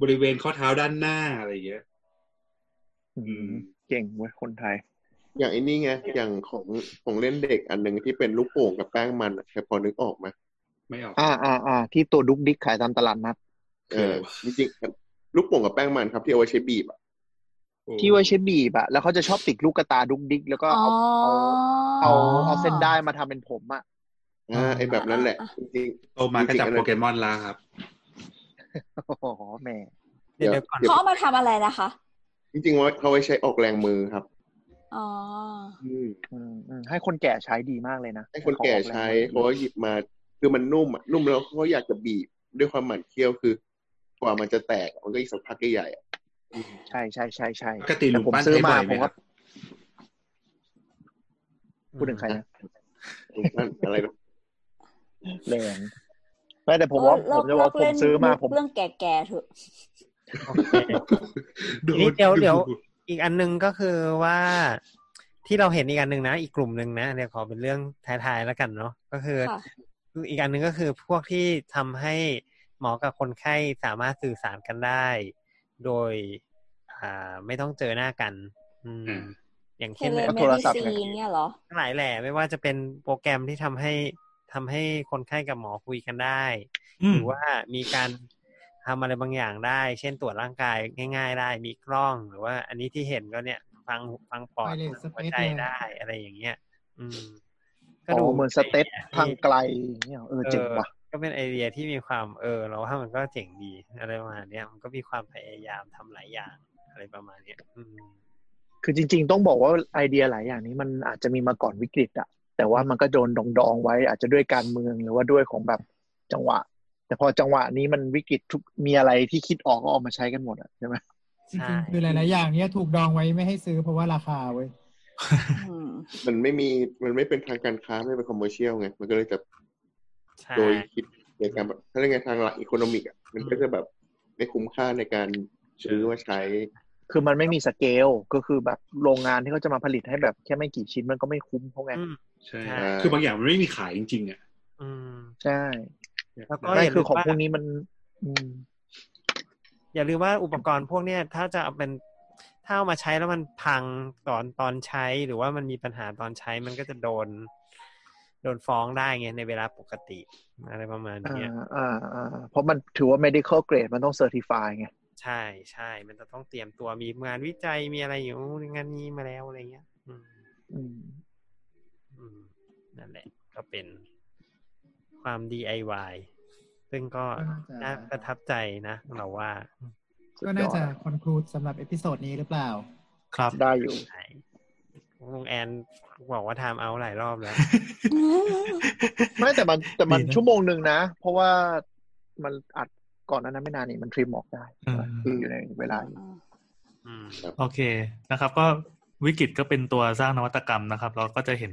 บริเวณข้อเท้าด้านหน้าอะไรอย่างเงี้ย อืมเก่งเว้ยคนไทย อย่างไอ้นี่ไงอย่างของของเล่นเด็กอันหนึ่งที่เป็นลูกโป่งกับแป้งมันอะใครพอนึกออกไหม ไม่ออก อ่าอ่าอ่าที่ตัวดุกดิกขายตามตลาดนัด เออ คือ จริงๆลูกโป่งกับแป้งมันครับที่เอาไว้ใช้บีบอะ โอ้ ที่ไว่าใช้บีบอะแล้วเขาจะชอบติดลูกกระตาดุกดิกแล้วก็ อ๋อ เอาเอาเอาเอาเส้นได้ายมาทำเป็นผมอะ อ่าไอแบบนั้นแหละ อ่ะ จริง โตมาก็จับโปเกมอนแล้วครับ โอ้โหแหม่ เดี๋ยวเดี๋ยวก่อน เขาเอามาทำอะไรนะคะ ๆจริงๆว่าเขาไว้ใช้ออกแรงมือครับ อ๋อ อืม อืมอืมให้คนแก่ใช้ดีมากเลยนะ ให้คนแก่ใช้เขาก็หยิบมาคือมันนุ่มอะนุ่มแล้วเขาก็อยากจะบีบด้วยความหมั่นเคี้ยวคือกว่ามันจะแตกมันก็อีกสักพักใหญ่ๆอะ ใช่ใช่ใช่ใช่ ปกติหลุม แผม ปั้น ซื้อ ใช้ มา บ่อยไห ผม ม ค ก็ รับ พูดถึงใครนะ ลูกนั่นอะไรนะ แรงไม่แต่ผมว่า เออเลิกผมจะบอก เลิก ผ เล่ ม น ซื้อมาผม เรื่องแก่ๆเถอะ โอเค ทีนี้เดี๋ยวเดี๋ยว อีกอันหนึงก็คือว่าที่เราเห็นอีกอันหนึ่งนะ อีกกลุ่มหนึ่งนะเดี๋ยวขอเป็นเรื่องท้ายๆแล้วกันเนาะก็คือ ค่ะ อีกอันหนึ่งก็คือพวกที่ทำให้หมอกับคนไข้สามารถสื่อสารกันได้ โดย อ่าไม่ต้องเจอหน้ากัน อืม อ่า อย่าง เท เช่น เล แบบ เม โทร ดิ ศัพท์ ซี ไง นเนี่ยเหรอ ทั้งหลายแหล่ไม่ว่าจะเป็นโปรแกรมที่ทำให้ทำให้คนไข้กับหมอคุยกันได้ อื ห ม รือว่ามีการทำอะไรบางอย่างได้ เช่นตรวจร่างกายง่าย ๆ ได้ มีกล้องหรือว่า อันนี้ที่เห็นก็เนี่ย ฟังฟังปอด Wireless ฟังหัว space ใจ เลย ได้อะไรอย่างเงี้ย อืม ก็ อ๋ ดู อเหมือนสเตต ป็นไอดีย ทางไกลอย่างเนี่ยเออเจ๋งว่ะ ก็เป็นไอเดียที่มีความเออ เราว่ามันก็เจ๋งดีอะไรประมาณเนี้ยมันก็มีความพยายามทำหลายอย่างอะไรประมาณเนี้ยอืม คือจริง ๆ ต้องบอกว่าไอเดียหลายอย่างนี้มันอาจจะมีมาก่อนวิกฤตอะแต่ว่ามันก็โดนดองดองๆไว้ อาจจะด้วยการเมืองหรือว่าด้วยของแบบจังหวะ แต่พอจังหวะนี้มันวิกฤตทุกมีอะไรที่คิดออกก็ออกมาใช้กันหมดอะใช่ไหม จ ใช่ ริงๆคือหลายๆอย่างเนี้ยถูกดองไว้ไม่ให้ซื้อเพราะว่าราคาเว้ย อืม มันไม่มีมันไม่เป็นทางการค้าไม่เป็นคอมเมอร์เชียลไงมันก็เลยจะ ใช่ โดยคิดในการแบบถ้าเรียกไงทางหลักอีโคโนมิกอะมันก็จะแบบไม่คุ้มค่าในการซื้อมาใช้ คือมันไม่มีสเกลก็คือแบบโรงงานที่เขาจะมาผลิตให้แบบแค่ไม่กี่ชิ้นมันก็ไม่คุ้มเพราะไง อืม ใช่ ใช่ คือบางอย่างมันไม่มีขายจริงๆอ่ะ อืม ใช่ แล้วก็ ไม่ อย่าลืม คือของ ว่า พวกนี้มันอืม อย่าลืมว่าอุปกรณ์พวกเนี้ยถ้าจะเอาเป็นถ้าเอามาใช้แล้วมันพังตอนตอนใช้หรือว่ามันมีปัญหาตอนใช้มันก็จะโดน โดนฟ้องได้ไงในเวลาปกติ อะไรประมาณ อ่า เนี้ย อ่าอ่าเพราะมันถือว่า medical grade มันต้อง certify ไง ใช่ใช่ มันจะต้องเตรียมตัวมีงานวิจัยมีอะไรอยู่งานนี้มาแล้วอะไรเงี้ย อืม อืม อืมนั่นแหละ ก็เป็นความ DIY ซึ่งก็น่าประทับใจนะ เราว่า ก็น่าจะคอนคลูดสำหรับเอพิโซดนี้หรือเปล่า ครับ ได้อยู่ ใช่ลุงแอนบอกว่าทำเอาหลายรอบแล้ว ไม่แต่มันแต่มัน ดีนะ ชั่วโมงหนึ่งนะ เพราะว่ามันอัดก่อนหนานั้นไม่นานนี่มันทรีมออกได้ อืม อยู่ในเวลาอยู่ อืม โอเคนะครับ ก็ วิกฤตก็เป็นตัวสร้างนวัตกรรมนะครับ เราก็จะเห็น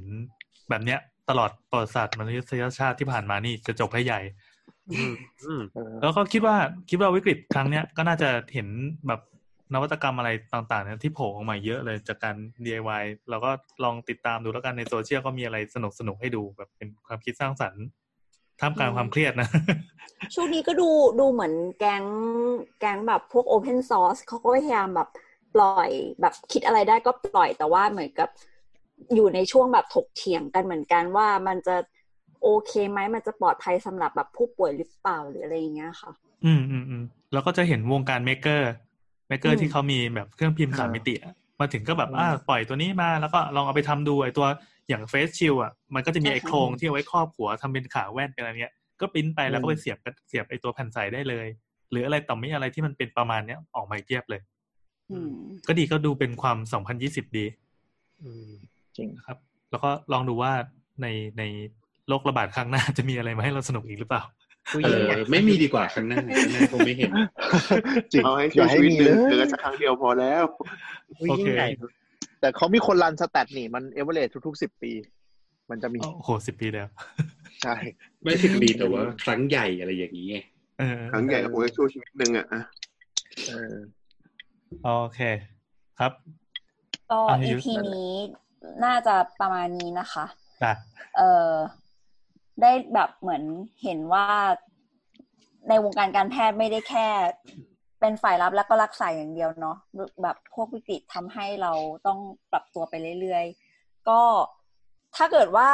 แบบเนี้ย ตลอดประวัติศาสตร์มนุษยชาติที่ผ่านมานี่จะจบให้ใหญ่ อืมอืม เออ แล้วก็คิดว่าคิดว่าวิกฤตครั้งเนี้ยก็น่าจะเห็นแบบนวัตกรรมอะไรต่างๆเนี่ยที่โผล่ออกมาเยอะเลยจากการ DIY เราก็ลองติดตามดูแล้วกันในโซเชียลก็มีอะไรสนุกสนุกๆให้ดูแบบเป็นความคิดสร้างสรรค์ท่ามกลางความเครียดนะ ช่วงนี้ก็ดูดูเหมือนแก๊งแก๊งแบบพวก Open Source เขาก็พยายามแบบปล่อยแบบคิดอะไรได้ก็ปล่อยแต่ว่าเหมือนกับอยู่ในช่วงแบบถกเถียงกันเหมือนกันว่ามันจะโอเคไหมมันจะปลอดภัยสำหรับแบบผู้ป่วยหรือเปล่าหรืออะไรอย่างเงี้ยค่ะ อืมอืมอืมแล้วก็จะเห็นวงการเมกเกอร์เมกเกอ อื ร์ ม ที่เขามีแบบเครื่องพิมพ์สามมิติอะมาถึงก็แบบอ่าปล่อยตัวนี้มาแล้วก็ลองเอาไปทำดูไอตัวอย่างเฟสชิลอ่ะมันก็จะมีไอโครงที่เอาไว้ครอบหัวทำเป็นขาแว่นเป็นอะไรเงี้ย ก็ปริ้นไปแล้วก็ไปเสียบเสียบไอตัวแผ่นใสได้เลย หรืออะไรต่อมีอะไรที่มันเป็นประมาณเนี้ยออกมาอีกเพียบเลย อืม ก็ดีก็ดูเป็นความสองพันยี่สิบดี อืม จริง นะครับ แล้วก็ลองดูว่าในในโรคระบาดครั้งหน้า จะมีอะไรมาให้เราสนุกอีกหรือเปล่า ตู้ เอ เย็น อ เนี่ย ไม่มีดีกว่าครั้งหน้าครั้งหน้าคงไม่เห็น จริง เอาให้ อ ช่วย ย่าให้ ชีวิต มี หนึ่ เล งเจอย สักครั้งเดียวพอแล้ว ตู้ยิ่งใหญ่เนอะ แต่เขามีคนรันสแตทนี่มันเอเวอเรทุกๆสิบปี มันจะมี โอ้โหสิบปีแล้ว ใช่ ไม่สิบปีแต่ว่าครั้งใหญ่อะไรอย่างนี้ไง เออ ครั้งใหญ่ก็คงจะช่วยชีวิตหนึ่งอะอ่ะ เออ โอเค ครับ ก็ อ่ะ อี ยุทธ พีนี้น่าจะประมาณนี้นะคะ จ้ะ เออได้แบบเหมือนเห็นว่าในวงการการแพทย์ไม่ได้แค่ เป็นฝ่ายรับแล้วก็รักษาอย่างเดียวเนาะแบบพวกวิกฤตทำให้เราต้องปรับตัวไปเรื่อยๆ ก็ถ้าเกิดว่า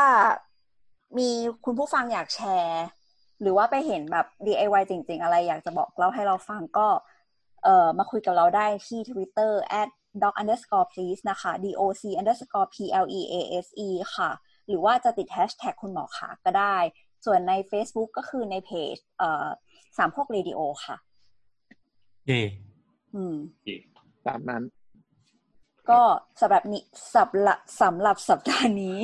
มีคุณผู้ฟังอยากแชร์ หรือว่าไปเห็นแบบ DIY จริงๆ อะไรอยากจะบอกเล่าให้เราฟังก็ เอ่อมาคุยกับเราได้ที่ Twitter at doc underscore please นะคะ doc underscore please ค่ะ หรือว่าจะติดแฮชแท็กคุณหมอขาก็ได้ ส่วนใน Facebook ก็คือในเพจเอ่อสามพวกเรดิโอค่ะ เย่ อืม ตามนั้น ก็สำหรับนี้สำหรับสำหรับสัปดาห์นี้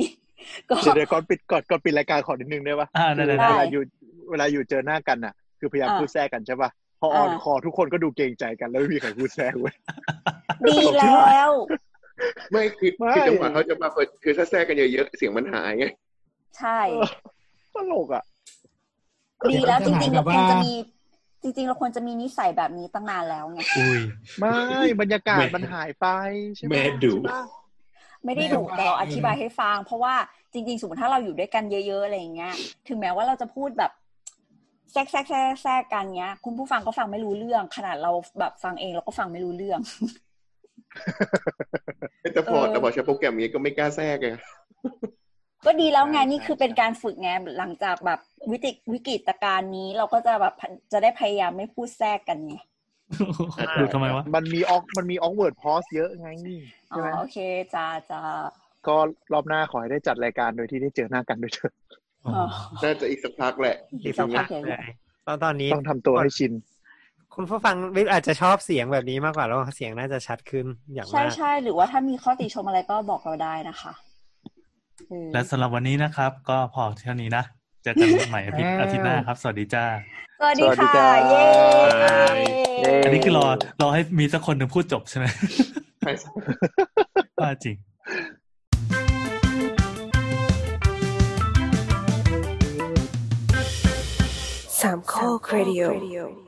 ก็ เดี๋ยวเดี๋ยวก่อนปิดก่อนก่อนปิดรายการขอนิดนึงได้ปะ อ่าได้ คือ ได้ เว ได้ ลาอยู่เวลาอยู่เจอหน้ากันอ่ะ คือพยายาม อ่า พูดแทรกกันใช่ปะพอออน อ่า คอทุกคนก็ดูเกรงใจกันแล้วไม่มีใครพูดแทรกเว้ย ดีแล้ว ไม่คือ ไม่ คือจังหวะเขาจะมาเปิดคือถ้าแทรกกันเยอะๆเสียงมันหายไง ใช่ ตลกอ่ะ ดีแล้วจ เดี๋ยวก็ริงๆเราควรจะหาแบบว่า จะมีจริง ๆ เราควรจะมีนิสัยแบบนี้ตั้งนานแล้วไง อุ้ย ไม่บรรยากาศ แม่ มันหายไปใช่ไหม แม่ดุ ใช่ปะ ไม่ได้ดุแต่เราอธิบายให้ฟังเพราะว่าจริง ๆ สมมติถ้าเราอยู่ด้วยกันเยอะ ๆ อะไรอย่างเงี้ย ถึงแม้ว่าเราจะพูดแบบแทรกแทรกแทรกแทรกกันเงี้ย คุณผู้ฟังก็ฟังไม่รู้เรื่อง ขนาดเราแบบฟังเองเราก็ฟังไม่รู้เรื่อง แต่พอ เออ แต่พอใช้โปรแกรมอย่างนี้ก็ไม่กล้าแทรกไง ก็ดีแล้วไงนี่คือเป็นการฝึกไงหลังจากแบบวิกฤตวิกฤตการณ์นี้เราก็จะแบบจะได้พยายามไม่พูดแทรกกันไง ดู ทำไมวะ มันมีออกมันมีออกเวิร์ดพอสเยอะไง อ๋อ ใช่ไหม โอเคจ้าจ้า ก็รอบหน้าขอให้ได้จัดรายการโดยที่ได้เจอหน้ากันด้วยเถอะ อ๋อ น่าจะอีกสักพักแหละ อีกสักพัสักพักกเล ใหญ่ ยตอนตอนนี้ ต้องทำตัวให้ชิน คุณผู้ฟังวิอาจจะชอบเสียงแบบนี้มากกว่าแล้วเสียงน่าจะชัดขึ้นอย่าง ใช่ มาก ใช่หรือว่าถ้ามีข้อติชมอะไรก็บอกเราได้นะคะอืม และสำหรับวันนี้นะครับ ก็พอเท่านี้นะ เจอกันใหม่อาทิตย์อาทิตย์หน้าครับ สวัสดีจ้า สวัสดี สวัสดี ค่ะ จ้า เย้ เย้ อันนี้คือรอรอให้มีสักคนหนึ่งพูดจบใช่ไหม ใช่ ว่าจริง สามข้อครดิโอ